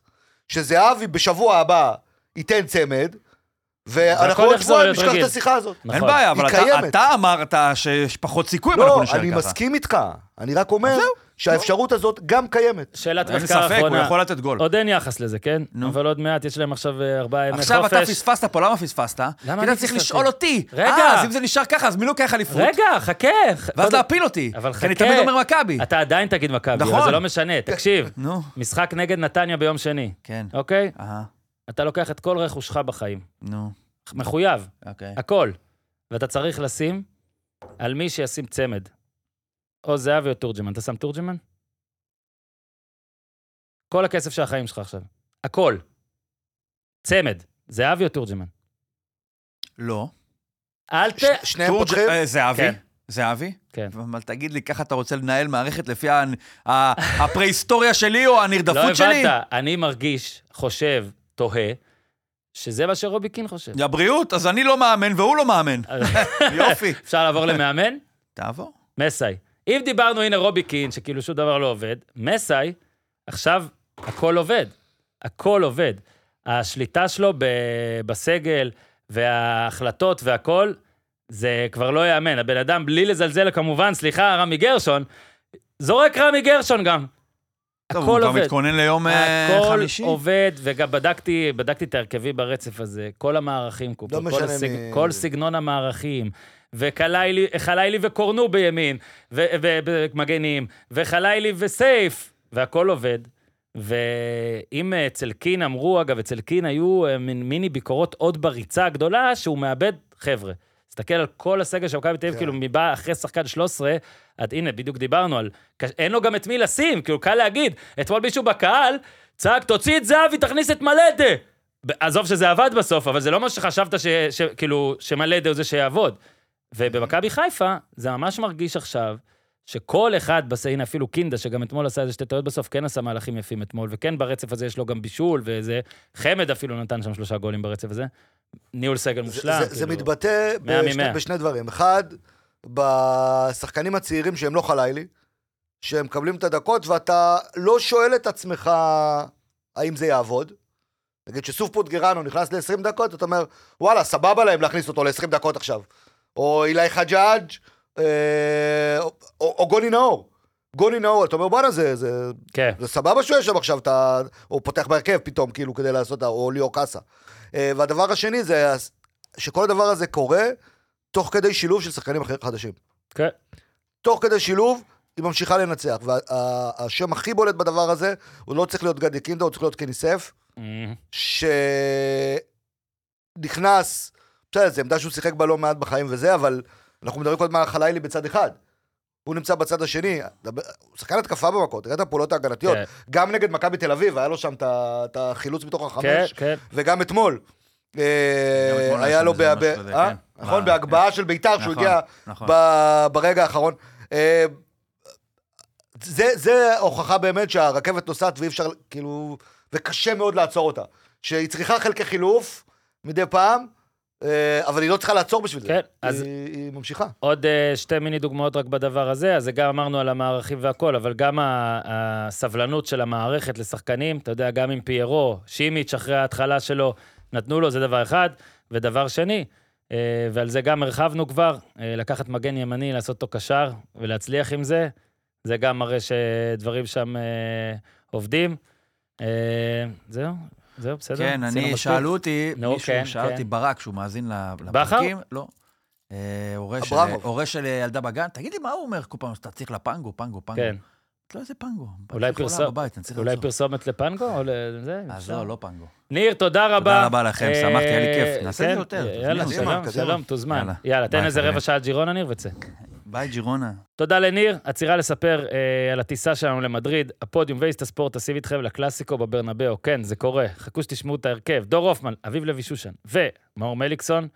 [SPEAKER 2] שזהבי בשבוע הבא ייתן צמד, ואנחנו עוד
[SPEAKER 1] יחזור
[SPEAKER 2] שבועיים
[SPEAKER 1] להיות
[SPEAKER 2] נשכח
[SPEAKER 1] רגיל.
[SPEAKER 2] את השיחה הזאת.
[SPEAKER 3] אין
[SPEAKER 1] נכון.
[SPEAKER 3] בעיה, אבל
[SPEAKER 2] היא
[SPEAKER 3] אתה-
[SPEAKER 2] קיימת.
[SPEAKER 3] אתה אמרת שיש פחות סיכוי אם אנחנו
[SPEAKER 2] לא,
[SPEAKER 3] נשאר
[SPEAKER 2] אני
[SPEAKER 3] ככה.
[SPEAKER 2] מסכים איתך, אני רק אומר שהאפשרות
[SPEAKER 1] לא.
[SPEAKER 2] הזאת גם קיימת.
[SPEAKER 1] שאלת
[SPEAKER 3] אין
[SPEAKER 1] מחקר
[SPEAKER 3] ספק, הוא
[SPEAKER 1] אחרונה.
[SPEAKER 3] יכול לתת גול.
[SPEAKER 1] עוד אין יחס לזה, כן?
[SPEAKER 3] נו.
[SPEAKER 1] אבל עוד מעט, יש להם עכשיו אה, ארבעה ימי חופש.
[SPEAKER 3] עכשיו אתה פספסת פה, למה פספסת? כי
[SPEAKER 1] אני
[SPEAKER 3] אתה צריך
[SPEAKER 1] פספסתי?
[SPEAKER 3] לשאול אותי.
[SPEAKER 1] רגע.
[SPEAKER 3] אה, אז אם זה נשאר ככה, אז מי לוקח אליפות?
[SPEAKER 1] רגע, חכה. ח-
[SPEAKER 3] ואז
[SPEAKER 1] קודם-
[SPEAKER 3] להפיל אותי.
[SPEAKER 1] אבל חכה.
[SPEAKER 3] כי אני תמיד אומר מכבי.
[SPEAKER 1] אתה עדיין תגיד מכבי, אבל
[SPEAKER 3] נכון.
[SPEAKER 1] זה לא משנה. תקשיב,
[SPEAKER 3] נו.
[SPEAKER 1] משחק נגד נתניה ביום שני,
[SPEAKER 3] כן.
[SPEAKER 1] אוקיי?
[SPEAKER 3] אהה,
[SPEAKER 1] אתה לוקח את כל רכושך בחיים.
[SPEAKER 3] נו,
[SPEAKER 1] מחויב,
[SPEAKER 3] אוקיי.
[SPEAKER 1] הכל. ואתה צריך לשים על מי שישים צמד. או זהבי או תורג'מן. אתה שם תורג'מן? כל הכסף של החיים שלך עכשיו. הכל. צמד. זהבי או תורג'מן?
[SPEAKER 3] לא.
[SPEAKER 1] אל ת...
[SPEAKER 2] ש- שניהם
[SPEAKER 3] תורג'-
[SPEAKER 2] פותחים?
[SPEAKER 3] אה, זהבי.
[SPEAKER 1] כן.
[SPEAKER 3] זהבי?
[SPEAKER 1] כן.
[SPEAKER 3] אבל תגיד לי, ככה אתה רוצה לנהל מערכת לפי ה- ה- הפרה-היסטוריה שלי או
[SPEAKER 1] לא
[SPEAKER 3] הנרדפות שלי?
[SPEAKER 1] הבנת, אני מרגיש, חושב, תוהה, שזה מה שרובי קין חושב.
[SPEAKER 3] הבריאות, אז אני לא מאמן והוא לא מאמן.
[SPEAKER 1] אה.
[SPEAKER 3] יופי.
[SPEAKER 1] אפשר לעבור למאמן?
[SPEAKER 3] תעבור.
[SPEAKER 1] מסאי. אם דיברנו, הנה רובי קין, שכאילו שום דבר לא עובד, מסאי, עכשיו הכל עובד. הכל עובד. השליטה שלו ב- בסגל, וההחלטות והכל, זה כבר לא ייאמן. הבן אדם, בלי לזלזל, כמובן, סליחה, רמי גרשון, זורק רמי גרשון גם.
[SPEAKER 3] טוב,
[SPEAKER 1] הכל
[SPEAKER 3] הוא כבר
[SPEAKER 1] עובד.
[SPEAKER 3] מתכונן ליום אה,
[SPEAKER 1] הכל
[SPEAKER 3] חמישי.
[SPEAKER 1] עובד, וגם בדקתי, בדקתי את ההרכבי ברצף הזה, כל המערכים, קופו, כל,
[SPEAKER 2] לא משנה
[SPEAKER 1] הסג...
[SPEAKER 2] מי-
[SPEAKER 1] כל סגנון המערכים, וחלילי חלילי וקורנו בימין, ומגנים, וחלילי וסייף, והכל עובד. ואם אה, אצל קין אמרו, אגב, אצל קין היו אה, מין מיני ביקורות עוד בריצה הגדולה, שהוא מאבד חבר'ה. תסתכל על כל הסגל של מכבי תל אביב,
[SPEAKER 2] כן.
[SPEAKER 1] כאילו, מבא אחרי שחקן 13, אז הנה, בדיוק דיברנו על... קש- אין לו גם את מי לשים, כאילו, קל להגיד. אתמול מישהו בקהל צעק, תוציא את זהבי, תכניס את מלדה. ב- עזוב שזה עבד בסוף, אבל זה לא מה שחשבת, ש- ש- כאילו, שמלדה הוא זה שיעבוד. ובמכבי חיפה, זה ממש מרגיש עכשיו שכל אחד, בס... הנה אפילו קינדה, שגם אתמול עשה איזה שתי טעויות בסוף, כן עשה מהלכים יפים אתמול, וכן ברצף הזה יש לו גם בישול וזה, חמד אפילו נתן שם שלושה גולים ברצף הזה. ניהול סגל
[SPEAKER 2] זה-
[SPEAKER 1] מושלם.
[SPEAKER 2] זה- זה
[SPEAKER 1] כאילו.
[SPEAKER 2] מתבטא
[SPEAKER 1] מאה
[SPEAKER 2] בשני-
[SPEAKER 1] ממאה.
[SPEAKER 2] בשני דברים. אחד, בשחקנים הצעירים שהם לא חלילי, שהם מקבלים את הדקות, ואתה לא שואל את עצמך האם זה יעבוד. נגיד שסוף פוטגרנו נכנס ל-20 דקות, אתה אומר, וואלה, סבבה להם להכניס אותו ל-20 דקות עכשיו. או אילי חג'אג', אה, או- או או גוני נאור. גוני נאור, אתה אומר, בואנה, זה- זה
[SPEAKER 1] כן.
[SPEAKER 2] זה סבבה שהוא יושב עכשיו, אתה... הוא פותח בהרכב פתאום, כאילו, כדי לעשות, או ליאור קאסה. אה, והדבר השני זה הס- שכל הדבר הזה קורה תוך כדי שילוב של שחקנים אחרים חדשים.
[SPEAKER 1] כן.
[SPEAKER 2] תוך כדי שילוב, היא ממשיכה לנצח. והשם הכי בולט בדבר הזה, הוא לא צריך להיות גדי קינדה, הוא צריך להיות קניסף,
[SPEAKER 1] אמ,
[SPEAKER 2] שנכנס, בסדר, זו עמדה שהוא שיחק בה לא מעט בחיים וזה, אבל אנחנו מדברים כל הזמן על חלילי בצד אחד. הוא נמצא בצד השני, דבר- הוא שחקן התקפה במכות, תראה את הפעולות ההגנתיות.
[SPEAKER 1] כן,
[SPEAKER 2] גם נגד מכבי תל אביב, היה לו שם את ה- את החילוץ מתוך
[SPEAKER 1] כן,
[SPEAKER 2] החמש,
[SPEAKER 1] כן.
[SPEAKER 2] וגם אתמול. אה,
[SPEAKER 3] גם אתמול היה
[SPEAKER 2] היה
[SPEAKER 3] שם
[SPEAKER 2] לו
[SPEAKER 3] איזה
[SPEAKER 2] בהב-
[SPEAKER 3] משהו כזה,
[SPEAKER 2] אה?
[SPEAKER 3] כן.
[SPEAKER 2] נכון,
[SPEAKER 3] ב-
[SPEAKER 2] בהגבהה של ביתר, שהוא
[SPEAKER 3] נכון,
[SPEAKER 2] הגיע
[SPEAKER 3] נכון.
[SPEAKER 2] ב- ברגע האחרון. אה, זה- זה הוכחה באמת שהרכבת נוסעת ואי אפשר, כאילו, וקשה מאוד לעצור אותה. שהיא צריכה חלקי חילוף מדי פעם, אה, אבל היא לא צריכה לעצור בשביל זה.
[SPEAKER 1] כן, אז-
[SPEAKER 2] היא היא ממשיכה.
[SPEAKER 1] עוד אה, שתי מיני דוגמאות רק בדבר הזה, אז זה גם אמרנו על המערכים והכל, אבל גם ה- הסבלנות של המערכת לשחקנים, אתה יודע, גם עם פיירו, שימיץ' אחרי ההתחלה שלו, נתנו לו, זה דבר אחד. ודבר שני, אה, ועל זה גם הרחבנו כבר, אה, לקחת מגן ימני, לעשות אותו קשר ולהצליח עם זה, זה גם מראה שדברים שם אה, עובדים. אה, זהו, זהו, בסדר?
[SPEAKER 3] כן,
[SPEAKER 1] עשינו
[SPEAKER 3] אני,
[SPEAKER 1] מספיק?
[SPEAKER 3] שאלו אותי,
[SPEAKER 1] נו,
[SPEAKER 3] מישהו
[SPEAKER 1] כן,
[SPEAKER 3] שאל אותי
[SPEAKER 1] כן.
[SPEAKER 3] ברק, שהוא מאזין ל-
[SPEAKER 1] בכר?
[SPEAKER 3] לפרקים. לא. אה, הורה של-
[SPEAKER 2] אברמוב.
[SPEAKER 3] הורה של ילדה בגן, תגיד לי, מה הוא אומר כל פעם שאתה צריך לפנגו, פנגו, פנגו?
[SPEAKER 1] כן.
[SPEAKER 3] לא, איזה פנגו.
[SPEAKER 1] אולי
[SPEAKER 3] בת שלי חולה
[SPEAKER 1] פרסום-
[SPEAKER 3] בבית, אני צריך
[SPEAKER 1] אולי
[SPEAKER 3] לחזור.
[SPEAKER 1] פרסומת לפנגו או לזה?
[SPEAKER 3] אז לא, לא פנגו.
[SPEAKER 1] ניר, תודה רבה.
[SPEAKER 3] רבה לכם,
[SPEAKER 1] אה,
[SPEAKER 3] שמחתי, היה לי כיף. נעשה את זה
[SPEAKER 1] כן,
[SPEAKER 3] יותר, תזמין
[SPEAKER 1] יאללה,
[SPEAKER 3] אותי.
[SPEAKER 1] שלום,
[SPEAKER 2] קדימה, קדימה.
[SPEAKER 1] שלום, תוזמן.
[SPEAKER 3] יאללה.
[SPEAKER 1] יאללה, תן
[SPEAKER 3] ביי,
[SPEAKER 1] איזה רבע
[SPEAKER 3] חברים.
[SPEAKER 1] שעה ג'ירונה, ניר, וצא.
[SPEAKER 3] ביי, ג'ירונה.
[SPEAKER 1] תודה לניר, עצירה לספר אה, על הטיסה שלנו למדריד, הפודיום ואיסט הספורט תסיב איתכם לקלאסיקו בברנבאו, כן, זה קורה, חכו שתשמעו את ההרכב, דור הופמן, אביב לוי שושן ומאור מליקסון,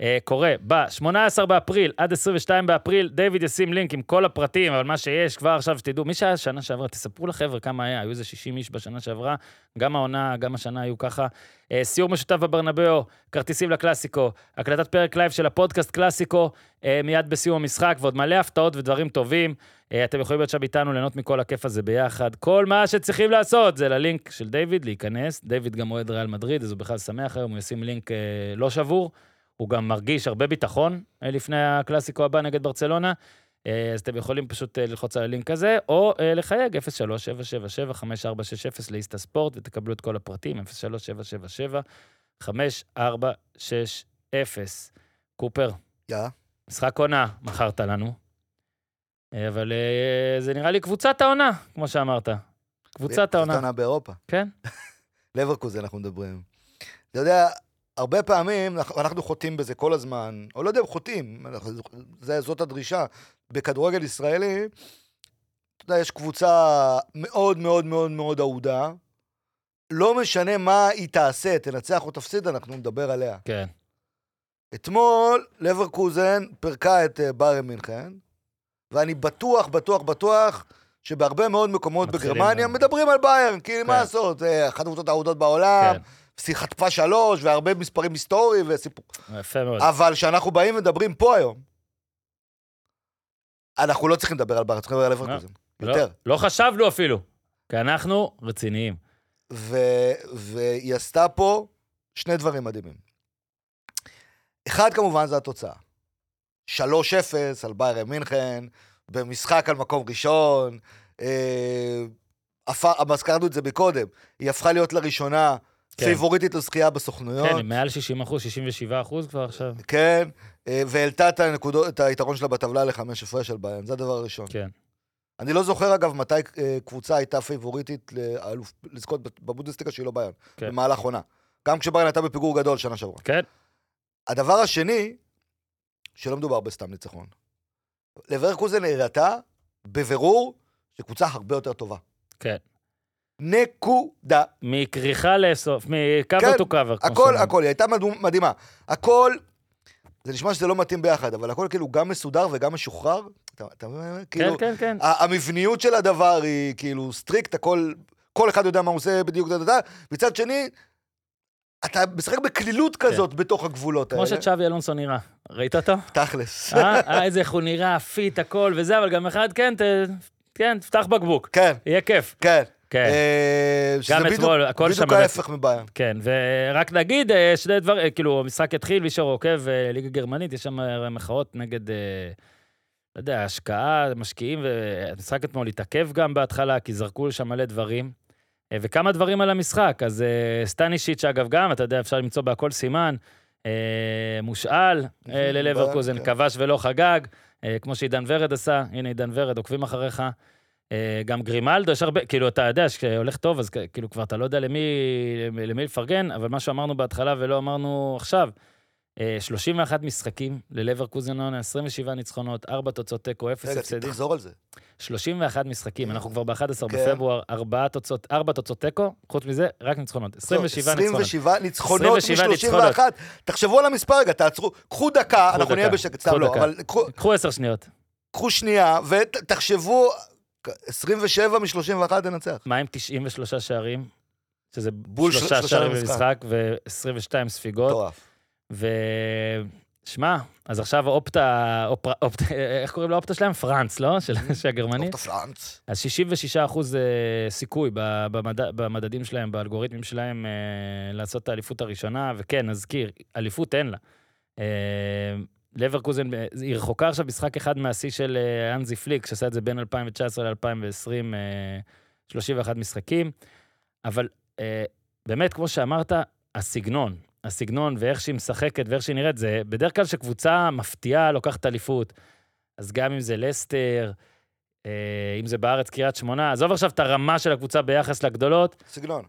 [SPEAKER 1] אה, קורה ב-18 באפריל עד 22 באפריל, דיוויד ישים לינק עם כל הפרטים, אבל מה שיש כבר עכשיו, שתדעו, מי שהיה שנה שעברה, תספרו לחבר'ה כמה היה, היו איזה 60 איש בשנה שעברה, גם העונה, גם השנה היו ככה. אה, סיור משותף בברנבאו, כרטיסים לקלאסיקו, הקלטת פרק לייב של הפודקאסט קלאסיקו, אה, מיד בסיום המשחק, ועוד מלא הפתעות ודברים טובים. אה, אתם יכולים להיות שם איתנו, ליהנות מכל הכיף הזה ביחד. כל מה שצריכים לעשות זה ללינק של דיוויד, להיכנס. דיוויד גם אוהד ריאל מדריד, אז הוא בכלל שמח היום, הוא ישים לינק אה, לא שבור. הוא גם מרגיש הרבה ביטחון אה, לפני הקלאסיקו הבא נגד ברצלונה. אה, אז אתם יכולים פשוט אה, ללחוץ על הלינק הזה, או אה, לחייג 03777-5460 לאיסטה ספורט, ותקבלו את כל הפרטים, 03777-5460. קופר,
[SPEAKER 2] יא.
[SPEAKER 1] משחק עונה מכרת לנו, אה, אבל אה, זה נראה לי קבוצת העונה, כמו שאמרת. קבוצת העונה,
[SPEAKER 2] באירופה.
[SPEAKER 1] כן?
[SPEAKER 2] לברקוז אנחנו מדברים. אתה יודע, הרבה פעמים אנחנו- אנחנו חוטאים בזה כל הזמן, או לא יודע אם חוטאים, אנחנו- זה- זאת הדרישה. בכדורגל ישראלי, אתה יודע, יש קבוצה מאוד מאוד מאוד מאוד אהודה. לא משנה מה היא תעשה, תנצח או תפסיד, אנחנו נדבר עליה.
[SPEAKER 1] כן.
[SPEAKER 2] אתמול לברקוזן פירקה את אה, בארי מינכן, ואני בטוח, בטוח, בטוח שבהרבה מאוד מקומות
[SPEAKER 1] מתחילים
[SPEAKER 2] בגרמניה
[SPEAKER 1] ב-
[SPEAKER 2] מדברים על ביירן, כי מה לעשות, זה אחת הקבוצות האהודות בעולם,
[SPEAKER 1] כן.
[SPEAKER 2] כן. חטפה שלוש, והרבה מספרים היסטוריים וסיפור.
[SPEAKER 1] יפה מאוד.
[SPEAKER 2] אבל כשאנחנו באים ומדברים פה היום, אנחנו לא צריכים לדבר על ביירן, צריכים לדבר על לברקוזן,
[SPEAKER 1] לא-
[SPEAKER 2] יותר.
[SPEAKER 1] לא חשבנו אפילו, כי אנחנו רציניים.
[SPEAKER 2] ו- והיא עשתה פה שני דברים מדהימים. אחד, כמובן, זה התוצאה. 3-0 על ביירן מינכן, במשחק על מקום ראשון, אה, הפ- הזכרנו את זה מקודם, היא הפכה להיות לראשונה
[SPEAKER 1] כן.
[SPEAKER 2] פייבוריטית לזכייה בסוכנויות.
[SPEAKER 1] כן, הם מעל 60 אחוז, 67 אחוז כבר עכשיו.
[SPEAKER 2] כן, אה, והעלתה את, הנקודות, את היתרון שלה בטבלה לחמש הפרש של ביירן, זה הדבר הראשון.
[SPEAKER 1] כן.
[SPEAKER 2] אני לא זוכר, אגב, מתי אה, קבוצה הייתה פייבוריטית לאלוף- לזכות בבודדסטיקה שהיא לא ביירן,
[SPEAKER 1] כן.
[SPEAKER 2] במהלך עונה. גם כשביירן הייתה בפיגור גדול שנה שעברה.
[SPEAKER 1] כן,
[SPEAKER 2] הדבר השני, שלא מדובר בסתם ניצחון. לברקוזן הראתה בבירור שקבוצה הרבה יותר טובה.
[SPEAKER 1] כן.
[SPEAKER 2] נקודה.
[SPEAKER 1] מכריכה לאסוף, מקאבר
[SPEAKER 2] כן,
[SPEAKER 1] טו קאבר. כמו
[SPEAKER 2] הכל,
[SPEAKER 1] שאומרים.
[SPEAKER 2] הכל, היא הייתה מדהום- מדהימה. הכל, זה נשמע שזה לא מתאים ביחד, אבל הכל כאילו גם מסודר וגם משוחרר. אתה אתה מבין? מה אני אומר? כאילו,
[SPEAKER 1] כן, כן, כן.
[SPEAKER 2] ה- המבניות של הדבר היא כאילו סטריקט, הכל, כל אחד יודע מה הוא עושה בדיוק, דה, דה, דה. מצד שני, אתה משחק בקלילות כזאת בתוך הגבולות
[SPEAKER 1] כן. כמו
[SPEAKER 2] האלה.
[SPEAKER 1] שצ'אבי אלונסו נראה. ראית אותו?
[SPEAKER 2] תכלס.
[SPEAKER 1] אה? אה, איזה איך הוא נראה, פיט, הכל וזה, אבל גם אחד, כן, ת- כן, תפתח בקבוק.
[SPEAKER 2] כן,
[SPEAKER 1] יהיה כיף.
[SPEAKER 2] כן.
[SPEAKER 1] כן,
[SPEAKER 2] אה, שזה
[SPEAKER 1] גם
[SPEAKER 2] בדיוק-
[SPEAKER 1] אתמול, הכל שם
[SPEAKER 2] בדיוק
[SPEAKER 1] באמת-
[SPEAKER 2] ההפך מבעיה.
[SPEAKER 1] כן, ורק נגיד, אה, שני דברים, אה, כאילו, המשחק התחיל, מי שעוקב, אה, ליגה גרמנית, יש שם אה, מחאות נגד, אה, לא יודע, השקעה, משקיעים, והמשחק אתמול התעכב גם בהתחלה, כי זרקו שם מלא דברים. אה, וכמה דברים על המשחק, אז אה, סטנישיץ', אגב, גם, אתה יודע, אפשר למצוא בהכל סימן, אה, מושאל אה, ללברקוזן,
[SPEAKER 2] כן.
[SPEAKER 1] כבש ולא חגג, אה, כמו שעידן ורד עשה, הנה עידן ורד, עוקבים אחריך. אה, גם גרימלדו, יש הרבה, כאילו, אתה יודע, כשהולך טוב, אז כ- כאילו כבר אתה לא יודע למי, למי לפרגן, אבל מה שאמרנו בהתחלה ולא אמרנו עכשיו, אה, 31 משחקים ללברקוזן עונה, 27 ניצחונות, 4 תוצאות תיקו, 0
[SPEAKER 2] רגע,
[SPEAKER 1] הפסדים.
[SPEAKER 2] תחזור על זה.
[SPEAKER 1] 31 משחקים, אנחנו כבר ב-11
[SPEAKER 2] כן.
[SPEAKER 1] בפברואר, 4 תוצאות, 4 תוצאות תיקו, חוץ מזה, רק ניצחונות. 27 ניצחונות.
[SPEAKER 2] 27 ניצחונות
[SPEAKER 1] 27
[SPEAKER 2] מ-31. תחשבו על המספר רגע, תעצרו, קחו דקה, אנחנו
[SPEAKER 1] דקה,
[SPEAKER 2] נהיה בשקט,
[SPEAKER 1] קחו
[SPEAKER 2] סתם לא,
[SPEAKER 1] דקה.
[SPEAKER 2] אבל קחו-
[SPEAKER 1] קחו 10 שניות.
[SPEAKER 2] קחו שנייה ותחשבו, 27 מ-31 ננצח.
[SPEAKER 1] מה עם 93 שערים? שזה
[SPEAKER 2] בול של-
[SPEAKER 1] שלושה
[SPEAKER 2] שלושה
[SPEAKER 1] שערים
[SPEAKER 2] במשחק.
[SPEAKER 1] במשחק, ו-22 ספיגות.
[SPEAKER 2] מטורף.
[SPEAKER 1] ו... שמע, אז עכשיו האופטה, אופרה- אופט- איך קוראים לאופטה שלהם? פרנץ, לא? של של הגרמני?
[SPEAKER 2] דוקטור פרנץ.
[SPEAKER 1] אז 66 אחוז אה, סיכוי ב- במד... במדדים שלהם, באלגוריתמים שלהם, אה, לעשות את האליפות הראשונה, וכן, נזכיר, אליפות אין לה. אה, לברקוזן, אה, היא רחוקה עכשיו משחק אחד מהשיא של אה, אנזי פליק, שעשה את זה בין 2019 ל-2020, 31 אה, משחקים. אבל אה, באמת, כמו שאמרת, הסגנון, הסגנון ואיך שהיא משחקת ואיך שהיא נראית, זה בדרך כלל שקבוצה מפתיעה לוקחת אליפות. אז גם אם זה לסטר, אה, אם זה בארץ, קריית שמונה, עזוב עכשיו את הרמה של הקבוצה ביחס לגדולות.
[SPEAKER 2] סגנון.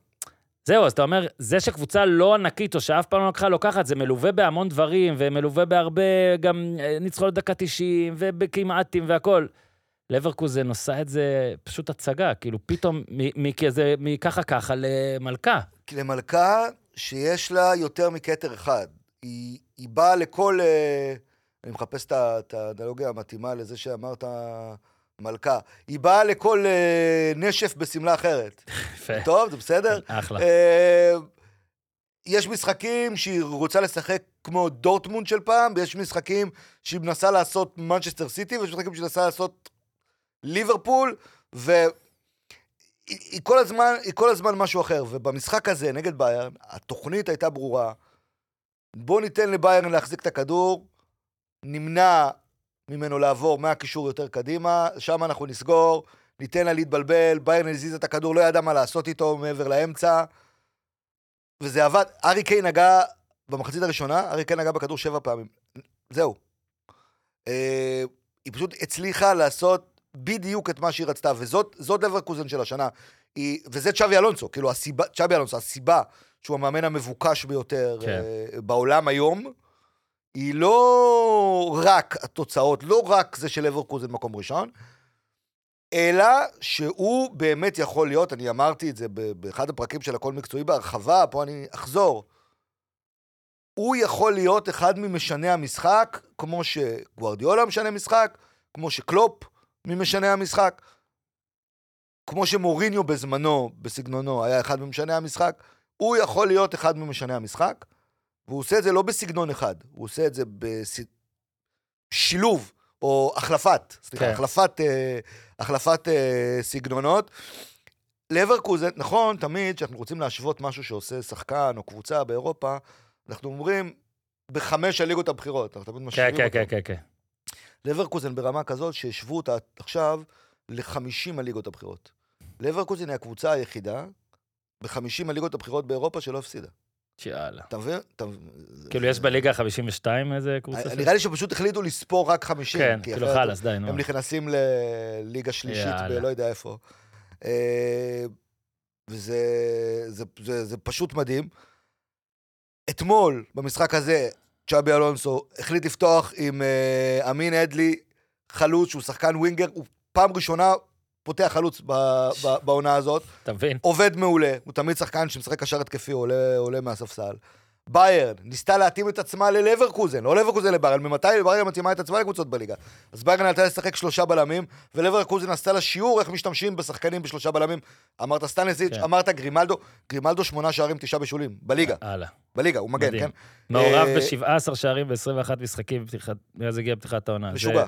[SPEAKER 1] זהו, אז אתה אומר, זה שקבוצה לא ענקית או שאף פעם לא לקחה, לוקחת, זה מלווה בהמון דברים, ומלווה בהרבה גם אה, ניצחונות דקה 90, ובכמעטים והכול. לברקוזן עושה את זה פשוט הצגה, כאילו פתאום מ- מכזה- מככה ככה למלכה.
[SPEAKER 2] למלכה שיש לה יותר מכתר אחד. היא היא באה לכל... אה, אני מחפש את ה- את האנלוגיה המתאימה לזה שאמרת מלכה. היא באה לכל אה, נשף בשמלה אחרת.
[SPEAKER 1] יפה.
[SPEAKER 2] טוב, זה בסדר?
[SPEAKER 1] אחלה.
[SPEAKER 2] אה, יש משחקים שהיא רוצה לשחק כמו דורטמונד של פעם, ויש משחקים שהיא מנסה לעשות מנצ'סטר סיטי, ויש משחקים שהיא מנסה לעשות ליברפול, והיא היא כל, הזמן, היא כל הזמן משהו אחר. ובמשחק הזה נגד ביירן, התוכנית הייתה ברורה. בואו ניתן לביירן להחזיק את הכדור, נמנע ממנו לעבור מהקישור יותר קדימה, שם אנחנו נסגור, ניתן לה להתבלבל, ביירן הזיז את הכדור, לא ידע מה לעשות איתו מעבר לאמצע, וזה עבד. ארי קיי נגע במחצית הראשונה, ארי קיי נגע בכדור שבע פעמים. זהו. אה, היא פשוט הצליחה לעשות בדיוק את מה שהיא רצתה, וזאת זאת לברקוזן של השנה. היא, וזה צ'אבי אלונסו, כאילו הסיבה, צ'אבי אלונסו, הסיבה שהוא המאמן המבוקש ביותר
[SPEAKER 1] כן.
[SPEAKER 2] כן. אה, בעולם היום, היא לא רק התוצאות, לא רק זה שלברקוזן מקום ראשון, אלא שהוא באמת יכול להיות, אני אמרתי את זה ב- באחד הפרקים של הכל מקצועי בהרחבה, פה אני אחזור. הוא יכול להיות אחד ממשני המשחק, כמו שגוורדיולה משנה משחק, כמו שקלופ ממשני המשחק, כמו שמוריניו בזמנו, בסגנונו, היה אחד ממשני המשחק, הוא יכול להיות אחד ממשני המשחק, והוא עושה את זה לא בסגנון אחד, הוא עושה את זה בשילוב, או החלפת, סליחה,
[SPEAKER 1] כן.
[SPEAKER 2] כן. החלפת, אה, החלפת אה, סגנונות. לברקוזן, נכון, תמיד כשאנחנו רוצים להשוות משהו שעושה שחקן או קבוצה באירופה, אנחנו אומרים, בחמש הליגות הבכירות, אנחנו תמיד
[SPEAKER 1] כן,
[SPEAKER 2] משווים
[SPEAKER 1] כן,
[SPEAKER 2] אותו.
[SPEAKER 1] כן, כן, כן.
[SPEAKER 2] לברקוזן ברמה כזאת שהשוו אותה עכשיו ל-50 הליגות הבכירות. לברקוזן היא הקבוצה היחידה ב-50 הליגות הבכירות באירופה שלא הפסידה.
[SPEAKER 1] יאללה.
[SPEAKER 2] אתה מבין? אתה מבין? זה-
[SPEAKER 1] כן. כאילו, יש בליגה ה-52 איזה קבוצה? של-
[SPEAKER 2] אה, נראה לי שפשוט החליטו לספור רק 50.
[SPEAKER 1] כן,
[SPEAKER 2] כי
[SPEAKER 1] כאילו,
[SPEAKER 2] אחרת
[SPEAKER 1] חלאס, די, נו.
[SPEAKER 2] הם נכנסים לליגה שלישית
[SPEAKER 1] יאללה.
[SPEAKER 2] בלא יודע איפה. אה, וזה זה, זה, זה פשוט מדהים. אתמול, במשחק הזה, צ'אבי אלונסו החליט לפתוח עם אה, אמין אדלי, חלוץ, שהוא שחקן ווינגר, הוא פעם ראשונה פותח חלוץ ב, ב, בעונה הזאת.
[SPEAKER 1] אתה מבין?
[SPEAKER 2] עובד מעולה, הוא תמיד שחקן שמשחק קשר התקפי, עולה, עולה מהספסל. ביירן ניסתה להתאים את עצמה ללברקוזן, לא לברקוזן לביירן, ממתי ביירן מתאימה את עצמה לקבוצות בליגה? אז ביירן עלתה לשחק שלושה בלמים, ולברקוזן עשתה לה שיעור איך משתמשים בשחקנים בשלושה בלמים. אמרת סטנזיץ',
[SPEAKER 1] כן.
[SPEAKER 2] אמרת גרימלדו, גרימלדו שמונה שערים, תשעה בישולים, בליגה,
[SPEAKER 1] הלאה.
[SPEAKER 2] בליגה, הוא מגן,
[SPEAKER 1] מדהים.
[SPEAKER 2] כן?
[SPEAKER 1] מעורב
[SPEAKER 2] אה,
[SPEAKER 1] ב-17 שערים ב-21 משחקים בפתיחת- מאז הגיעה פתיחת העונה. זה-
[SPEAKER 2] משוגע.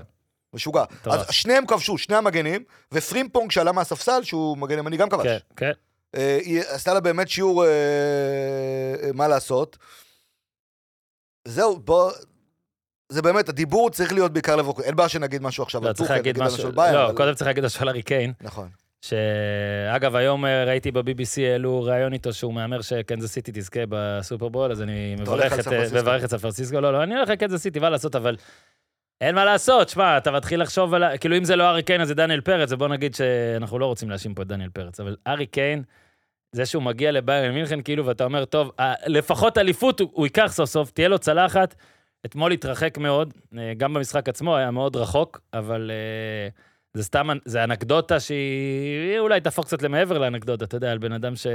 [SPEAKER 2] משוגע.
[SPEAKER 1] אה, מטורף.
[SPEAKER 2] אז שניהם כבשו, שני המגנים, ופרימפונג שעלה מהספסל, שהוא מגן ימני, גם כבש.
[SPEAKER 1] כן, כן.
[SPEAKER 2] אה, היא עשתה לה באמת שיעור אה, אה, מה לעשות. זהו, בוא... זה באמת, הדיבור צריך להיות בעיקר לבוקר. אין בעיה שנגיד משהו עכשיו
[SPEAKER 1] לא, צריך
[SPEAKER 2] טורקיה,
[SPEAKER 1] להגיד
[SPEAKER 2] נגיד על
[SPEAKER 1] משהו.
[SPEAKER 2] השל בייר,
[SPEAKER 1] לא,
[SPEAKER 2] אבל-
[SPEAKER 1] קודם צריך להגיד משהו על הארי קיין.
[SPEAKER 2] נכון.
[SPEAKER 1] שאגב, היום אה, ראיתי ב-BBC העלו ראיון איתו שהוא מהמר שקנזס סיטי תזכה בסופרבול, אז אני
[SPEAKER 2] הולך
[SPEAKER 1] מברך את,
[SPEAKER 2] על
[SPEAKER 1] אה,
[SPEAKER 2] סן פרנסיסקו.
[SPEAKER 1] מברך את סן פרנסיסקו. לא, לא, אני הולך לקנזס סיטי, מה לעשות, אבל אין מה לעשות, שמע, אתה מתחיל לחשוב על... ה- כאילו, אם זה לא ארי קיין, אז זה דניאל פרץ, ובוא נגיד שאנחנו לא רוצים להאשים פה את דניאל פרץ, אבל ארי קיין, זה שהוא מגיע לביירן מינכן, כאילו, ואתה אומר, טוב, אה, לפחות אליפות הוא, הוא ייקח סוף סוף, תהיה לו צלחת. אתמול התרחק מאוד, אה, גם במשחק עצמו היה מאוד רחוק, אבל אה, זה סתם, זה אנקדוטה שהיא אולי תהפוך קצת למעבר לאנקדוטה, אתה יודע, על בן אדם ש...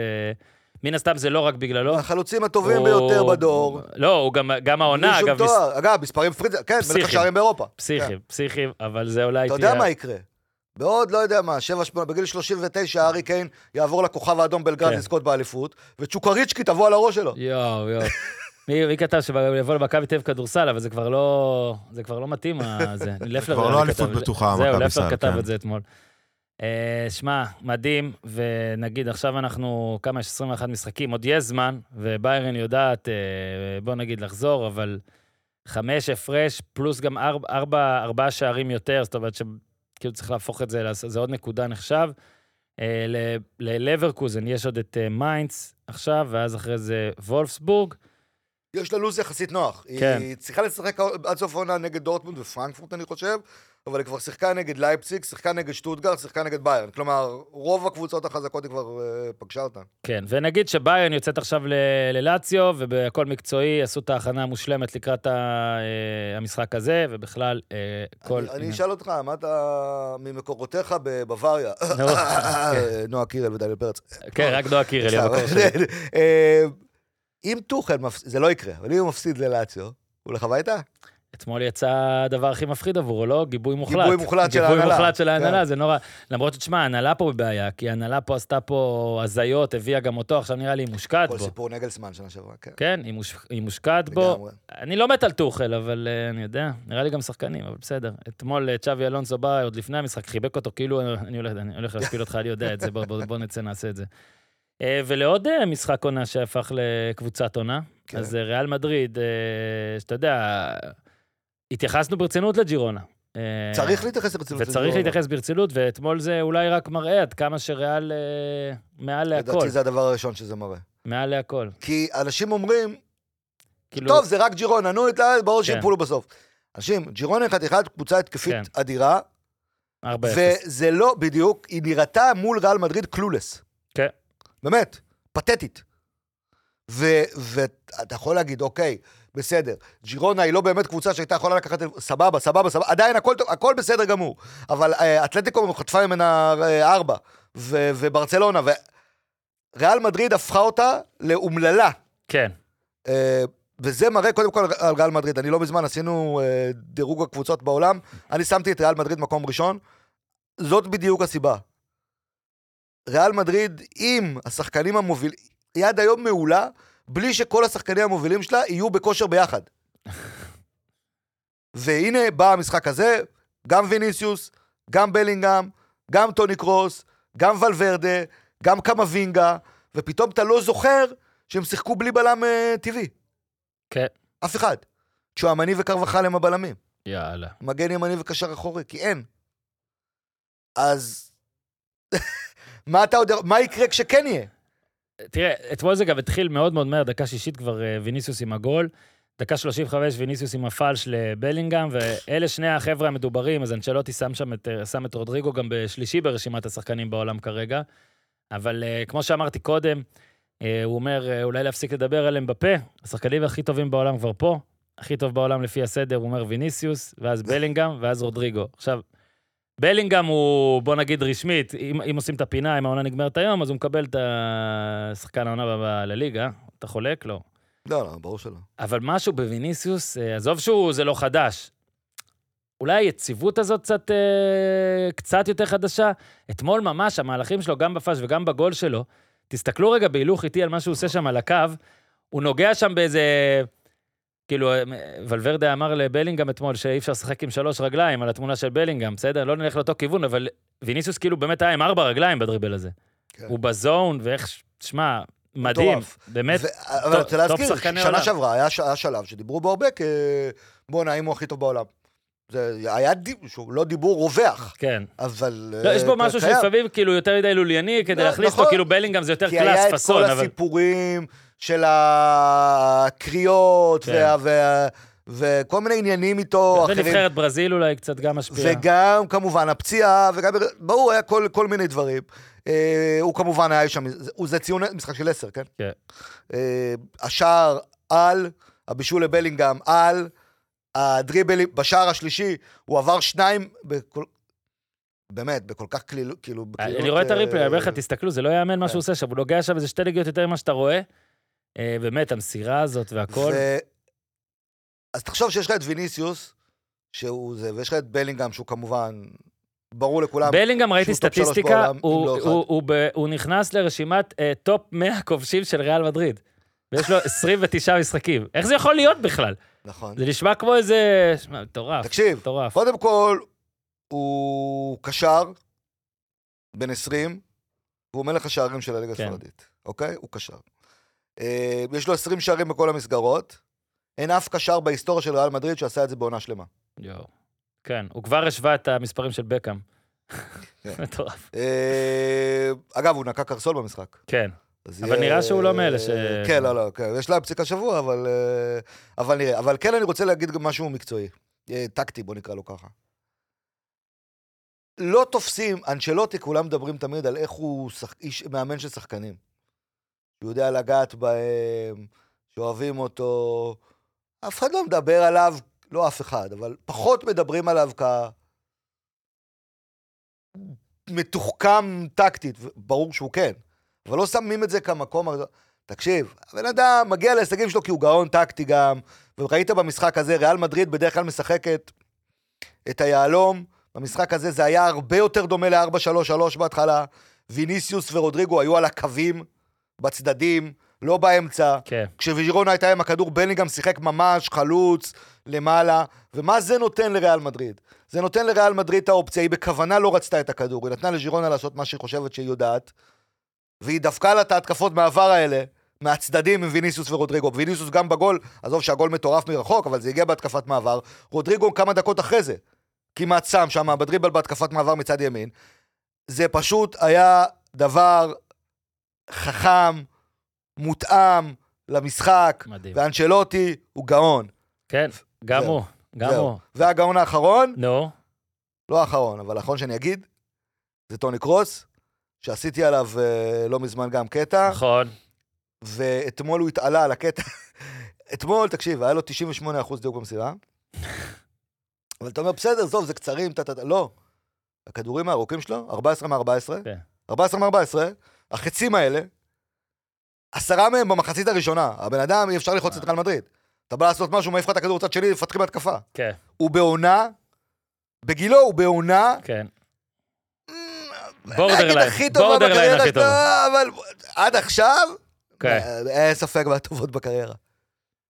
[SPEAKER 1] מן הסתם זה לא רק בגללו.
[SPEAKER 2] החלוצים הטובים
[SPEAKER 1] הוא-
[SPEAKER 2] ביותר בדור.
[SPEAKER 1] לא, הוא גם, גם העונה,
[SPEAKER 2] בלי שום
[SPEAKER 1] אגב, מס...
[SPEAKER 2] תואר. אגב, מספרים פריצה, כן,
[SPEAKER 1] פסיכיים.
[SPEAKER 2] מלך השערים באירופה.
[SPEAKER 1] פסיכי,
[SPEAKER 2] כן.
[SPEAKER 1] פסיכי, אבל זה אולי
[SPEAKER 2] אתה יודע מה יקרה. בעוד, לא יודע מה, שבע, שמונה, בגיל 39, הארי קיין יעבור לכוכב האדום בלגרד
[SPEAKER 1] כן.
[SPEAKER 2] לזכות באליפות, וצ'וקריצ'קי תבוא על הראש שלו.
[SPEAKER 1] יואו, יואו. מי, מי כתב שיבוא למכבי תל אביב כדורסל, אבל זה כבר לא, זה כבר לא מתאים, ה- זה. לפלר
[SPEAKER 4] כבר
[SPEAKER 1] נראה לי
[SPEAKER 4] לא אליפות
[SPEAKER 1] כתב-
[SPEAKER 4] בטוחה,
[SPEAKER 1] זהו,
[SPEAKER 4] מכבי
[SPEAKER 1] לפלר
[SPEAKER 4] סל,
[SPEAKER 1] כתב
[SPEAKER 4] כן.
[SPEAKER 1] את זה אתמול. אה, שמע, מדהים, ונגיד עכשיו אנחנו, כמה יש? 21 משחקים, עוד יש זמן, וביירן יודעת, אה, בוא נגיד לחזור, אבל חמש הפרש, פלוס גם ארבע, ארבע, ארבעה שערים יותר, זאת אומרת שכאילו צריך להפוך את זה, לעשות- זה עוד נקודה נחשב. אה, ל- ללברקוזן יש עוד את אה, מיינץ עכשיו, ואז אחרי זה וולפסבורג.
[SPEAKER 2] יש לה לו"ז יחסית נוח.
[SPEAKER 1] כן.
[SPEAKER 2] כן. היא צריכה לשחק עד סוף העונה נגד דורטמונד ופרנקפורט, אני חושב, אבל היא כבר שיחקה נגד לייפציג, שיחקה נגד שטוטגרד, שיחקה נגד ביירן. כלומר, רוב הקבוצות החזקות היא כבר אה, פגשה אותן.
[SPEAKER 1] כן, ונגיד שביירן יוצאת עכשיו ל- ללאציו, ובהכל מקצועי עשו את ההכנה המושלמת לקראת ה- אה, המשחק הזה, ובכלל, אה, כל...
[SPEAKER 2] אני, אני אשאל אותך, מה אתה ממקורותיך בבבווריה?
[SPEAKER 1] נו,
[SPEAKER 2] נועה קירל ודניאל פרץ. אה,
[SPEAKER 1] כן, רק דואר קירל,
[SPEAKER 2] סתם.
[SPEAKER 1] יבקור שלי.
[SPEAKER 2] אה, אם טוחל מפסיד, זה לא יקרה, אבל אם הוא מפסיד ללאציו, הוא הולך הביתה?
[SPEAKER 1] אתמול יצא הדבר הכי מפחיד עבורו, לא? גיבוי מוחלט.
[SPEAKER 2] גיבוי מוחלט של ההנהלה.
[SPEAKER 1] גיבוי מוחלט של ההנהלה,
[SPEAKER 2] כן.
[SPEAKER 1] זה נורא. למרות שתשמע, ההנהלה פה בבעיה, כי ההנהלה פה עשתה פה הזיות, הביאה גם אותו, עכשיו נראה לי היא מושקעת
[SPEAKER 2] כל
[SPEAKER 1] בו.
[SPEAKER 2] סיפור נגלסמן שנה שעברה, כן.
[SPEAKER 1] כן, היא מוש- היא מושקעת בו.
[SPEAKER 2] לגמרי.
[SPEAKER 1] אני לא מת על טוחל, אבל אה, אני יודע, נראה לי גם שחקנים, אבל בסדר. אתמול אה, צ'אבי אלונסו בא עוד לפני המשחק, חיבק אותו, כאילו אה, אני הולך- אני הולך להשפיל אותך, אני יודע את זה, בוא- בוא בוא נצא, נעשה את זה. אה, ולעוד אה, משחק עונה שהפך לקבוצת עונה,
[SPEAKER 2] כן.
[SPEAKER 1] אז אה, ריאל מדריד, אה, שאתה יודע, התייחסנו ברצינות לג'ירונה. אה,
[SPEAKER 2] צריך להתייחס לרצינות.
[SPEAKER 1] וצריך
[SPEAKER 2] לדבר.
[SPEAKER 1] להתייחס ברצינות, ואתמול זה אולי רק מראה עד כמה שריאל אה, מעל להכל,
[SPEAKER 2] לדעתי זה הדבר הראשון שזה מראה.
[SPEAKER 1] מעל להכל.
[SPEAKER 2] כי אנשים אומרים,
[SPEAKER 1] כאילו-
[SPEAKER 2] טוב, זה רק ג'ירונה, נו, התלהב, ברור
[SPEAKER 1] כן.
[SPEAKER 2] שהם פולו בסוף. אנשים, ג'ירונה היא חתיכת קבוצה התקפית
[SPEAKER 1] כן.
[SPEAKER 2] אדירה,
[SPEAKER 1] 4-0.
[SPEAKER 2] וזה לא, בדיוק, היא נראתה מול ריאל מדריד קלולס.
[SPEAKER 1] כן.
[SPEAKER 2] באמת, פתטית. ואתה יכול להגיד, אוקיי, בסדר, ג'ירונה היא לא באמת קבוצה שהייתה יכולה לקחת, סבבה, סבבה, סבבה, עדיין הכל טוב, הכל בסדר גמור. אבל אה, אתלטיקו חטפה ממנה אה, ארבע, ו- וברצלונה, וריאל מדריד הפכה אותה לאומללה.
[SPEAKER 1] כן.
[SPEAKER 2] אה, וזה מראה קודם כל על ריאל מדריד. אני לא מזמן עשינו אה, דירוג הקבוצות בעולם, אני שמתי את ריאל מדריד מקום ראשון. זאת בדיוק הסיבה. ריאל מדריד עם השחקנים המובילים, היא עד היום מעולה, בלי שכל השחקנים המובילים שלה יהיו בכושר ביחד. והנה בא המשחק הזה, גם ויניסיוס, גם בלינגהם, גם טוני קרוס, גם ולוורדה, גם קמבינגה, ופתאום אתה לא זוכר שהם שיחקו בלי בלם אה, טבעי.
[SPEAKER 1] כן.
[SPEAKER 2] אף אחד. צ'ואמני וקרבחל הם הבלמים.
[SPEAKER 1] יאללה.
[SPEAKER 2] מגן ימני וקשר אחורי, כי אין. אז... מה אתה עוד... מה יקרה כשכן יהיה?
[SPEAKER 1] תראה, אתמול זה גם התחיל מאוד מאוד מהר, דקה שישית כבר אה, ויניסיוס עם הגול, דקה 35 ויניסיוס עם הפלש לבלינגהם, ואלה שני החבר'ה המדוברים, אז אנצ'לוטי שם שם את, אה, שם את רודריגו גם בשלישי ברשימת השחקנים בעולם כרגע. אבל אה, כמו שאמרתי קודם, אה, הוא אומר, אה, אולי להפסיק לדבר עליהם בפה, השחקנים הכי טובים בעולם כבר פה, הכי טוב בעולם לפי הסדר, הוא אומר ויניסיוס, ואז בלינגהם, ואז רודריגו. עכשיו, בלינגהם הוא, בוא נגיד רשמית, אם, אם עושים את הפינה, אם העונה נגמרת היום, אז הוא מקבל את השחקן העונה ב- ב- לליגה. אתה חולק? לא.
[SPEAKER 2] לא, לא, ברור שלא.
[SPEAKER 1] אבל משהו בוויניסיוס, אה, עזוב שהוא, זה לא חדש. אולי היציבות הזאת קצת, אה, קצת יותר חדשה. אתמול ממש, המהלכים שלו, גם בפאש וגם בגול שלו, תסתכלו רגע בהילוך איתי על מה שהוא עושה שם על הקו, הוא נוגע שם באיזה... כאילו, אה, ולוורדה אמר לבלינגהם אתמול שאי אפשר לשחק עם שלוש רגליים על התמונה של בלינגהם, בסדר? לא נלך לאותו כיוון, אבל ויניסיוס כאילו באמת היה עם ארבע רגליים בדריבל הזה.
[SPEAKER 2] כן.
[SPEAKER 1] הוא בזון, ואיך... ש- שמע, מדהים,
[SPEAKER 2] מטורף.
[SPEAKER 1] באמת.
[SPEAKER 2] ו- אבל אני רוצה להזכיר,
[SPEAKER 1] שחקני
[SPEAKER 2] שנה
[SPEAKER 1] עולם.
[SPEAKER 2] שעברה היה ש- היה שלב שדיברו בו הרבה כ... בואנה, האם הוא הכי טוב בעולם. זה היה דיב- שהוא לא דיבור רווח,
[SPEAKER 1] כן.
[SPEAKER 2] אבל...
[SPEAKER 1] לא,
[SPEAKER 2] אה,
[SPEAKER 1] יש בו משהו
[SPEAKER 2] קיים.
[SPEAKER 1] שלפעמים כאילו יותר מדי לולייני כדי
[SPEAKER 2] לא,
[SPEAKER 1] להכניס אותו,
[SPEAKER 2] נכון.
[SPEAKER 1] כאילו בלינגהם זה יותר
[SPEAKER 2] כי היה
[SPEAKER 1] קלאס,
[SPEAKER 2] את כל
[SPEAKER 1] פאסון, אבל...
[SPEAKER 2] הסיפורים של הקריאות,
[SPEAKER 1] כן. לא
[SPEAKER 2] וה- וה- וכל מיני עניינים איתו, אחרים.
[SPEAKER 1] ונבחרת ברזיל אולי קצת גם משפיעה.
[SPEAKER 2] וגם כמובן הפציעה, וגם, ברור, היה כל, כל מיני דברים. אה, הוא כמובן היה שם, הוא זה ציון משחק של עשר, כן?
[SPEAKER 1] כן.
[SPEAKER 2] אה, השער על, הבישול לבלינגהם על, הדריבלים, בשער השלישי הוא עבר שניים, בכל, באמת, בכל כך קלילות, כאילו... בקלילות,
[SPEAKER 1] אני רואה את
[SPEAKER 2] אה,
[SPEAKER 1] הריפלי, אני אומר לך, תסתכלו, זה לא ייאמן מה
[SPEAKER 2] כן.
[SPEAKER 1] שהוא עושה שם, הוא נוגע שם איזה שתי ליגות יותר ממה שאתה רואה. אה, באמת, המסירה הזאת והכל.
[SPEAKER 2] ו... אז תחשוב שיש לך את ויניסיוס, שהוא זה, ויש לך את בלינגהם, שהוא כמובן, ברור לכולם.
[SPEAKER 1] בלינגהם, ראיתי
[SPEAKER 2] שהוא טופ שלוש
[SPEAKER 1] סטטיסטיקה,
[SPEAKER 2] בעולם, אם
[SPEAKER 1] הוא-
[SPEAKER 2] לא אחד.
[SPEAKER 1] הוא- הוא ב- הוא נכנס לרשימת אה, טופ 100 כובשים של ריאל מדריד. ויש לו 29 משחקים. איך זה יכול להיות בכלל?
[SPEAKER 2] נכון.
[SPEAKER 1] זה נשמע כמו איזה... שמע, מטורף,
[SPEAKER 2] תקשיב,
[SPEAKER 1] מטורף.
[SPEAKER 2] קודם כל, הוא קשר, בן 20, והוא מלך השערים של הליגה
[SPEAKER 1] כן.
[SPEAKER 2] הספרדית, אוקיי? הוא קשר. אה, יש לו 20 שערים בכל המסגרות. אין אף קשר בהיסטוריה של ריאל מדריד שעשה את זה בעונה שלמה.
[SPEAKER 1] יואו. כן, הוא כבר השווה את המספרים של בקאם.
[SPEAKER 2] כן.
[SPEAKER 1] מטורף.
[SPEAKER 2] אה, אגב, הוא נקע קרסול במשחק.
[SPEAKER 1] כן.
[SPEAKER 2] אז
[SPEAKER 1] אבל נראה שהוא לא מאלה ש-
[SPEAKER 2] כן, לא, לא, כן. יש להם פסיקה שבוע, אבל, אה, אבל נראה. אבל כן, אני רוצה להגיד גם משהו מקצועי. אה, טקטי, בוא נקרא לו ככה. לא תופסים, אנשלוטי, כולם מדברים תמיד על איך הוא שח... איש, מאמן של שחקנים. שהוא יודע לגעת בהם, שאוהבים אותו. אף אחד לא מדבר עליו, לא אף אחד, אבל פחות מדברים עליו כ... מתוחכם טקטית, ברור שהוא כן, אבל לא שמים את זה כמקום... תקשיב, הבן אדם מגיע להישגים שלו כי הוא גאון טקטי גם, וראית במשחק הזה, ריאל מדריד בדרך כלל משחקת את היהלום, במשחק הזה זה היה הרבה יותר דומה ל-4-3-3 בהתחלה, ויניסיוס ורודריגו היו על הקווים, בצדדים, לא באמצע.
[SPEAKER 1] כן.
[SPEAKER 2] כשווירונה הייתה עם הכדור, בלינגהם שיחק ממש חלוץ למעלה, ומה זה נותן לריאל מדריד? זה נותן לריאל מדריד את האופציה, היא בכוונה לא רצתה את הכדור, היא נתנה לז'ירונה לעשות מה שהיא חושבת שהיא יודעת, והיא דפקה לה את ההתקפות מהעבר האלה, מהצדדים עם ויניסיוס ורודריגו. ויניסיוס גם בגול, עזוב שהגול מטורף מרחוק, אבל זה הגיע בהתקפת מעבר. רודריגו כמה דקות אחרי זה, כמעט שם שם, בדריבל בהתקפת מעבר מצד ימין. זה פשוט היה דבר חכם, מותאם למשחק,
[SPEAKER 1] מדהים.
[SPEAKER 2] ואנשלוטי הוא גאון.
[SPEAKER 1] כן, גם
[SPEAKER 2] זהו.
[SPEAKER 1] הוא, גם
[SPEAKER 2] זהו.
[SPEAKER 1] הוא.
[SPEAKER 2] והגאון האחרון,
[SPEAKER 1] נו,
[SPEAKER 2] לא האחרון, אבל האחרון שאני אגיד, זה טוני קרוס, שעשיתי עליו אה, לא מזמן גם קטע,
[SPEAKER 1] נכון.
[SPEAKER 2] ואתמול הוא התעלה על הקטע. אתמול, תקשיב, היה לו 98% דיוק במסירה, אבל אתה אומר, בסדר, עזוב, זה קצרים, טה טה טה, לא. הכדורים הארוכים שלו, 14 מ-14,
[SPEAKER 1] כן.
[SPEAKER 2] 14 מ-14, החצים האלה, עשרה מהם במחצית הראשונה. הבן אדם, אי אפשר לחוץ את ריאל מדריד. אתה בא לעשות משהו, מעיף לך את הכדור בצד שני, מפתחים התקפה.
[SPEAKER 1] כן,
[SPEAKER 2] הוא בעונה, בגילו הוא בעונה,
[SPEAKER 1] כן.
[SPEAKER 2] נגיד
[SPEAKER 1] בורדרליין,
[SPEAKER 2] הכי טובה
[SPEAKER 1] בורדרליין
[SPEAKER 2] בקריירה
[SPEAKER 1] הכי
[SPEAKER 2] שלו,
[SPEAKER 1] טוב.
[SPEAKER 2] אבל עד עכשיו,
[SPEAKER 1] כן.
[SPEAKER 2] אה, אין ספק מהטובות בקריירה.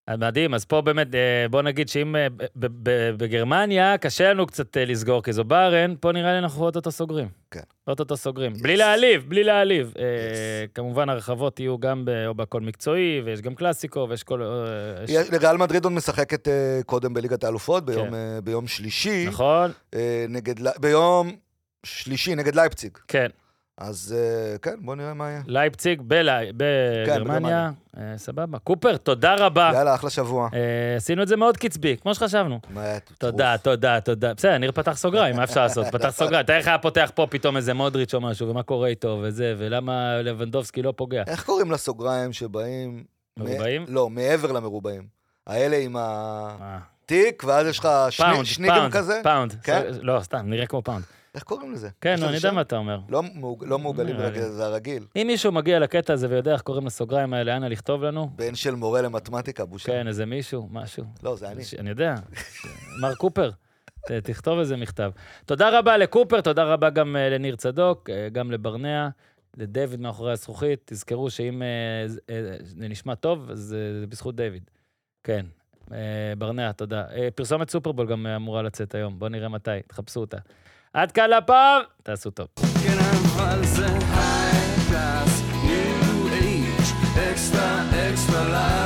[SPEAKER 1] אז מדהים, אז פה באמת, אה, בוא נגיד שאם אה, ב- ב- ב- בגרמניה קשה לנו קצת אה, לסגור, כי זו בארן, פה נראה לי אנחנו אוטוטו סוגרים.
[SPEAKER 2] כן.
[SPEAKER 1] אוטוטו סוגרים.
[SPEAKER 2] Yes.
[SPEAKER 1] בלי להעליב, בלי להעליב. אה,
[SPEAKER 2] Yes.
[SPEAKER 1] כמובן, הרחבות יהיו גם ב- או בכל מקצועי, ויש גם קלאסיקו, ויש כל... אה, יש-
[SPEAKER 2] יש- לריאל מדריד עוד משחקת אה, קודם בליגת האלופות, ביום, אה, ביום שלישי,
[SPEAKER 1] כן. נכון?
[SPEAKER 2] אה, נגד, ל- ביום שלישי נגד לייפציג.
[SPEAKER 1] כן.
[SPEAKER 2] אז אה, כן, בוא נראה מה יהיה.
[SPEAKER 1] לייפציג בלי- בגרמניה.
[SPEAKER 2] כן, בגרמניה.
[SPEAKER 1] אה, סבבה. קופר, תודה רבה.
[SPEAKER 2] יאללה, אחלה שבוע.
[SPEAKER 1] אה, עשינו את זה מאוד קצבי, כמו שחשבנו.
[SPEAKER 2] מה היה טירוף.
[SPEAKER 1] תודה, תודה, תודה. בסדר, ניר פתח סוגריים, מה אפשר לעשות? פתח סוגריים. תאר לך היה פותח פה פתאום איזה מודריץ' או משהו, ומה קורה איתו וזה, ולמה לבנדובסקי לא פוגע.
[SPEAKER 2] איך קוראים לסוגריים שבאים...
[SPEAKER 1] מרובעים?
[SPEAKER 2] מ- לא, מעבר למרובעים. האלה עם התיק,
[SPEAKER 1] אה,
[SPEAKER 2] ואז יש לך שני-
[SPEAKER 1] פאונד,
[SPEAKER 2] שניגם
[SPEAKER 1] פאונד,
[SPEAKER 2] כזה.
[SPEAKER 1] פאונד.
[SPEAKER 2] כן?
[SPEAKER 1] ס- לא, סתם, נראה כמו פאונד.
[SPEAKER 2] איך קוראים לזה?
[SPEAKER 1] כן,
[SPEAKER 2] יש
[SPEAKER 1] נו,
[SPEAKER 2] לזה
[SPEAKER 1] אני יודע
[SPEAKER 2] שם?
[SPEAKER 1] מה אה, אתה אומר.
[SPEAKER 2] לא מעוג- לא מעוגלים
[SPEAKER 1] נראה לי.
[SPEAKER 2] ברגיל, זה הרגיל.
[SPEAKER 1] אם מישהו מגיע לקטע הזה ויודע איך קוראים לסוגריים האלה, אנא לכתוב לנו.
[SPEAKER 2] בן של מורה למתמטיקה, בושה.
[SPEAKER 1] כן, איזה מישהו, משהו.
[SPEAKER 2] לא, זה אני.
[SPEAKER 1] ש- אני יודע, מר קופר, ת- תכתוב איזה מכתב. תודה רבה לקופר, תודה רבה גם אה, לניר צדוק, אה, גם לברנע, לדויד מאחורי הזכוכית. תזכרו שאם אה, ז- אה, זה נשמע טוב, אז אה, זה זה בזכות דיוויד. כן. אה, ברנע, תודה. אה, פרסומת סופרבול גם אה, אמורה לצאת היום, בואו נראה מתי, תחפשו אותה. עד כאן לפעם, תעשו טוב.
[SPEAKER 5] כן, אבל זה היי פלאס, ניו אייג', אקסטרה, אקסטרה לייב.